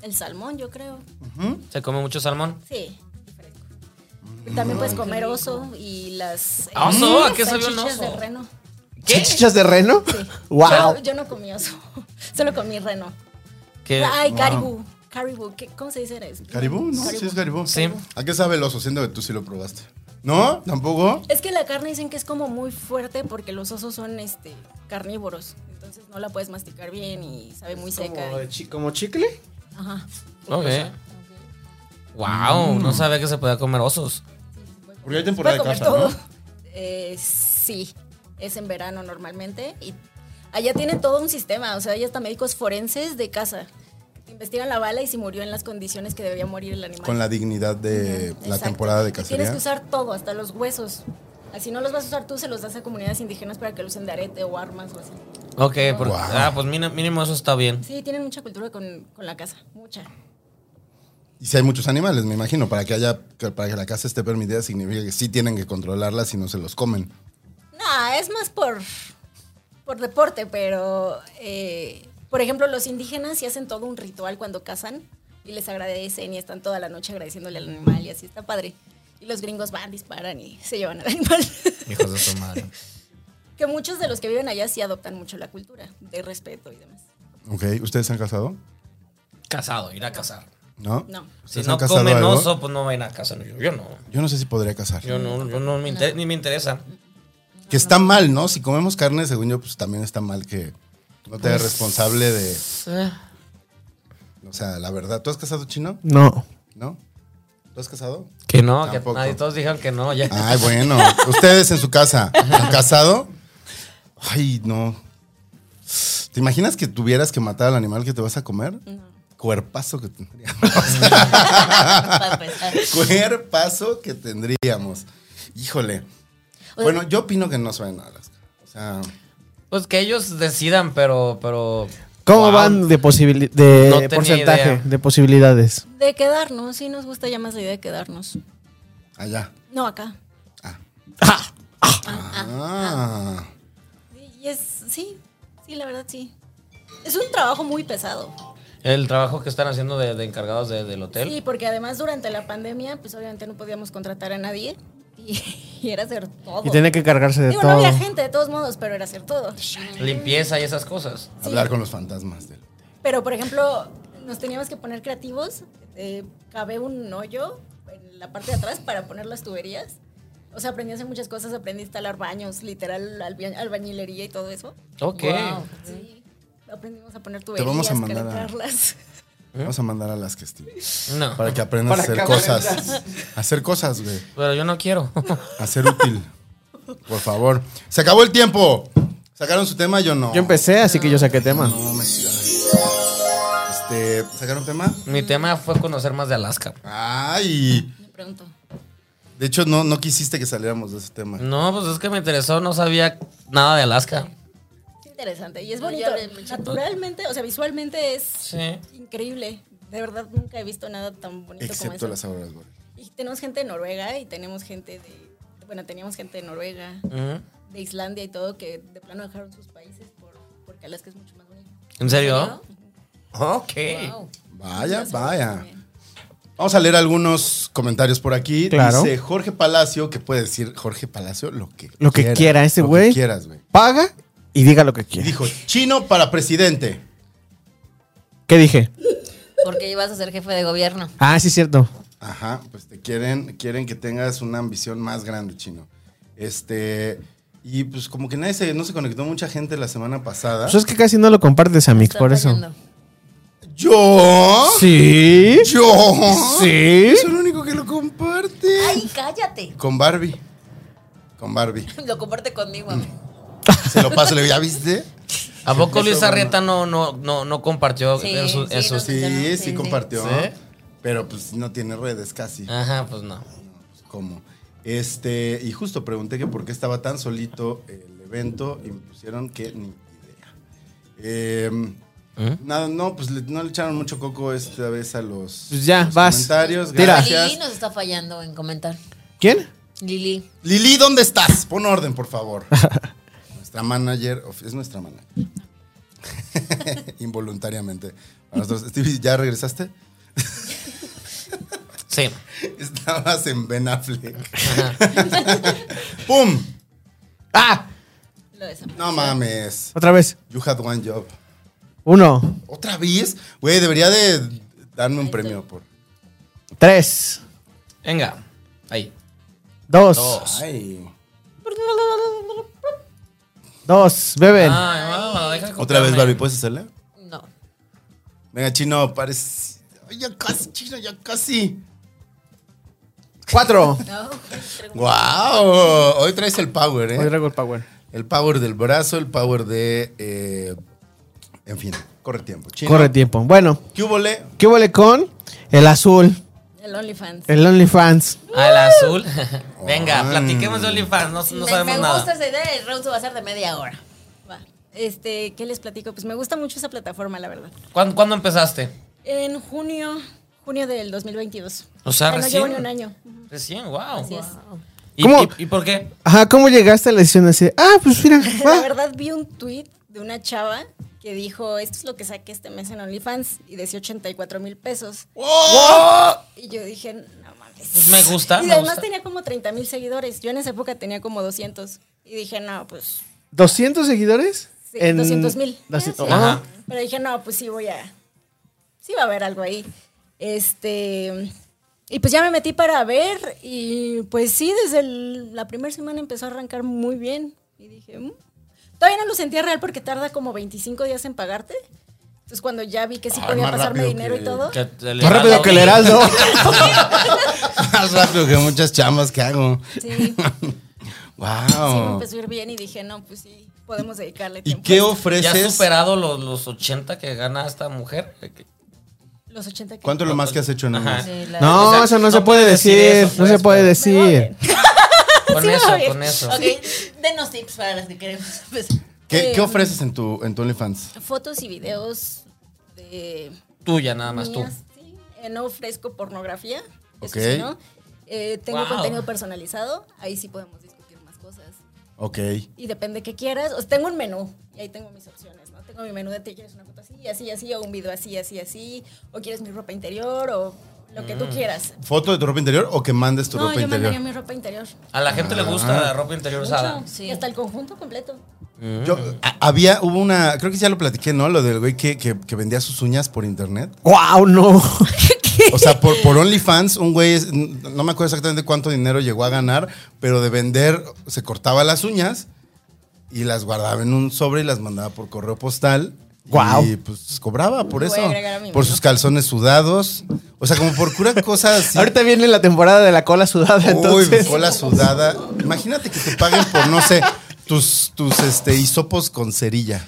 Speaker 9: El salmón, yo creo.
Speaker 5: ¿Se come mucho salmón?
Speaker 9: Sí. y fresco. También puedes comer oso y las. eh,
Speaker 5: ¿Oso? Mm. ¿A qué sabía un
Speaker 9: salchichas
Speaker 5: oso?
Speaker 9: de reno.
Speaker 5: ¿Qué?
Speaker 8: ¿Chichas de reno? ¡Wow!
Speaker 9: Yo, yo no comí oso. Solo comí reno.
Speaker 5: Que-
Speaker 9: Ay, caribú. Caribú. ¿qué- ¿Cómo se dice? eso?
Speaker 4: ¿Caribú? ¿No? Sí, es caribú.
Speaker 5: Sí.
Speaker 4: ¿A qué sabe el oso? Siendo que tú sí lo probaste. ¿No? ¿Tampoco?
Speaker 9: Es que la carne dicen que es como muy fuerte porque los osos son este carnívoros. Entonces no la puedes masticar bien y sabe muy seca.
Speaker 8: ¿Como, chi- como chicle?
Speaker 9: Ajá.
Speaker 5: Ok. Wow, eh. no sabía que se podía comer osos.
Speaker 4: Porque hay temporada
Speaker 9: Puedes
Speaker 4: de
Speaker 9: comer
Speaker 4: caza,
Speaker 9: todo.
Speaker 4: ¿no?
Speaker 9: Eh, sí, es en verano normalmente y allá tienen todo un sistema, o sea, hay hasta médicos forenses de casa. Te Investigan la bala y si murió en las condiciones que debería morir el animal.
Speaker 4: Con la dignidad de la
Speaker 9: Exacto.
Speaker 4: temporada de
Speaker 9: Y Tienes
Speaker 4: cacería.
Speaker 9: que usar todo, hasta los huesos. Así no los vas a usar tú, se los das a comunidades indígenas para que lo usen de arete o armas o así.
Speaker 5: Ok, porque-
Speaker 4: Wow.
Speaker 5: ah, pues mínimo, mínimo eso está bien.
Speaker 9: Sí, tienen mucha cultura con, con la casa, mucha.
Speaker 4: Y si hay muchos animales, me imagino, para que haya, que- para que la caza esté permitida, significa que sí tienen que controlarla si no se los comen.
Speaker 9: No, es más por, por deporte, pero eh, por ejemplo, los indígenas sí hacen todo un ritual cuando cazan y les agradecen y están toda la noche agradeciéndole al animal y así está padre. Y los gringos van, disparan y se llevan al animal.
Speaker 5: Hijos de su madre.
Speaker 9: que muchos de los que viven allá sí adoptan mucho la cultura de respeto y demás.
Speaker 4: ¿Ok? ¿Ustedes se han casado?
Speaker 5: Casado, ir a cazar.
Speaker 4: ¿No?
Speaker 9: No.
Speaker 5: Si
Speaker 4: ¿Ustedes
Speaker 5: no
Speaker 4: han casado
Speaker 5: comen
Speaker 4: algo?
Speaker 5: oso, pues no van a cazar. Yo, yo no.
Speaker 4: Yo no sé si podría casar.
Speaker 5: Yo no, yo no me inter- ni me interesa.
Speaker 4: Que está mal, ¿no? Si comemos carne, según yo, pues también está mal que no te hagas responsable de. O sea, la verdad. ¿Tú has casado chino?
Speaker 8: No.
Speaker 4: ¿No? ¿Tú has casado?
Speaker 5: Que no, que
Speaker 4: Tampoco. Ah.
Speaker 5: nadie, todos dijeron que no, ya.
Speaker 4: Ay, bueno. Ustedes en su casa, ¿han casado? Ay, no. ¿Te imaginas que tuvieras que matar al animal que te vas a comer? Cuerpazo que tendríamos.
Speaker 6: Para empezar.
Speaker 4: Cuerpazo que tendríamos. Híjole. Bueno, yo opino que no suena a Alaska. O sea,
Speaker 5: Pues que ellos decidan, pero, pero.
Speaker 8: ¿Cómo
Speaker 5: Wow.
Speaker 8: van de, posibili- de
Speaker 5: No tenía
Speaker 8: porcentaje
Speaker 5: idea.
Speaker 8: de posibilidades?
Speaker 9: De quedarnos, sí nos gusta ya más la idea de quedarnos.
Speaker 4: allá.
Speaker 9: No, acá.
Speaker 4: Ah.
Speaker 9: Y es, sí, sí, la verdad sí. Es un trabajo muy pesado.
Speaker 5: El trabajo que están haciendo de, de encargados de- del hotel.
Speaker 9: Sí, porque además durante la pandemia, pues obviamente no podíamos contratar a nadie y, y era hacer todo.
Speaker 8: Y tenía que cargarse de
Speaker 9: Digo, no
Speaker 8: todo.
Speaker 9: había gente de todos modos, pero era hacer todo.
Speaker 5: Limpieza y esas cosas.
Speaker 4: Hablar con los fantasmas del
Speaker 9: Pero por ejemplo, nos teníamos que poner creativos. Eh, cavé un hoyo en la parte de atrás para poner las tuberías. O sea, aprendí a hacer muchas cosas, aprendí a instalar baños, literal alba- albañilería y todo eso.
Speaker 5: Ok.
Speaker 6: Wow.
Speaker 9: Sí. Aprendimos a poner
Speaker 4: Te
Speaker 9: tuberías,
Speaker 4: vamos a mandar a-
Speaker 9: calentarlas.
Speaker 4: Vamos a mandar a las que estén.
Speaker 5: No.
Speaker 4: Para que aprendas a hacer cosas. Hacer cosas, güey.
Speaker 5: Pero yo no quiero.
Speaker 4: A ser útil. Por favor. Se acabó el tiempo. ¿Sacaron su tema? Yo no.
Speaker 8: Yo empecé, así que yo saqué tema.
Speaker 4: No, me Este, ¿Sacaron tema?
Speaker 5: Mi tema fue conocer más de Alaska.
Speaker 4: Ay.
Speaker 6: Me pregunto.
Speaker 4: De hecho, no, no quisiste que saliéramos de ese tema.
Speaker 8: Mm.
Speaker 5: No, pues es que me interesó, no sabía nada de Alaska.
Speaker 9: Es interesante y es
Speaker 6: No,
Speaker 9: bonito.
Speaker 6: yo hablé mucho.
Speaker 9: Naturalmente, o sea, visualmente es
Speaker 5: Sí.
Speaker 9: Increíble. De verdad nunca he visto nada tan bonito
Speaker 4: Excepto
Speaker 9: como
Speaker 4: las
Speaker 9: eso.
Speaker 4: auroras boreales.
Speaker 9: Y tenemos gente de Noruega y tenemos gente de. Bueno, teníamos gente de Noruega,
Speaker 5: Ujú.
Speaker 9: de Islandia y todo, que de plano dejaron sus países por, porque Alaska es mucho más bonito.
Speaker 5: ¿En serio? Ok.
Speaker 6: Wow.
Speaker 4: Vaya, vaya. Vamos a leer algunos comentarios por aquí.
Speaker 8: Claro.
Speaker 4: Dice Jorge Palacio, que puede decir Jorge Palacio lo que
Speaker 8: Lo que quiera ese
Speaker 4: Lo que
Speaker 8: güey.
Speaker 4: quieras, güey.
Speaker 8: Paga y diga lo que
Speaker 4: Y
Speaker 8: quiera.
Speaker 4: dijo, chino para presidente.
Speaker 8: ¿Qué dije?
Speaker 6: Porque ibas a ser jefe de gobierno.
Speaker 8: Ah, sí, cierto.
Speaker 4: Ajá, pues te quieren, quieren que tengas una ambición más grande, chino. Este, y pues como que nadie se, no se conectó mucha gente la semana pasada.
Speaker 8: Pues es que casi no lo compartes, Amix,
Speaker 6: Está
Speaker 8: por eso.
Speaker 6: fallando.
Speaker 4: Yo,
Speaker 8: Sí.
Speaker 4: yo,
Speaker 8: Sí.
Speaker 4: soy el único que lo comparte.
Speaker 6: ¡Ay, cállate!
Speaker 4: Con Barbie, con Barbie.
Speaker 6: Lo comparte conmigo, amigo.
Speaker 4: Se lo paso, le digo, ¿ya viste?
Speaker 5: ¿A poco Luis
Speaker 4: Eso,
Speaker 5: Arrieta no, no, no, no compartió
Speaker 6: Sí,
Speaker 5: en su-
Speaker 6: sí,
Speaker 5: en sus-
Speaker 6: no.
Speaker 4: Sí, sí,
Speaker 6: Sí, sí.
Speaker 4: compartió.
Speaker 5: ¿Sí?
Speaker 4: Pero pues no tiene redes casi.
Speaker 5: Ajá, pues no.
Speaker 4: ¿Cómo? Este, y justo pregunté que por qué estaba tan solito el evento y me pusieron que ni idea. Eh, Nada, no, pues le- no le echaron mucho coco esta vez a los,
Speaker 8: Pues ya,
Speaker 4: los
Speaker 8: vas.
Speaker 4: comentarios.
Speaker 8: Tira.
Speaker 4: Gracias.
Speaker 6: Lili nos está fallando en comentar.
Speaker 8: ¿Quién?
Speaker 6: Lili.
Speaker 4: Lili, ¿dónde estás? Pon orden, por favor. nuestra manager, of- es nuestra manager. Involuntariamente. A nosotros- Stevie, ¿ya regresaste?
Speaker 5: Sí.
Speaker 4: Estabas en Ben Affleck. ¡Pum! ¡Ah!
Speaker 9: Lo de Sam.
Speaker 4: No mames.
Speaker 8: Otra vez.
Speaker 4: You had one job.
Speaker 8: Uno,
Speaker 4: ¿Otra vez? Güey, debería de darme un premio por.
Speaker 8: tres,
Speaker 5: Venga. Ahí.
Speaker 8: dos,
Speaker 5: Dos.
Speaker 4: Ay.
Speaker 8: dos, beben.
Speaker 5: Ay, mamá, deja de
Speaker 4: ¿Otra
Speaker 5: contarme.
Speaker 4: vez, Barbie? ¿Puedes hacerla?
Speaker 6: No.
Speaker 4: Venga, chino, parece. Ay, ya casi, chino, ya casi.
Speaker 8: Cuatro.
Speaker 6: No.
Speaker 4: ¡Wow! Hoy traes el power,
Speaker 8: Hoy
Speaker 4: ¿eh?
Speaker 8: traigo el power.
Speaker 4: El power del brazo, el power de. eh, en fin, corre tiempo. Chino,
Speaker 8: Corre tiempo. Bueno,
Speaker 4: ¿Qué hubo, le?
Speaker 8: ¿qué huele con? El azul,
Speaker 9: El OnlyFans.
Speaker 8: el OnlyFans.
Speaker 5: Al azul. Venga,
Speaker 4: Ay.
Speaker 5: platiquemos de OnlyFans. No, no
Speaker 6: me,
Speaker 5: sabemos
Speaker 6: me gusta
Speaker 5: nada.
Speaker 6: esa idea. El round va a ser de media hora.
Speaker 9: Va. Este, ¿qué les platico? Pues me gusta mucho esa plataforma, la verdad.
Speaker 5: ¿Cuándo, cuándo empezaste?
Speaker 9: En junio, junio del 2022.
Speaker 5: O sea,
Speaker 9: no
Speaker 5: recién.
Speaker 9: llevo ni un año.
Speaker 5: Recién, wow.
Speaker 6: Así es.
Speaker 5: ¿Y,
Speaker 8: ¿Cómo?
Speaker 5: y- y por qué?
Speaker 8: Ajá, ¿cómo llegaste a la decisión así? Ah, pues mira.
Speaker 9: La
Speaker 8: va.
Speaker 9: verdad vi un tweet de una chava que dijo, esto es lo que saqué este mes en OnlyFans y decía 84 mil pesos.
Speaker 4: ¡Oh!
Speaker 9: Y yo dije, no mames.
Speaker 5: Pues me gusta,
Speaker 9: Y
Speaker 5: me
Speaker 9: además
Speaker 5: gusta.
Speaker 9: tenía como 30 mil seguidores. Yo en esa época tenía como 200. Y dije, no, pues...
Speaker 8: ¿200 seguidores?
Speaker 9: Sí, 200,000.
Speaker 8: Doscientos-
Speaker 5: Ajá.
Speaker 8: Ajá.
Speaker 9: Pero dije, no, pues sí voy a... Sí va a haber algo ahí. Este... Y pues ya me metí para ver y pues sí, desde el- la primera semana empezó a arrancar muy bien. Y dije, "Mm". todavía no lo sentía real porque tarda como 25 días en pagarte. Entonces cuando ya vi que sí
Speaker 4: Ay,
Speaker 9: podía
Speaker 4: más
Speaker 9: pasarme
Speaker 4: rápido
Speaker 9: dinero
Speaker 4: que-
Speaker 9: y todo,
Speaker 5: Que te le
Speaker 8: Más rápido
Speaker 5: da
Speaker 8: que el
Speaker 5: la-
Speaker 8: Heraldo.
Speaker 4: Más rápido que muchas chambas que hago.
Speaker 9: sí, sí pues, me
Speaker 4: ¡Wow!
Speaker 9: empezó a ir bien y dije, no, pues sí, podemos dedicarle
Speaker 4: ¿Y
Speaker 9: tiempo. a
Speaker 4: qué
Speaker 9: esto".
Speaker 5: ¿Ya has
Speaker 4: ofreces?
Speaker 5: superado los, los 80 que gana esta mujer?
Speaker 9: Los 80 que-
Speaker 4: ¿Cuánto es lo más que has hecho en un
Speaker 5: Ajá.
Speaker 4: mes?
Speaker 6: Sí, la-
Speaker 8: No,
Speaker 5: O sea,
Speaker 8: eso no,
Speaker 5: no
Speaker 8: se puede
Speaker 5: puedes
Speaker 8: decir.
Speaker 5: decir eso,
Speaker 8: no se
Speaker 5: pues,
Speaker 8: puede
Speaker 5: pero-
Speaker 8: decir.
Speaker 5: Con
Speaker 9: Sí,
Speaker 5: eso,
Speaker 9: oye.
Speaker 5: con eso.
Speaker 6: Ok, denos tips para las que queremos empezar.
Speaker 4: ¿Qué,
Speaker 9: Eh,
Speaker 4: qué ofreces en tu, en tu OnlyFans?
Speaker 9: Fotos y videos de...
Speaker 5: Tuya, nada más tú.
Speaker 9: mías, sí. Eh, no ofrezco pornografía. Eso
Speaker 4: Ok.
Speaker 9: sí, ¿no? Eh, tengo
Speaker 5: Wow.
Speaker 9: contenido personalizado. Ahí sí podemos discutir más cosas.
Speaker 4: Ok.
Speaker 9: Y depende qué quieras. O sea, tengo un menú. Y ahí tengo mis opciones, ¿no? Tengo mi menú de te quieres una foto así, así, así, o un video así, así, así. O quieres mi ropa interior, o lo
Speaker 5: Mm.
Speaker 9: que tú quieras.
Speaker 4: ¿Foto de tu ropa interior o que mandes tu
Speaker 9: no,
Speaker 4: ropa
Speaker 9: yo
Speaker 4: interior?
Speaker 9: mandaría mi ropa interior.
Speaker 5: A la gente le gusta
Speaker 8: Ah.
Speaker 5: la ropa interior usada.
Speaker 9: Mucho. Y hasta el conjunto completo.
Speaker 4: Yo, a- había, hubo una, creo que ya lo platiqué, ¿no? Lo del güey que, que- que vendía sus uñas por internet.
Speaker 8: ¡Wow! No.
Speaker 4: O sea, por, por OnlyFans, un güey, es- no me acuerdo exactamente cuánto dinero llegó a ganar, pero de vender se cortaba las uñas y las guardaba en un sobre y las mandaba por correo postal.
Speaker 8: Guau.
Speaker 4: Y pues cobraba por
Speaker 9: Voy a
Speaker 4: eso.
Speaker 9: agregar a mi
Speaker 4: Por
Speaker 9: menú.
Speaker 4: sus calzones sudados. O sea, como por cura cosas. así.
Speaker 8: Ahorita viene la temporada de la cola sudada,
Speaker 4: Uy,
Speaker 8: entonces.
Speaker 4: mi cola sudada. Imagínate que te paguen por, no sé, tus, tus este, hisopos con cerilla.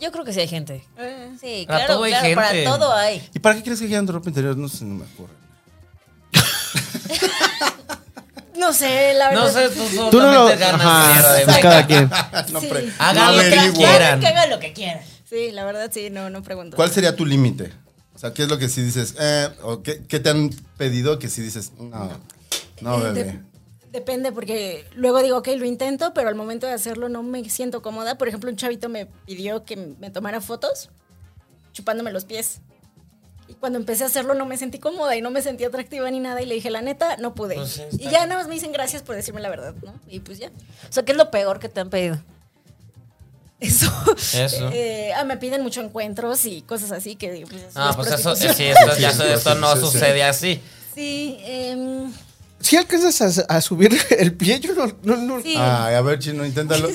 Speaker 6: Yo creo que sí hay gente.
Speaker 9: Eh,
Speaker 6: Sí,
Speaker 5: Para
Speaker 6: claro,
Speaker 5: todo hay
Speaker 6: claro, para
Speaker 5: gente.
Speaker 6: todo hay.
Speaker 4: ¿Y para qué crees que quieran tu ropa interior? No sé, no me ocurre.
Speaker 9: No sé, la verdad.
Speaker 5: No sé, tú
Speaker 8: Tú no lo.
Speaker 5: solamente ganas dinero
Speaker 8: Ajá,
Speaker 5: de
Speaker 8: pues cada quien.
Speaker 4: No,
Speaker 9: Sí.
Speaker 4: pre-
Speaker 5: Hagan lo que
Speaker 4: averiguo.
Speaker 5: quieran.
Speaker 6: Que hagan lo que quieran.
Speaker 9: Sí, la verdad sí, no, no pregunto.
Speaker 4: ¿Cuál sería tu límite? O sea, ¿qué es lo que sí dices? Eh, ¿O qué, qué te han pedido que sí dices? No, no,
Speaker 9: Eh, de-
Speaker 4: bebé.
Speaker 9: Depende, porque luego digo, ok, lo intento, pero al momento de hacerlo no me siento cómoda. Por ejemplo, un chavito me pidió que me tomara fotos chupándome los pies. Y cuando empecé a hacerlo no me sentí cómoda y no me sentí atractiva ni nada. Y le dije, la neta, no pude.
Speaker 5: Pues sí,
Speaker 9: y ya nada más me dicen gracias por decirme la verdad, ¿no? Y pues ya.
Speaker 6: O sea, ¿qué es lo peor que te han pedido?
Speaker 9: Eso.
Speaker 5: Eso.
Speaker 9: Eh, ah, me piden mucho encuentros y cosas así que digo, pues,
Speaker 5: Ah,
Speaker 9: es
Speaker 5: pues eso,
Speaker 9: prostitución.
Speaker 5: sí, esto, ya
Speaker 4: Sí,
Speaker 5: sé, esto no
Speaker 4: sí, sí, sí.
Speaker 5: sucede así.
Speaker 9: Sí, em,
Speaker 8: Si alcanzas a, a subir el pie, yo no. no, no-
Speaker 9: sí.
Speaker 4: Ay, a ver, chino, inténtalo.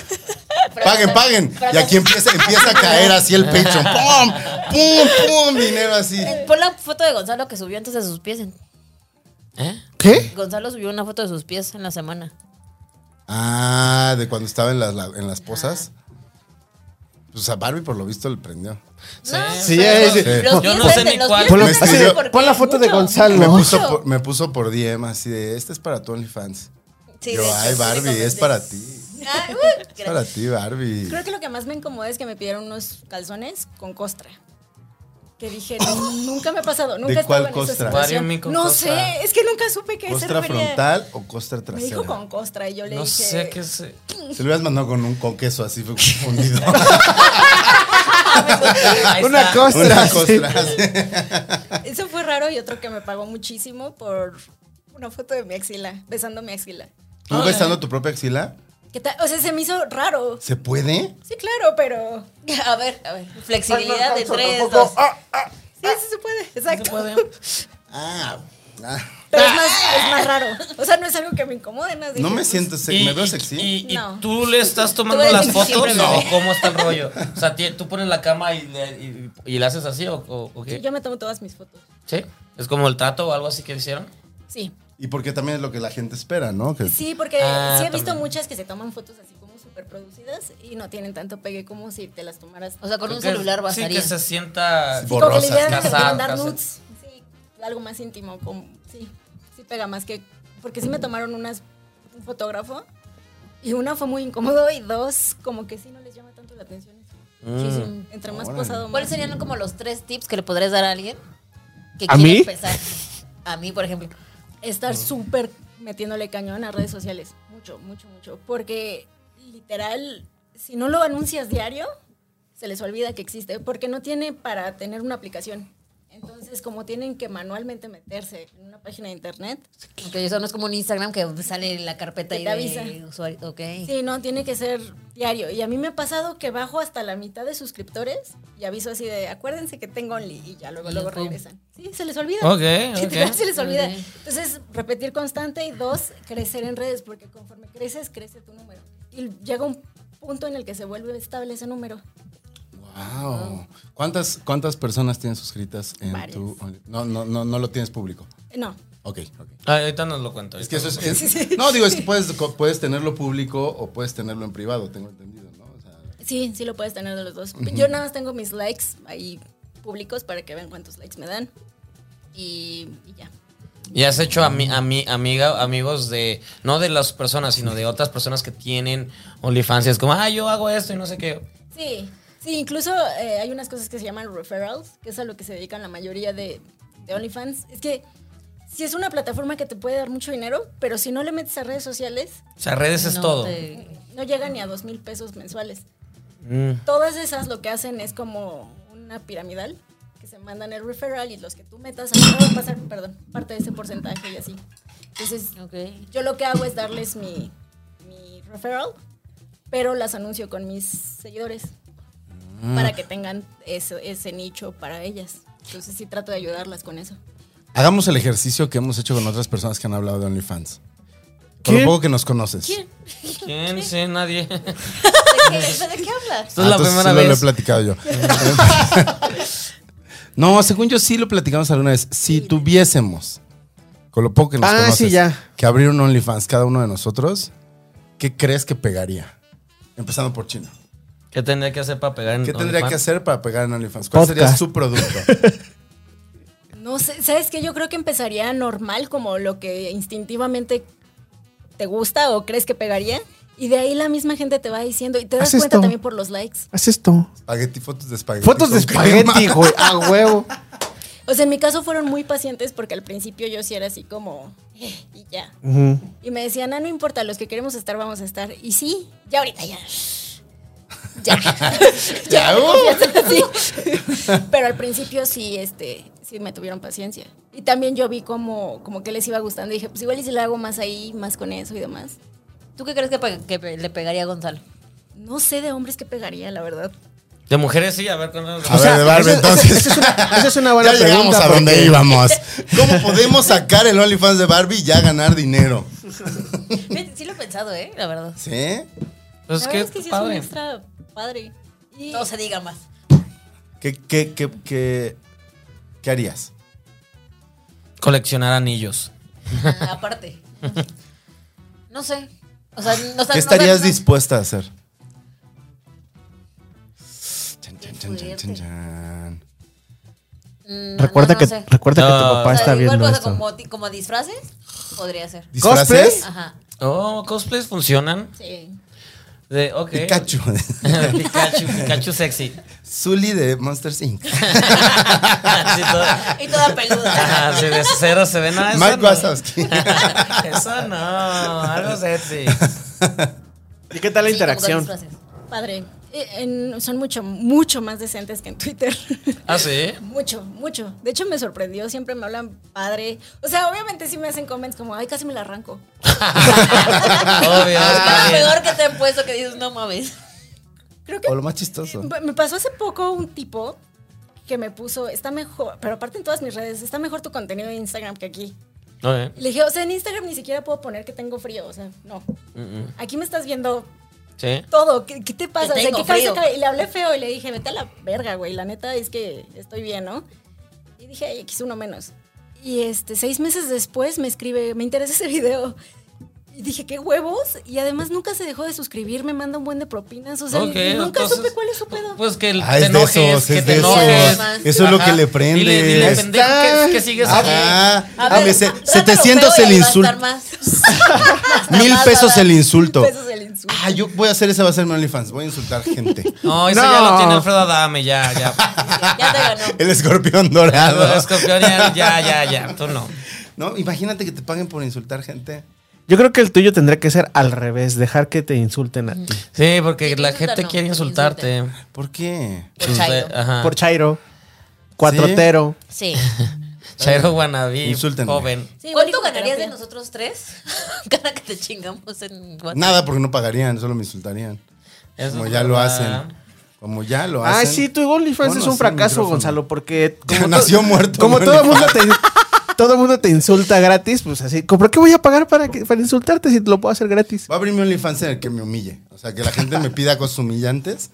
Speaker 4: Paguen, paguen. Y aquí empieza, empieza a caer así el pecho. ¡Pum! ¡Pum! ¡Pum! Dinero así.
Speaker 6: eh, Pon la foto de Gonzalo que subió antes de sus pies.
Speaker 5: ¿Eh?
Speaker 8: ¿Qué?
Speaker 6: Gonzalo subió una foto de sus pies en la semana.
Speaker 4: Ah, de cuando estaba en las, la- en las posas. Pues a Barbie, por lo visto, le prendió.
Speaker 8: Sí,
Speaker 6: pero
Speaker 8: es- sí.
Speaker 6: Los
Speaker 5: Yo
Speaker 6: pies
Speaker 5: no
Speaker 6: de-
Speaker 5: sé ni
Speaker 6: los
Speaker 5: cuál.
Speaker 6: pies
Speaker 8: Pon la,
Speaker 6: de-
Speaker 4: Me
Speaker 8: así de-
Speaker 4: escribió-
Speaker 6: porque
Speaker 8: pon la foto de
Speaker 6: mucho.
Speaker 8: Gonzalo.
Speaker 4: Me puso, por, me puso por DM así de, este es para tu OnlyFans.
Speaker 6: Sí,
Speaker 4: Yo,
Speaker 6: de-
Speaker 4: ay,
Speaker 6: sí,
Speaker 4: Barbie,
Speaker 6: de-
Speaker 4: es para ti.
Speaker 6: Ah, uy,
Speaker 4: Es para ti, Barbie.
Speaker 9: Creo que lo que más me incomoda es que me pidieron unos calzones con costra. que dije, nunca me ha pasado, nunca
Speaker 4: ¿De
Speaker 9: he estado
Speaker 4: cuál
Speaker 9: en esa
Speaker 4: costra?
Speaker 5: Vario,
Speaker 9: situación.
Speaker 5: mico,
Speaker 9: No
Speaker 5: costra.
Speaker 9: sé, es que nunca supe qué se
Speaker 4: ¿Costra
Speaker 9: refería.
Speaker 4: frontal o costra
Speaker 9: Me
Speaker 4: trasera?
Speaker 9: dijo con costra y yo le
Speaker 5: No
Speaker 9: dije.
Speaker 5: sé qué es.
Speaker 4: Se lo hubieras mandado con un con queso así, fue confundido.
Speaker 5: Ahí
Speaker 8: Una
Speaker 5: está.
Speaker 8: cosa.
Speaker 4: Una
Speaker 8: sí.
Speaker 4: costra. así.
Speaker 9: Eso fue raro y otro que me pagó muchísimo por una foto de mi axila, besando mi axila.
Speaker 4: ¿Tú besando tu propia axila?
Speaker 9: ¿Qué tal? O sea, se me hizo raro.
Speaker 4: ¿Se puede?
Speaker 9: Sí, claro, pero.
Speaker 6: A ver, a ver. Flexibilidad de tres,
Speaker 4: Tampoco.
Speaker 6: dos.
Speaker 4: Ah, ah,
Speaker 9: Sí, sí se puede, exacto.
Speaker 4: ah, ah.
Speaker 9: Pero es más, es más raro. O sea, no es algo que me incomode. No, Dije,
Speaker 4: No me
Speaker 9: pues, eh,
Speaker 4: siento sexy.
Speaker 5: Y-
Speaker 4: ¿Me veo
Speaker 5: y-
Speaker 4: sexy?
Speaker 5: ¿Y, y
Speaker 9: No.
Speaker 5: tú le estás tomando
Speaker 6: eres
Speaker 5: las
Speaker 6: el que
Speaker 5: fotos
Speaker 6: siempre me
Speaker 5: o
Speaker 6: ve.
Speaker 5: cómo está el rollo? O sea, ti- ¿tú pones la cama y le, y, y le haces así o, o- o qué?
Speaker 9: Yo me tomo todas mis fotos.
Speaker 5: ¿Sí? ¿Es como el trato o algo así que hicieron?
Speaker 9: Sí.
Speaker 4: Y porque también es lo que la gente espera, ¿no? Que-
Speaker 9: Sí, porque
Speaker 5: Ah,
Speaker 9: sí he visto
Speaker 5: también.
Speaker 9: muchas que se toman fotos así como súper producidas y no tienen tanto pegue como si te las tomaras.
Speaker 6: O sea, con un
Speaker 5: Que-
Speaker 6: celular bastaría.
Speaker 5: Sí, que se sienta...
Speaker 9: Sí, como que la
Speaker 4: borrosas,
Speaker 9: idea de que
Speaker 5: casado,
Speaker 9: puedan dar
Speaker 5: casado.
Speaker 9: nudes. Sí, algo más íntimo. Como, sí, sí pega más que. Porque sí me tomaron unas. Un fotógrafo. Y una fue muy incómodo y dos, como que sí no les llama tanto la atención.
Speaker 5: Mm.
Speaker 9: Sí, sí, entre más posado,
Speaker 6: ¿Cuáles
Speaker 9: más.
Speaker 6: serían como los tres tips que le podrías dar a alguien que
Speaker 8: ¿A
Speaker 6: quiere
Speaker 8: mí?
Speaker 6: empezar? A mí, por ejemplo.
Speaker 9: Estar súper metiéndole cañón a redes sociales. Mucho, mucho, mucho. Porque literal, si no lo anuncias diario, se les olvida que existe. Porque no tiene para tener una aplicación. Entonces, como tienen que manualmente meterse en una página de internet,
Speaker 6: Ok, eso no es como un Instagram que sale la carpeta
Speaker 9: Que
Speaker 6: ahí
Speaker 9: te
Speaker 6: de
Speaker 9: avisa.
Speaker 6: usuario. Ok.
Speaker 9: Sí, no, tiene que ser diario. Y a mí me ha pasado que bajo hasta la mitad de suscriptores y aviso así de, acuérdense que tengo Only y ya luego,
Speaker 6: Y
Speaker 9: luego
Speaker 6: ya, pum.
Speaker 9: regresan. Sí, se les olvida.
Speaker 5: Ok,
Speaker 9: Literal,
Speaker 5: ok.
Speaker 9: se les olvida.
Speaker 6: Ok.
Speaker 9: Entonces, repetir constante y dos, crecer en redes, porque conforme creces, crece tu número. Y llega un punto en el que se vuelve estable ese número.
Speaker 4: Wow. ¿Cuántas, ¿Cuántas personas tienes suscritas en
Speaker 9: Varias.
Speaker 4: tu No, no, no, no lo tienes público.
Speaker 9: Eh, No,
Speaker 4: Ok, ok.
Speaker 5: Ah, ahorita nos lo cuento.
Speaker 4: Es que eso es. es- No, digo, es que puedes, co- puedes tenerlo público o puedes tenerlo en privado, tengo entendido, ¿no? O sea,
Speaker 9: sí, sí lo puedes tener de los dos. Yo nada más tengo mis likes ahí públicos para que vean cuántos likes me dan. Y, y ya.
Speaker 5: ¿Y has hecho ami- ami- amiga, amigos de, no de las personas, sino de otras personas que tienen OnlyFans? y Es como, ah, yo hago esto y no sé qué.
Speaker 9: Sí, sí, incluso eh, hay unas cosas que se llaman referrals, que es a lo que se dedican la mayoría de, de OnlyFans. Es que si es una plataforma que te puede dar mucho dinero, pero si no le metes a redes sociales,
Speaker 5: O sea, redes es
Speaker 6: No
Speaker 5: todo.
Speaker 6: te-
Speaker 9: no llega ni a dos mil pesos mensuales.
Speaker 5: Mm.
Speaker 9: Todas esas lo que hacen es como una piramidal, que se mandan el referral y los que tú metas a ah, va a pasar, perdón, parte de ese porcentaje y así. Entonces,
Speaker 6: Ok.
Speaker 9: yo lo que hago es darles mi, mi referral, pero las anuncio con mis seguidores
Speaker 8: Mm.
Speaker 9: para que tengan eso- ese nicho para ellas. Entonces sí trato de ayudarlas con eso.
Speaker 4: hagamos el ejercicio que hemos hecho con otras personas que han hablado de OnlyFans. Con
Speaker 8: ¿Quién?
Speaker 4: lo poco que nos conoces. Ah,
Speaker 5: ¿Quién? Sí, nadie. Esta
Speaker 6: ¿De qué, de qué hablas?
Speaker 5: es
Speaker 4: Ah,
Speaker 5: la
Speaker 4: entonces
Speaker 5: primera
Speaker 4: sí lo-
Speaker 5: vez.
Speaker 4: lo he platicado yo. no, según yo sí lo platicamos alguna vez. Si tuviésemos, con lo poco que nos
Speaker 8: Ah,
Speaker 4: conoces,
Speaker 8: sí, ya.
Speaker 4: que abrir un OnlyFans cada uno de nosotros, ¿qué crees que pegaría? Empezando por Chino.
Speaker 5: ¿Qué tendría que hacer para pegar en
Speaker 4: ¿Qué tendría
Speaker 5: OnlyFans?
Speaker 4: que hacer para pegar en OnlyFans? ¿Cuál sería
Speaker 8: Podcast.
Speaker 4: su producto?
Speaker 9: No sé, ¿sabes qué? Yo creo que empezaría normal, como lo que instintivamente te gusta o crees que pegaría. Y de ahí la misma gente te va diciendo y te das
Speaker 8: Haz
Speaker 9: cuenta
Speaker 8: esto.
Speaker 9: también por los likes.
Speaker 8: Haz esto.
Speaker 4: Espagueti, fotos de espagueti.
Speaker 8: Fotos de
Speaker 4: con crema.
Speaker 8: espagueti, güey. A huevo.
Speaker 9: O sea, en mi caso fueron muy pacientes porque al principio yo sí era así como, "Eh, y ya.
Speaker 8: Ujú.
Speaker 9: Y me decían, ah, no importa, los que queremos estar vamos a estar. Y sí, ya ahorita, ya. Ya.
Speaker 4: Ya,
Speaker 9: me
Speaker 4: uh.
Speaker 9: confías, sí. Pero al principio sí, este, sí me tuvieron paciencia. Y también yo vi como, como que les iba gustando. Y dije, pues igual y si la hago más ahí, más con eso y demás.
Speaker 6: ¿Tú qué crees que, pe- que pe- le pegaría a Gonzalo?
Speaker 9: No sé de hombres que pegaría, la verdad.
Speaker 5: De mujeres sí, a ver cuándo.
Speaker 4: A ver, de Barbie,
Speaker 8: esa- esa-
Speaker 4: entonces.
Speaker 8: Esa es una, esa es una buena
Speaker 4: ya
Speaker 8: pregunta.
Speaker 4: llegamos a
Speaker 8: porque-
Speaker 4: donde íbamos. ¿Cómo podemos sacar el OnlyFans de Barbie y ya ganar dinero?
Speaker 6: Sí lo he pensado, ¿eh? La verdad.
Speaker 4: ¿Sí?
Speaker 5: Pues
Speaker 9: la
Speaker 5: qué
Speaker 9: verdad es que sí
Speaker 5: padre.
Speaker 9: es un extra padre. Y
Speaker 6: No se diga más.
Speaker 4: ¿Qué, qué, qué, qué, qué harías?
Speaker 5: Coleccionar anillos.
Speaker 6: Ah, aparte. No sé. O sea, no
Speaker 4: ¿Qué estarías
Speaker 6: dispuesto?
Speaker 4: dispuesta a hacer? Chan, chan,
Speaker 6: Qué
Speaker 4: chan, chan, chan,
Speaker 6: fuerte.
Speaker 4: chan.
Speaker 6: Mm,
Speaker 8: Recuerda,
Speaker 6: no, no
Speaker 8: que,
Speaker 6: sé.
Speaker 8: recuerda que
Speaker 5: No.
Speaker 8: tu papá
Speaker 6: O sea,
Speaker 8: está
Speaker 6: igual
Speaker 8: viendo
Speaker 6: cosa
Speaker 8: esto.
Speaker 6: Como, ti- como disfraces, podría ser.
Speaker 4: ¿Disfraces?
Speaker 8: ¿Cosplays?
Speaker 6: Ajá.
Speaker 5: Oh, cosplays funcionan.
Speaker 9: Sí.
Speaker 5: De,
Speaker 4: Ah,
Speaker 5: ok.
Speaker 4: Pikachu.
Speaker 5: Pikachu, Pikachu sexy.
Speaker 4: Zully de Monster Inc.
Speaker 5: Así todo-
Speaker 6: Y toda peluda.
Speaker 5: Ajá, sí, de cero se ve
Speaker 6: Ah,
Speaker 5: nada.
Speaker 4: Mike Wazowski.
Speaker 5: Eso no, algo sexy.
Speaker 8: ¿Y qué tal la
Speaker 6: Sí, como con
Speaker 8: interacción?
Speaker 6: disfraces.
Speaker 9: Padre. Eh, en- son mucho, mucho más decentes que en Twitter.
Speaker 5: ¿Ah, sí?
Speaker 9: Mucho, mucho. De hecho, me sorprendió. Siempre me hablan padre. O sea, obviamente sí me hacen comments como, ay, casi me la arranco.
Speaker 5: Obvio,
Speaker 6: Ah,
Speaker 5: está
Speaker 6: lo
Speaker 5: bien.
Speaker 6: peor que te han puesto que dices, no mames.
Speaker 9: Creo que
Speaker 4: O lo más chistoso.
Speaker 9: Me pasó hace poco un tipo que me puso, está mejor, pero aparte en todas mis redes, está mejor tu contenido de Instagram que aquí.
Speaker 5: Ok.
Speaker 9: Le dije, o sea, en Instagram ni siquiera puedo poner que tengo frío, o sea, no.
Speaker 5: Mm, mm.
Speaker 9: Aquí me estás viendo
Speaker 5: Sí.
Speaker 9: todo, ¿qué, qué te pasa?
Speaker 6: Que
Speaker 9: O sea,
Speaker 6: tengo
Speaker 9: ¿qué cabeza
Speaker 6: frío.
Speaker 9: cabe? Y le hablé feo y le dije, vete a la verga, güey, la neta es que estoy bien, ¿no? Y dije, ay, X uno menos. Y este, seis meses después me escribe, me interesa ese video. Y dije, qué huevos. Y además nunca se dejó de suscribir, me manda un buen de propinas. O sea,
Speaker 5: Ok,
Speaker 9: nunca
Speaker 5: entonces,
Speaker 9: supe cuál es su pedo.
Speaker 5: Pues que
Speaker 4: Ah,
Speaker 5: te
Speaker 4: es de
Speaker 5: enojes,
Speaker 4: esos,
Speaker 5: que
Speaker 4: es
Speaker 5: te
Speaker 4: de
Speaker 5: enojes.
Speaker 4: esos. Eso es lo que
Speaker 5: Ajá.
Speaker 4: le prende.
Speaker 5: Dile, dile, pendejo,
Speaker 4: Está-
Speaker 5: ¿qué, qué sigues aquí?
Speaker 4: Ajá.
Speaker 6: A
Speaker 4: Ah,
Speaker 6: ver,
Speaker 4: me se-
Speaker 6: trátalo
Speaker 4: 700
Speaker 6: feo y
Speaker 4: el
Speaker 6: ahí va a estar
Speaker 4: insulto.
Speaker 6: más.
Speaker 4: Mil
Speaker 6: más
Speaker 4: pesos
Speaker 6: barato.
Speaker 4: el insulto.
Speaker 9: Besos del insulto.
Speaker 4: Ah, yo voy a hacer esa, va a ser mi OnlyFans. Voy a insultar gente.
Speaker 5: No, eso
Speaker 8: No.
Speaker 5: ya lo tiene Alfredo Adame, ya, ya.
Speaker 6: Ya te ganó.
Speaker 4: Ah, El escorpión dorado.
Speaker 5: Escorpión, ya, ya, ya, ya, tú no.
Speaker 4: No, imagínate que te paguen por insultar gente.
Speaker 8: Yo creo que el tuyo tendría que ser al revés, dejar que te insulten a ti.
Speaker 5: Sí, porque la
Speaker 6: Insulta
Speaker 5: gente
Speaker 6: no,
Speaker 5: quiere
Speaker 6: que
Speaker 5: insultarte.
Speaker 4: ¿Por qué?
Speaker 6: Por Chairo.
Speaker 5: Ajá.
Speaker 8: Por Chairo, Cuatrotero.
Speaker 6: Sí.
Speaker 5: Chairo Guanabí,
Speaker 4: Insúltenme.
Speaker 5: joven.
Speaker 9: Sí, igual
Speaker 6: ¿Cuánto
Speaker 9: y con
Speaker 6: ganarías de
Speaker 9: terapia.
Speaker 6: nosotros tres? Cada que te chingamos en WhatsApp.
Speaker 4: Nada, porque no pagarían, solo me insultarían.
Speaker 5: Eso
Speaker 4: Como
Speaker 5: es Ah.
Speaker 4: ya lo
Speaker 5: verdad.
Speaker 4: hacen. Como ya lo hacen.
Speaker 8: Ay, sí, tu OnlyFans
Speaker 4: Ponlo
Speaker 8: es un
Speaker 4: así,
Speaker 8: fracaso,
Speaker 4: micrófono.
Speaker 8: Gonzalo, porque... to-
Speaker 4: Nació muerto,
Speaker 8: Como
Speaker 4: mi
Speaker 8: todo mundo te... Todo mundo te insulta gratis, pues así. ¿Cómo- ¿Por qué voy a pagar para, que- para insultarte si te lo puedo hacer gratis?
Speaker 4: Va a abrir mi OnlyFans en el que me humille. O sea, que la gente me pida cosas humillantes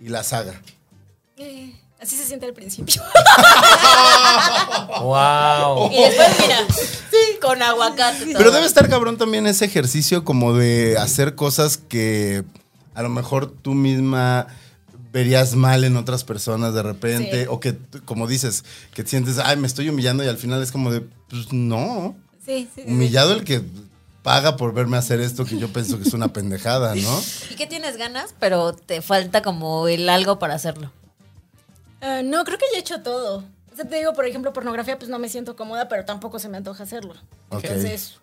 Speaker 4: y las haga.
Speaker 9: Eh, Así se siente al principio.
Speaker 5: Wow.
Speaker 6: Y después, mira, con aguacate. y todo.
Speaker 4: Pero debe estar cabrón también ese ejercicio como de hacer cosas que a lo mejor tú misma verías mal en otras personas de repente.
Speaker 9: Sí.
Speaker 4: O que, tú- como dices, que te sientes, ay, me estoy humillando y al final es como de, pues no.
Speaker 9: Sí, sí, sí, sí.
Speaker 4: Humillado el que paga por verme hacer esto que yo pienso que es una pendejada, ¿no?
Speaker 6: ¿Y qué tienes ganas? Pero te falta como el algo para hacerlo.
Speaker 9: Ah, no, creo que ya he hecho todo. O sea, te digo, por ejemplo, pornografía, pues no me siento cómoda, pero tampoco se me antoja hacerlo.
Speaker 4: Ok.
Speaker 9: Entonces,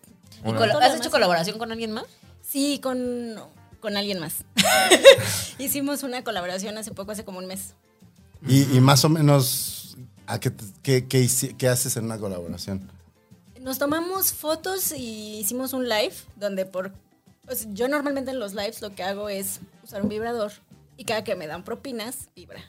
Speaker 6: ¿Y col- ¿Has hecho colaboración con alguien más?
Speaker 9: sí, con, con alguien más. Hicimos una colaboración hace poco, hace como un mes.
Speaker 4: Y, y más o menos, ¿a qué, te- qué- qué hici- qué haces en una colaboración?
Speaker 9: Nos tomamos fotos y hicimos un live donde por... o sea, yo normalmente en los lives lo que hago es usar un vibrador y cada que me dan propinas, vibra.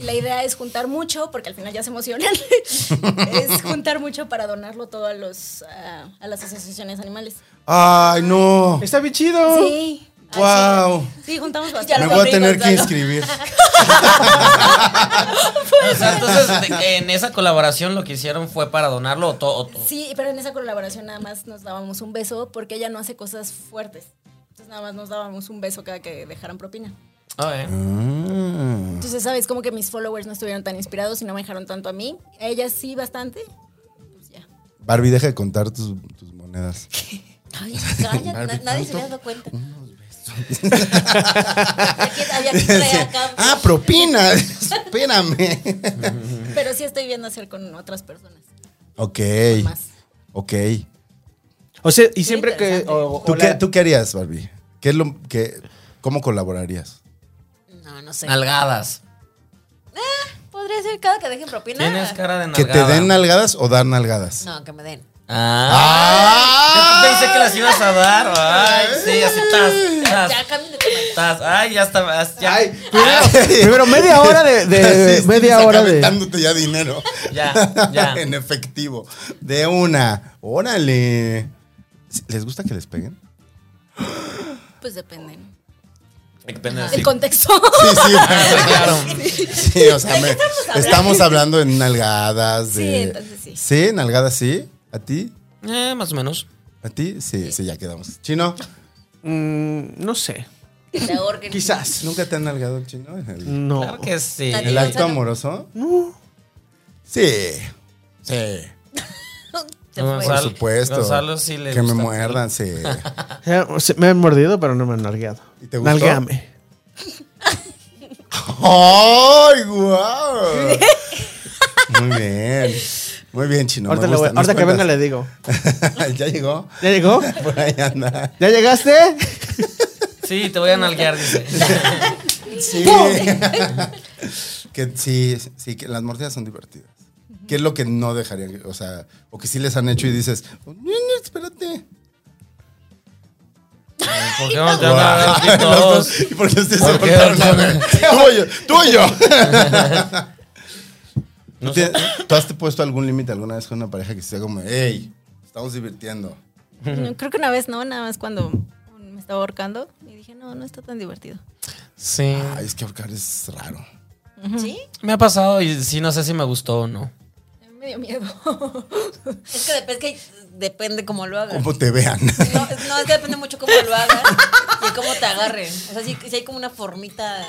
Speaker 9: Y La idea es juntar mucho, porque al final ya se emocionan, es juntar mucho para donarlo todo a, los, a, a las asociaciones animales.
Speaker 4: ¡Ay, no!
Speaker 8: Está bien chido.
Speaker 9: Sí.
Speaker 4: ¡Wow!
Speaker 9: Sí, juntamos
Speaker 6: Ya
Speaker 9: bastante.
Speaker 4: Oh. Me
Speaker 6: lo
Speaker 4: voy a
Speaker 6: compré,
Speaker 4: tener que
Speaker 6: Gonzalo.
Speaker 4: inscribir.
Speaker 5: O sea, entonces, de- en esa colaboración lo que hicieron fue para donarlo o todo.
Speaker 9: Sí, pero en esa colaboración nada más nos dábamos un beso porque ella no hace cosas fuertes. Entonces nada más nos dábamos un beso cada que dejaran propina.
Speaker 4: Ah.
Speaker 9: Entonces, ¿sabes? Como que mis followers no estuvieron tan inspirados y no me dejaron tanto a mí. A ella sí, bastante. Pues ya.
Speaker 4: Barbie, deja de contar tus, tus monedas.
Speaker 6: Ay, cállate, na-
Speaker 4: Barbie,
Speaker 6: nadie se
Speaker 4: ¿cuánto?
Speaker 6: había dado cuenta. Aquí había que traer acá.
Speaker 4: ¡Ah, propina! Espérame.
Speaker 9: Pero sí estoy viendo hacer con otras personas.
Speaker 4: ok.
Speaker 9: Más.
Speaker 4: Ok.
Speaker 8: O sea, y siempre que...
Speaker 6: interesante.
Speaker 8: o- o
Speaker 4: ¿Tú
Speaker 8: la-
Speaker 4: qué, ¿Tú qué harías, Barbie? ¿Qué es lo que... ¿Cómo colaborarías?
Speaker 6: No, no sé.
Speaker 5: Nalgadas.
Speaker 6: Podría ser cada que dejen propina.
Speaker 5: Tienes cara de
Speaker 4: ¿Que
Speaker 5: nalgada.
Speaker 4: te den nalgadas o dar nalgadas?
Speaker 6: No, que me den.
Speaker 5: Ah. Yo pensé que las ibas a dar. Ay, sí, así estás.
Speaker 6: Ya, cambien de tema.
Speaker 5: Ay, ya está. as- Ya,
Speaker 4: Ay,
Speaker 8: Primero, media hora de... de-
Speaker 4: Sí, sí,
Speaker 8: media
Speaker 4: saca
Speaker 8: hora de...
Speaker 4: aventándote ya dinero.
Speaker 5: Ya, ya.
Speaker 4: en efectivo. De una. Órale. ¿Les gusta que les peguen?
Speaker 9: Pues depende.
Speaker 5: Depende de
Speaker 9: El
Speaker 5: Ah, sí.
Speaker 9: contexto.
Speaker 4: Sí, sí.
Speaker 5: Ah, claro.
Speaker 4: Sí, o sea, me-
Speaker 6: estamos hablando?
Speaker 4: estamos hablando en nalgadas. De,
Speaker 9: Sí, entonces sí.
Speaker 4: Sí, nalgadas sí. ¿A ti?
Speaker 5: Eh, más o menos.
Speaker 4: ¿A ti? Sí, sí, ya quedamos. ¿Chino?
Speaker 8: Mm, no sé.
Speaker 6: Que te ahorquen.
Speaker 8: Quizás.
Speaker 4: ¿Nunca te han nalgado el chino? ¿En el,
Speaker 8: No.
Speaker 5: Claro que sí.
Speaker 4: en el acto amoroso? Sí. Sí.
Speaker 6: te
Speaker 5: No,
Speaker 6: fue.
Speaker 4: Por
Speaker 5: Gonzalo-
Speaker 4: supuesto.
Speaker 5: Gonzalo sí le
Speaker 4: Que me
Speaker 5: gusta.
Speaker 4: muerdan, sí.
Speaker 8: Eh, se- Me han mordido, pero no me han nalgueado.
Speaker 4: ¿Y te gustó?
Speaker 8: Nalgueame.
Speaker 4: ¡Ay, guau! Muy bien. Muy bien, chino.
Speaker 8: Ahorita,
Speaker 4: me
Speaker 8: le voy-
Speaker 4: gusta. ¿Nos
Speaker 8: ahorita que venga
Speaker 4: cuentas?
Speaker 8: le digo.
Speaker 4: ¿Ya llegó?
Speaker 8: ¿Ya llegó?
Speaker 4: Por ahí anda.
Speaker 8: ¿Ya llegaste?
Speaker 5: Sí, te voy a nalguear, dice.
Speaker 4: Sí. que sí, sí, que las mordidas son divertidas. ¿Qué es lo que no dejarían? O sea, o que sí les han hecho y dices, "No, no, espérate.
Speaker 5: ¿Por qué no te van a hablar aquí
Speaker 4: Ah, Los
Speaker 5: todos?
Speaker 4: dos. ¿Y por qué ustedes se
Speaker 5: ¿Por qué?
Speaker 4: cortaron la vez? Tú y yo. Tú y yo.
Speaker 5: No
Speaker 4: ¿Tú, te- tú has te puesto algún límite alguna vez con una pareja que sea como, hey, estamos divirtiendo?
Speaker 9: No, Creo que una vez no, nada más cuando me estaba ahorcando y dije, no, no está tan divertido.
Speaker 5: Sí.
Speaker 4: Ay, es que ahorcar es raro.
Speaker 6: ¿Sí?
Speaker 5: Me ha pasado y sí, no sé si me gustó o no.
Speaker 9: A mí Me dio miedo.
Speaker 6: Es que, dep- es que depende cómo lo hagas.
Speaker 4: Como te vean.
Speaker 6: No, es- no, es que depende mucho cómo lo hagas y cómo te agarren. O sea, si, hay como una formita.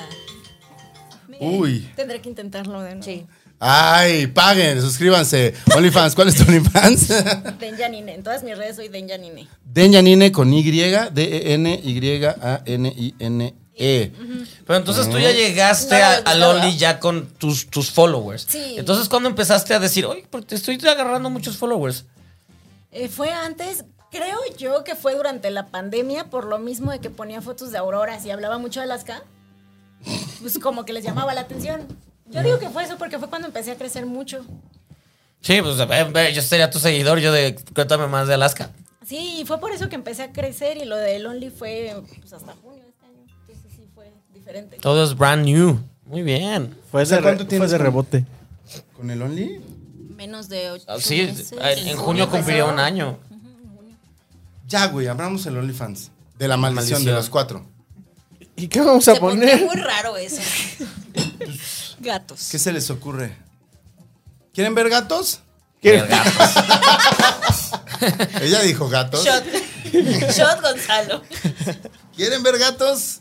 Speaker 4: Uy.
Speaker 9: Tendré que intentarlo de nuevo.
Speaker 6: Sí.
Speaker 4: Ay, paguen, suscríbanse. OnlyFans, ¿cuál es tu OnlyFans?
Speaker 9: Den Janine. En todas mis redes soy Den Janine.
Speaker 4: Denyanine con Y, E, D-E-N-Y-A-N-I-N-E.
Speaker 5: Pero entonces tú ya llegaste
Speaker 6: No,
Speaker 5: a,
Speaker 6: no,
Speaker 5: a
Speaker 6: no,
Speaker 5: Loli
Speaker 6: no.
Speaker 5: ya con tus, tus followers.
Speaker 9: Sí.
Speaker 5: Entonces, ¿cuándo empezaste a decir, oye, porque te estoy agarrando muchos followers?
Speaker 9: Eh, fue antes, creo yo que fue durante la pandemia, por lo mismo de que ponía fotos de auroras y hablaba mucho de Alaska, pues como que les llamaba la atención. Yo digo que fue eso porque fue cuando empecé a crecer mucho.
Speaker 5: Sí, pues ve, ve, yo sería tu seguidor, yo de cuéntame más de Alaska.
Speaker 9: Sí, y fue por eso que empecé a crecer y lo del Only fue pues, hasta junio de este año. Entonces sí fue diferente.
Speaker 5: Todo es brand new. Muy bien.
Speaker 8: Fue de,
Speaker 4: ¿cuánto
Speaker 8: re-
Speaker 4: tienes
Speaker 8: fue de
Speaker 4: con-
Speaker 8: rebote.
Speaker 4: ¿Con el Only?
Speaker 9: Menos de ocho
Speaker 5: Ah, Sí,
Speaker 9: meses.
Speaker 5: en junio cumpliría un año.
Speaker 4: Ya, güey, abramos el OnlyFans. De la maldición,
Speaker 5: Maldición.
Speaker 4: de los cuatro.
Speaker 8: ¿Y qué vamos a
Speaker 6: Se pondría
Speaker 8: poner?
Speaker 6: muy raro eso. Gatos.
Speaker 4: ¿Qué se les ocurre? ¿Quieren ver gatos?
Speaker 8: ¿Qué-
Speaker 4: Ella dijo gatos.
Speaker 6: Shot. Shot Gonzalo.
Speaker 4: ¿Quieren ver gatos?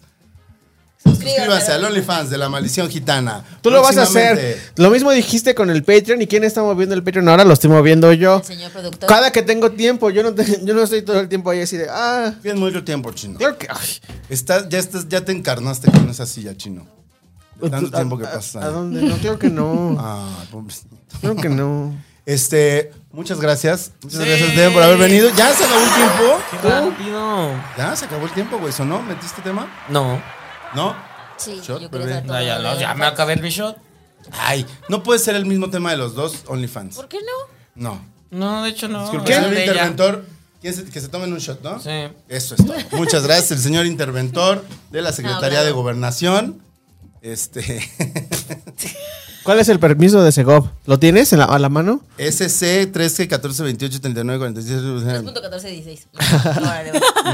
Speaker 4: Suscríbanse
Speaker 6: Suscríbase
Speaker 4: al OnlyFans de la maldición gitana.
Speaker 8: Tú lo vas a hacer.
Speaker 4: Próximamente.
Speaker 8: Lo mismo dijiste con el Patreon. ¿Y quién está moviendo el Patreon? Ahora lo estoy moviendo yo.
Speaker 6: Señor productor.
Speaker 8: Cada que tengo tiempo, yo no, te- yo no estoy todo el tiempo ahí así de, ah,
Speaker 4: Tienes mucho tiempo, chino.
Speaker 8: claro que... ay,
Speaker 4: Estás- ya, estás, ya te encarnaste con esa silla, chino. De tanto
Speaker 8: ¿a-
Speaker 4: tiempo que
Speaker 8: Pues, a-
Speaker 4: pasa.
Speaker 8: ¿A dónde? No, claro que no.
Speaker 4: Ah, pobrecito.
Speaker 8: Claro que no.
Speaker 4: Este, muchas gracias. Muchas gracias, Deb, por haber venido. Ya se acabó el tiempo.
Speaker 5: Rápido.
Speaker 4: Ya se acabó el tiempo, güey. ¿Sonó? ¿Metiste este tema?
Speaker 5: No.
Speaker 4: ¿No?
Speaker 6: Sí,
Speaker 4: Shot,
Speaker 6: yo
Speaker 4: bebé.
Speaker 6: quería saber todo
Speaker 5: No, ya,
Speaker 6: lo
Speaker 5: no,
Speaker 6: de-
Speaker 5: ya me acabé el mi shot.
Speaker 4: Ay, no puede ser el mismo tema de los dos OnlyFans.
Speaker 6: ¿Por qué no?
Speaker 4: No.
Speaker 5: No, de hecho no. Este,
Speaker 4: Disculpe,
Speaker 5: es
Speaker 4: señor
Speaker 5: de ella.
Speaker 4: interventor. ¿quién se- que se tomen un shot, ¿no?
Speaker 5: Sí.
Speaker 4: Eso es todo. Muchas gracias, el señor interventor de la Secretaría
Speaker 6: Hablado.
Speaker 4: de Gobernación. Este.
Speaker 8: ¿Cuál es el permiso de Segov? ¿Lo tienes en la- a la mano?
Speaker 4: SC 13 14 28 39 46.
Speaker 6: 3.1416. Órale, va.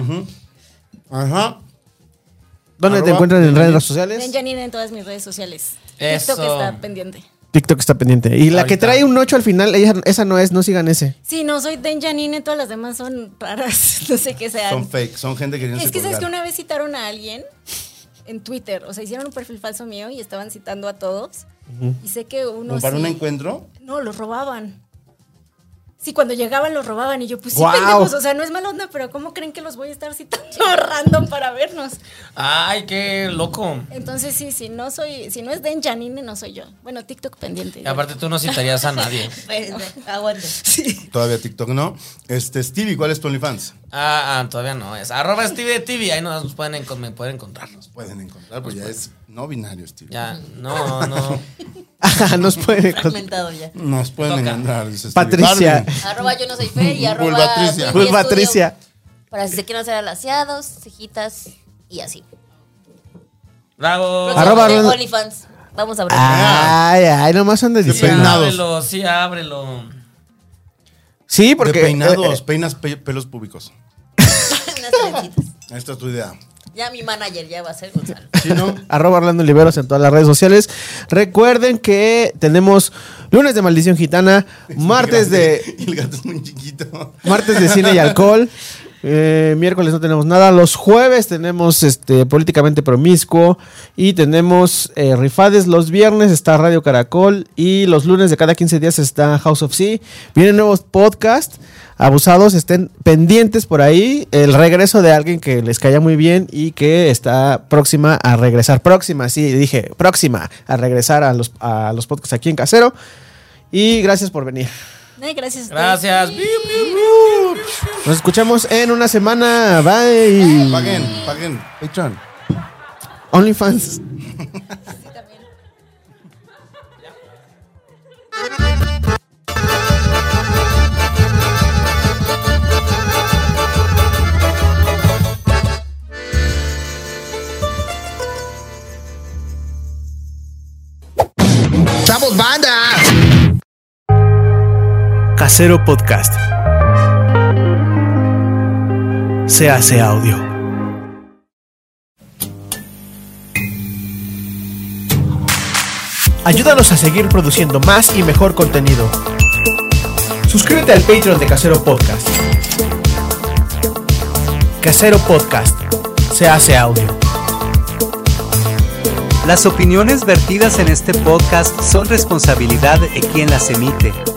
Speaker 4: Ajá.
Speaker 8: ¿Dónde te
Speaker 4: Arroba
Speaker 8: encuentran en
Speaker 4: Benjamin.
Speaker 8: redes
Speaker 9: Den
Speaker 8: sociales?
Speaker 9: Janine en todas mis redes sociales.
Speaker 5: Eso.
Speaker 9: TikTok está pendiente.
Speaker 8: TikTok está pendiente. Y la que
Speaker 5: Ahorita.
Speaker 8: trae un 8 al final, ella- esa no es, no sigan ese.
Speaker 9: Sí, no, soy Den Janine, todas las demás son raras, no sé qué sean.
Speaker 4: Son fake, son gente que no
Speaker 9: Es que sabes que una vez citaron a alguien en Twitter, o sea, hicieron un perfil falso mío y estaban citando a todos. Y sé que uno
Speaker 4: para
Speaker 9: sí-
Speaker 4: un encuentro?
Speaker 9: No, los robaban. Sí, cuando llegaban los robaban y yo, pues sí,
Speaker 8: Guau.
Speaker 9: pendejos, o sea, no es mala onda, pero ¿cómo creen que los voy a estar citando random para vernos?
Speaker 5: Ay, qué loco.
Speaker 9: Entonces, sí, si no soy, si no es Den Janine, no soy yo. Bueno, TikTok pendiente.
Speaker 5: Y aparte tú no citarías a nadie.
Speaker 6: Espérense, Aguante.
Speaker 4: Todavía TikTok no. Este, Stevie, ¿cuál es tu OnlyFans?
Speaker 5: Ah, ah, todavía no es. Arroba Steve TV, ahí nos pueden, encon- me pueden encontrar.
Speaker 4: Pueden encontrar, pues ya es no binario, Stevie.
Speaker 5: Ya, no, no.
Speaker 8: Ajá, nos puede encontrar.
Speaker 6: Fragmentado ya.
Speaker 4: Nos pueden
Speaker 5: Toca.
Speaker 4: encontrar, dice Stevie.
Speaker 8: Patricia.
Speaker 4: Barbie.
Speaker 6: Arroba yo no soy fe y arroba.
Speaker 4: Vulvatricia.
Speaker 6: Winnie Studio
Speaker 8: Patricia.
Speaker 6: Para si se quieren hacer alaciados, cejitas y así.
Speaker 5: Bravo.
Speaker 8: Arroba-
Speaker 6: Próximamente OnlyFans. Vamos a abrir.
Speaker 4: Ah,
Speaker 8: Ay, ay, nomás anda
Speaker 4: De
Speaker 5: Sí,
Speaker 8: diciendo.
Speaker 4: peinado. peinados.
Speaker 5: ábrelo, sí, ábrelo.
Speaker 8: Sí, porque.
Speaker 4: De peinados,
Speaker 8: eh,
Speaker 4: peinas pe- pelos públicos.
Speaker 6: Unas trencitas.
Speaker 4: Esta es tu idea.
Speaker 6: Ya mi manager ya va a ser Gonzalo.
Speaker 4: Chino,
Speaker 8: Arroba Orlando Oliveros en todas las redes sociales. Recuerden que tenemos lunes de maldición gitana,
Speaker 4: es muy
Speaker 8: martes
Speaker 4: grande
Speaker 8: de
Speaker 4: y el gato es muy chiquito.
Speaker 8: martes de cine y alcohol, Eh, miércoles no tenemos nada. Los jueves tenemos este políticamente promiscuo. Y tenemos eh, rifades. Los viernes está Radio Caracol. Y los lunes de cada 15 días está House of Sea. Vienen nuevos podcasts. Abusados, estén pendientes por ahí. El regreso de alguien que les caía muy bien y que está próxima a regresar. Próxima, sí, dije, próxima a regresar a los, a los podcasts aquí en Casero. Y gracias por venir.
Speaker 9: Ay, gracias. a ustedes.
Speaker 5: Gracias.
Speaker 8: Nos escuchamos en una semana. Bye.
Speaker 4: Paguen, paguen. Patreon.
Speaker 8: OnlyFans.
Speaker 2: Casero Podcast. Se hace audio.
Speaker 8: Ayúdanos a seguir produciendo más y mejor contenido. Suscríbete al Patreon de Casero Podcast. Casero Podcast. Se hace audio.
Speaker 3: Las opiniones vertidas en este podcast son responsabilidad de quien las emite.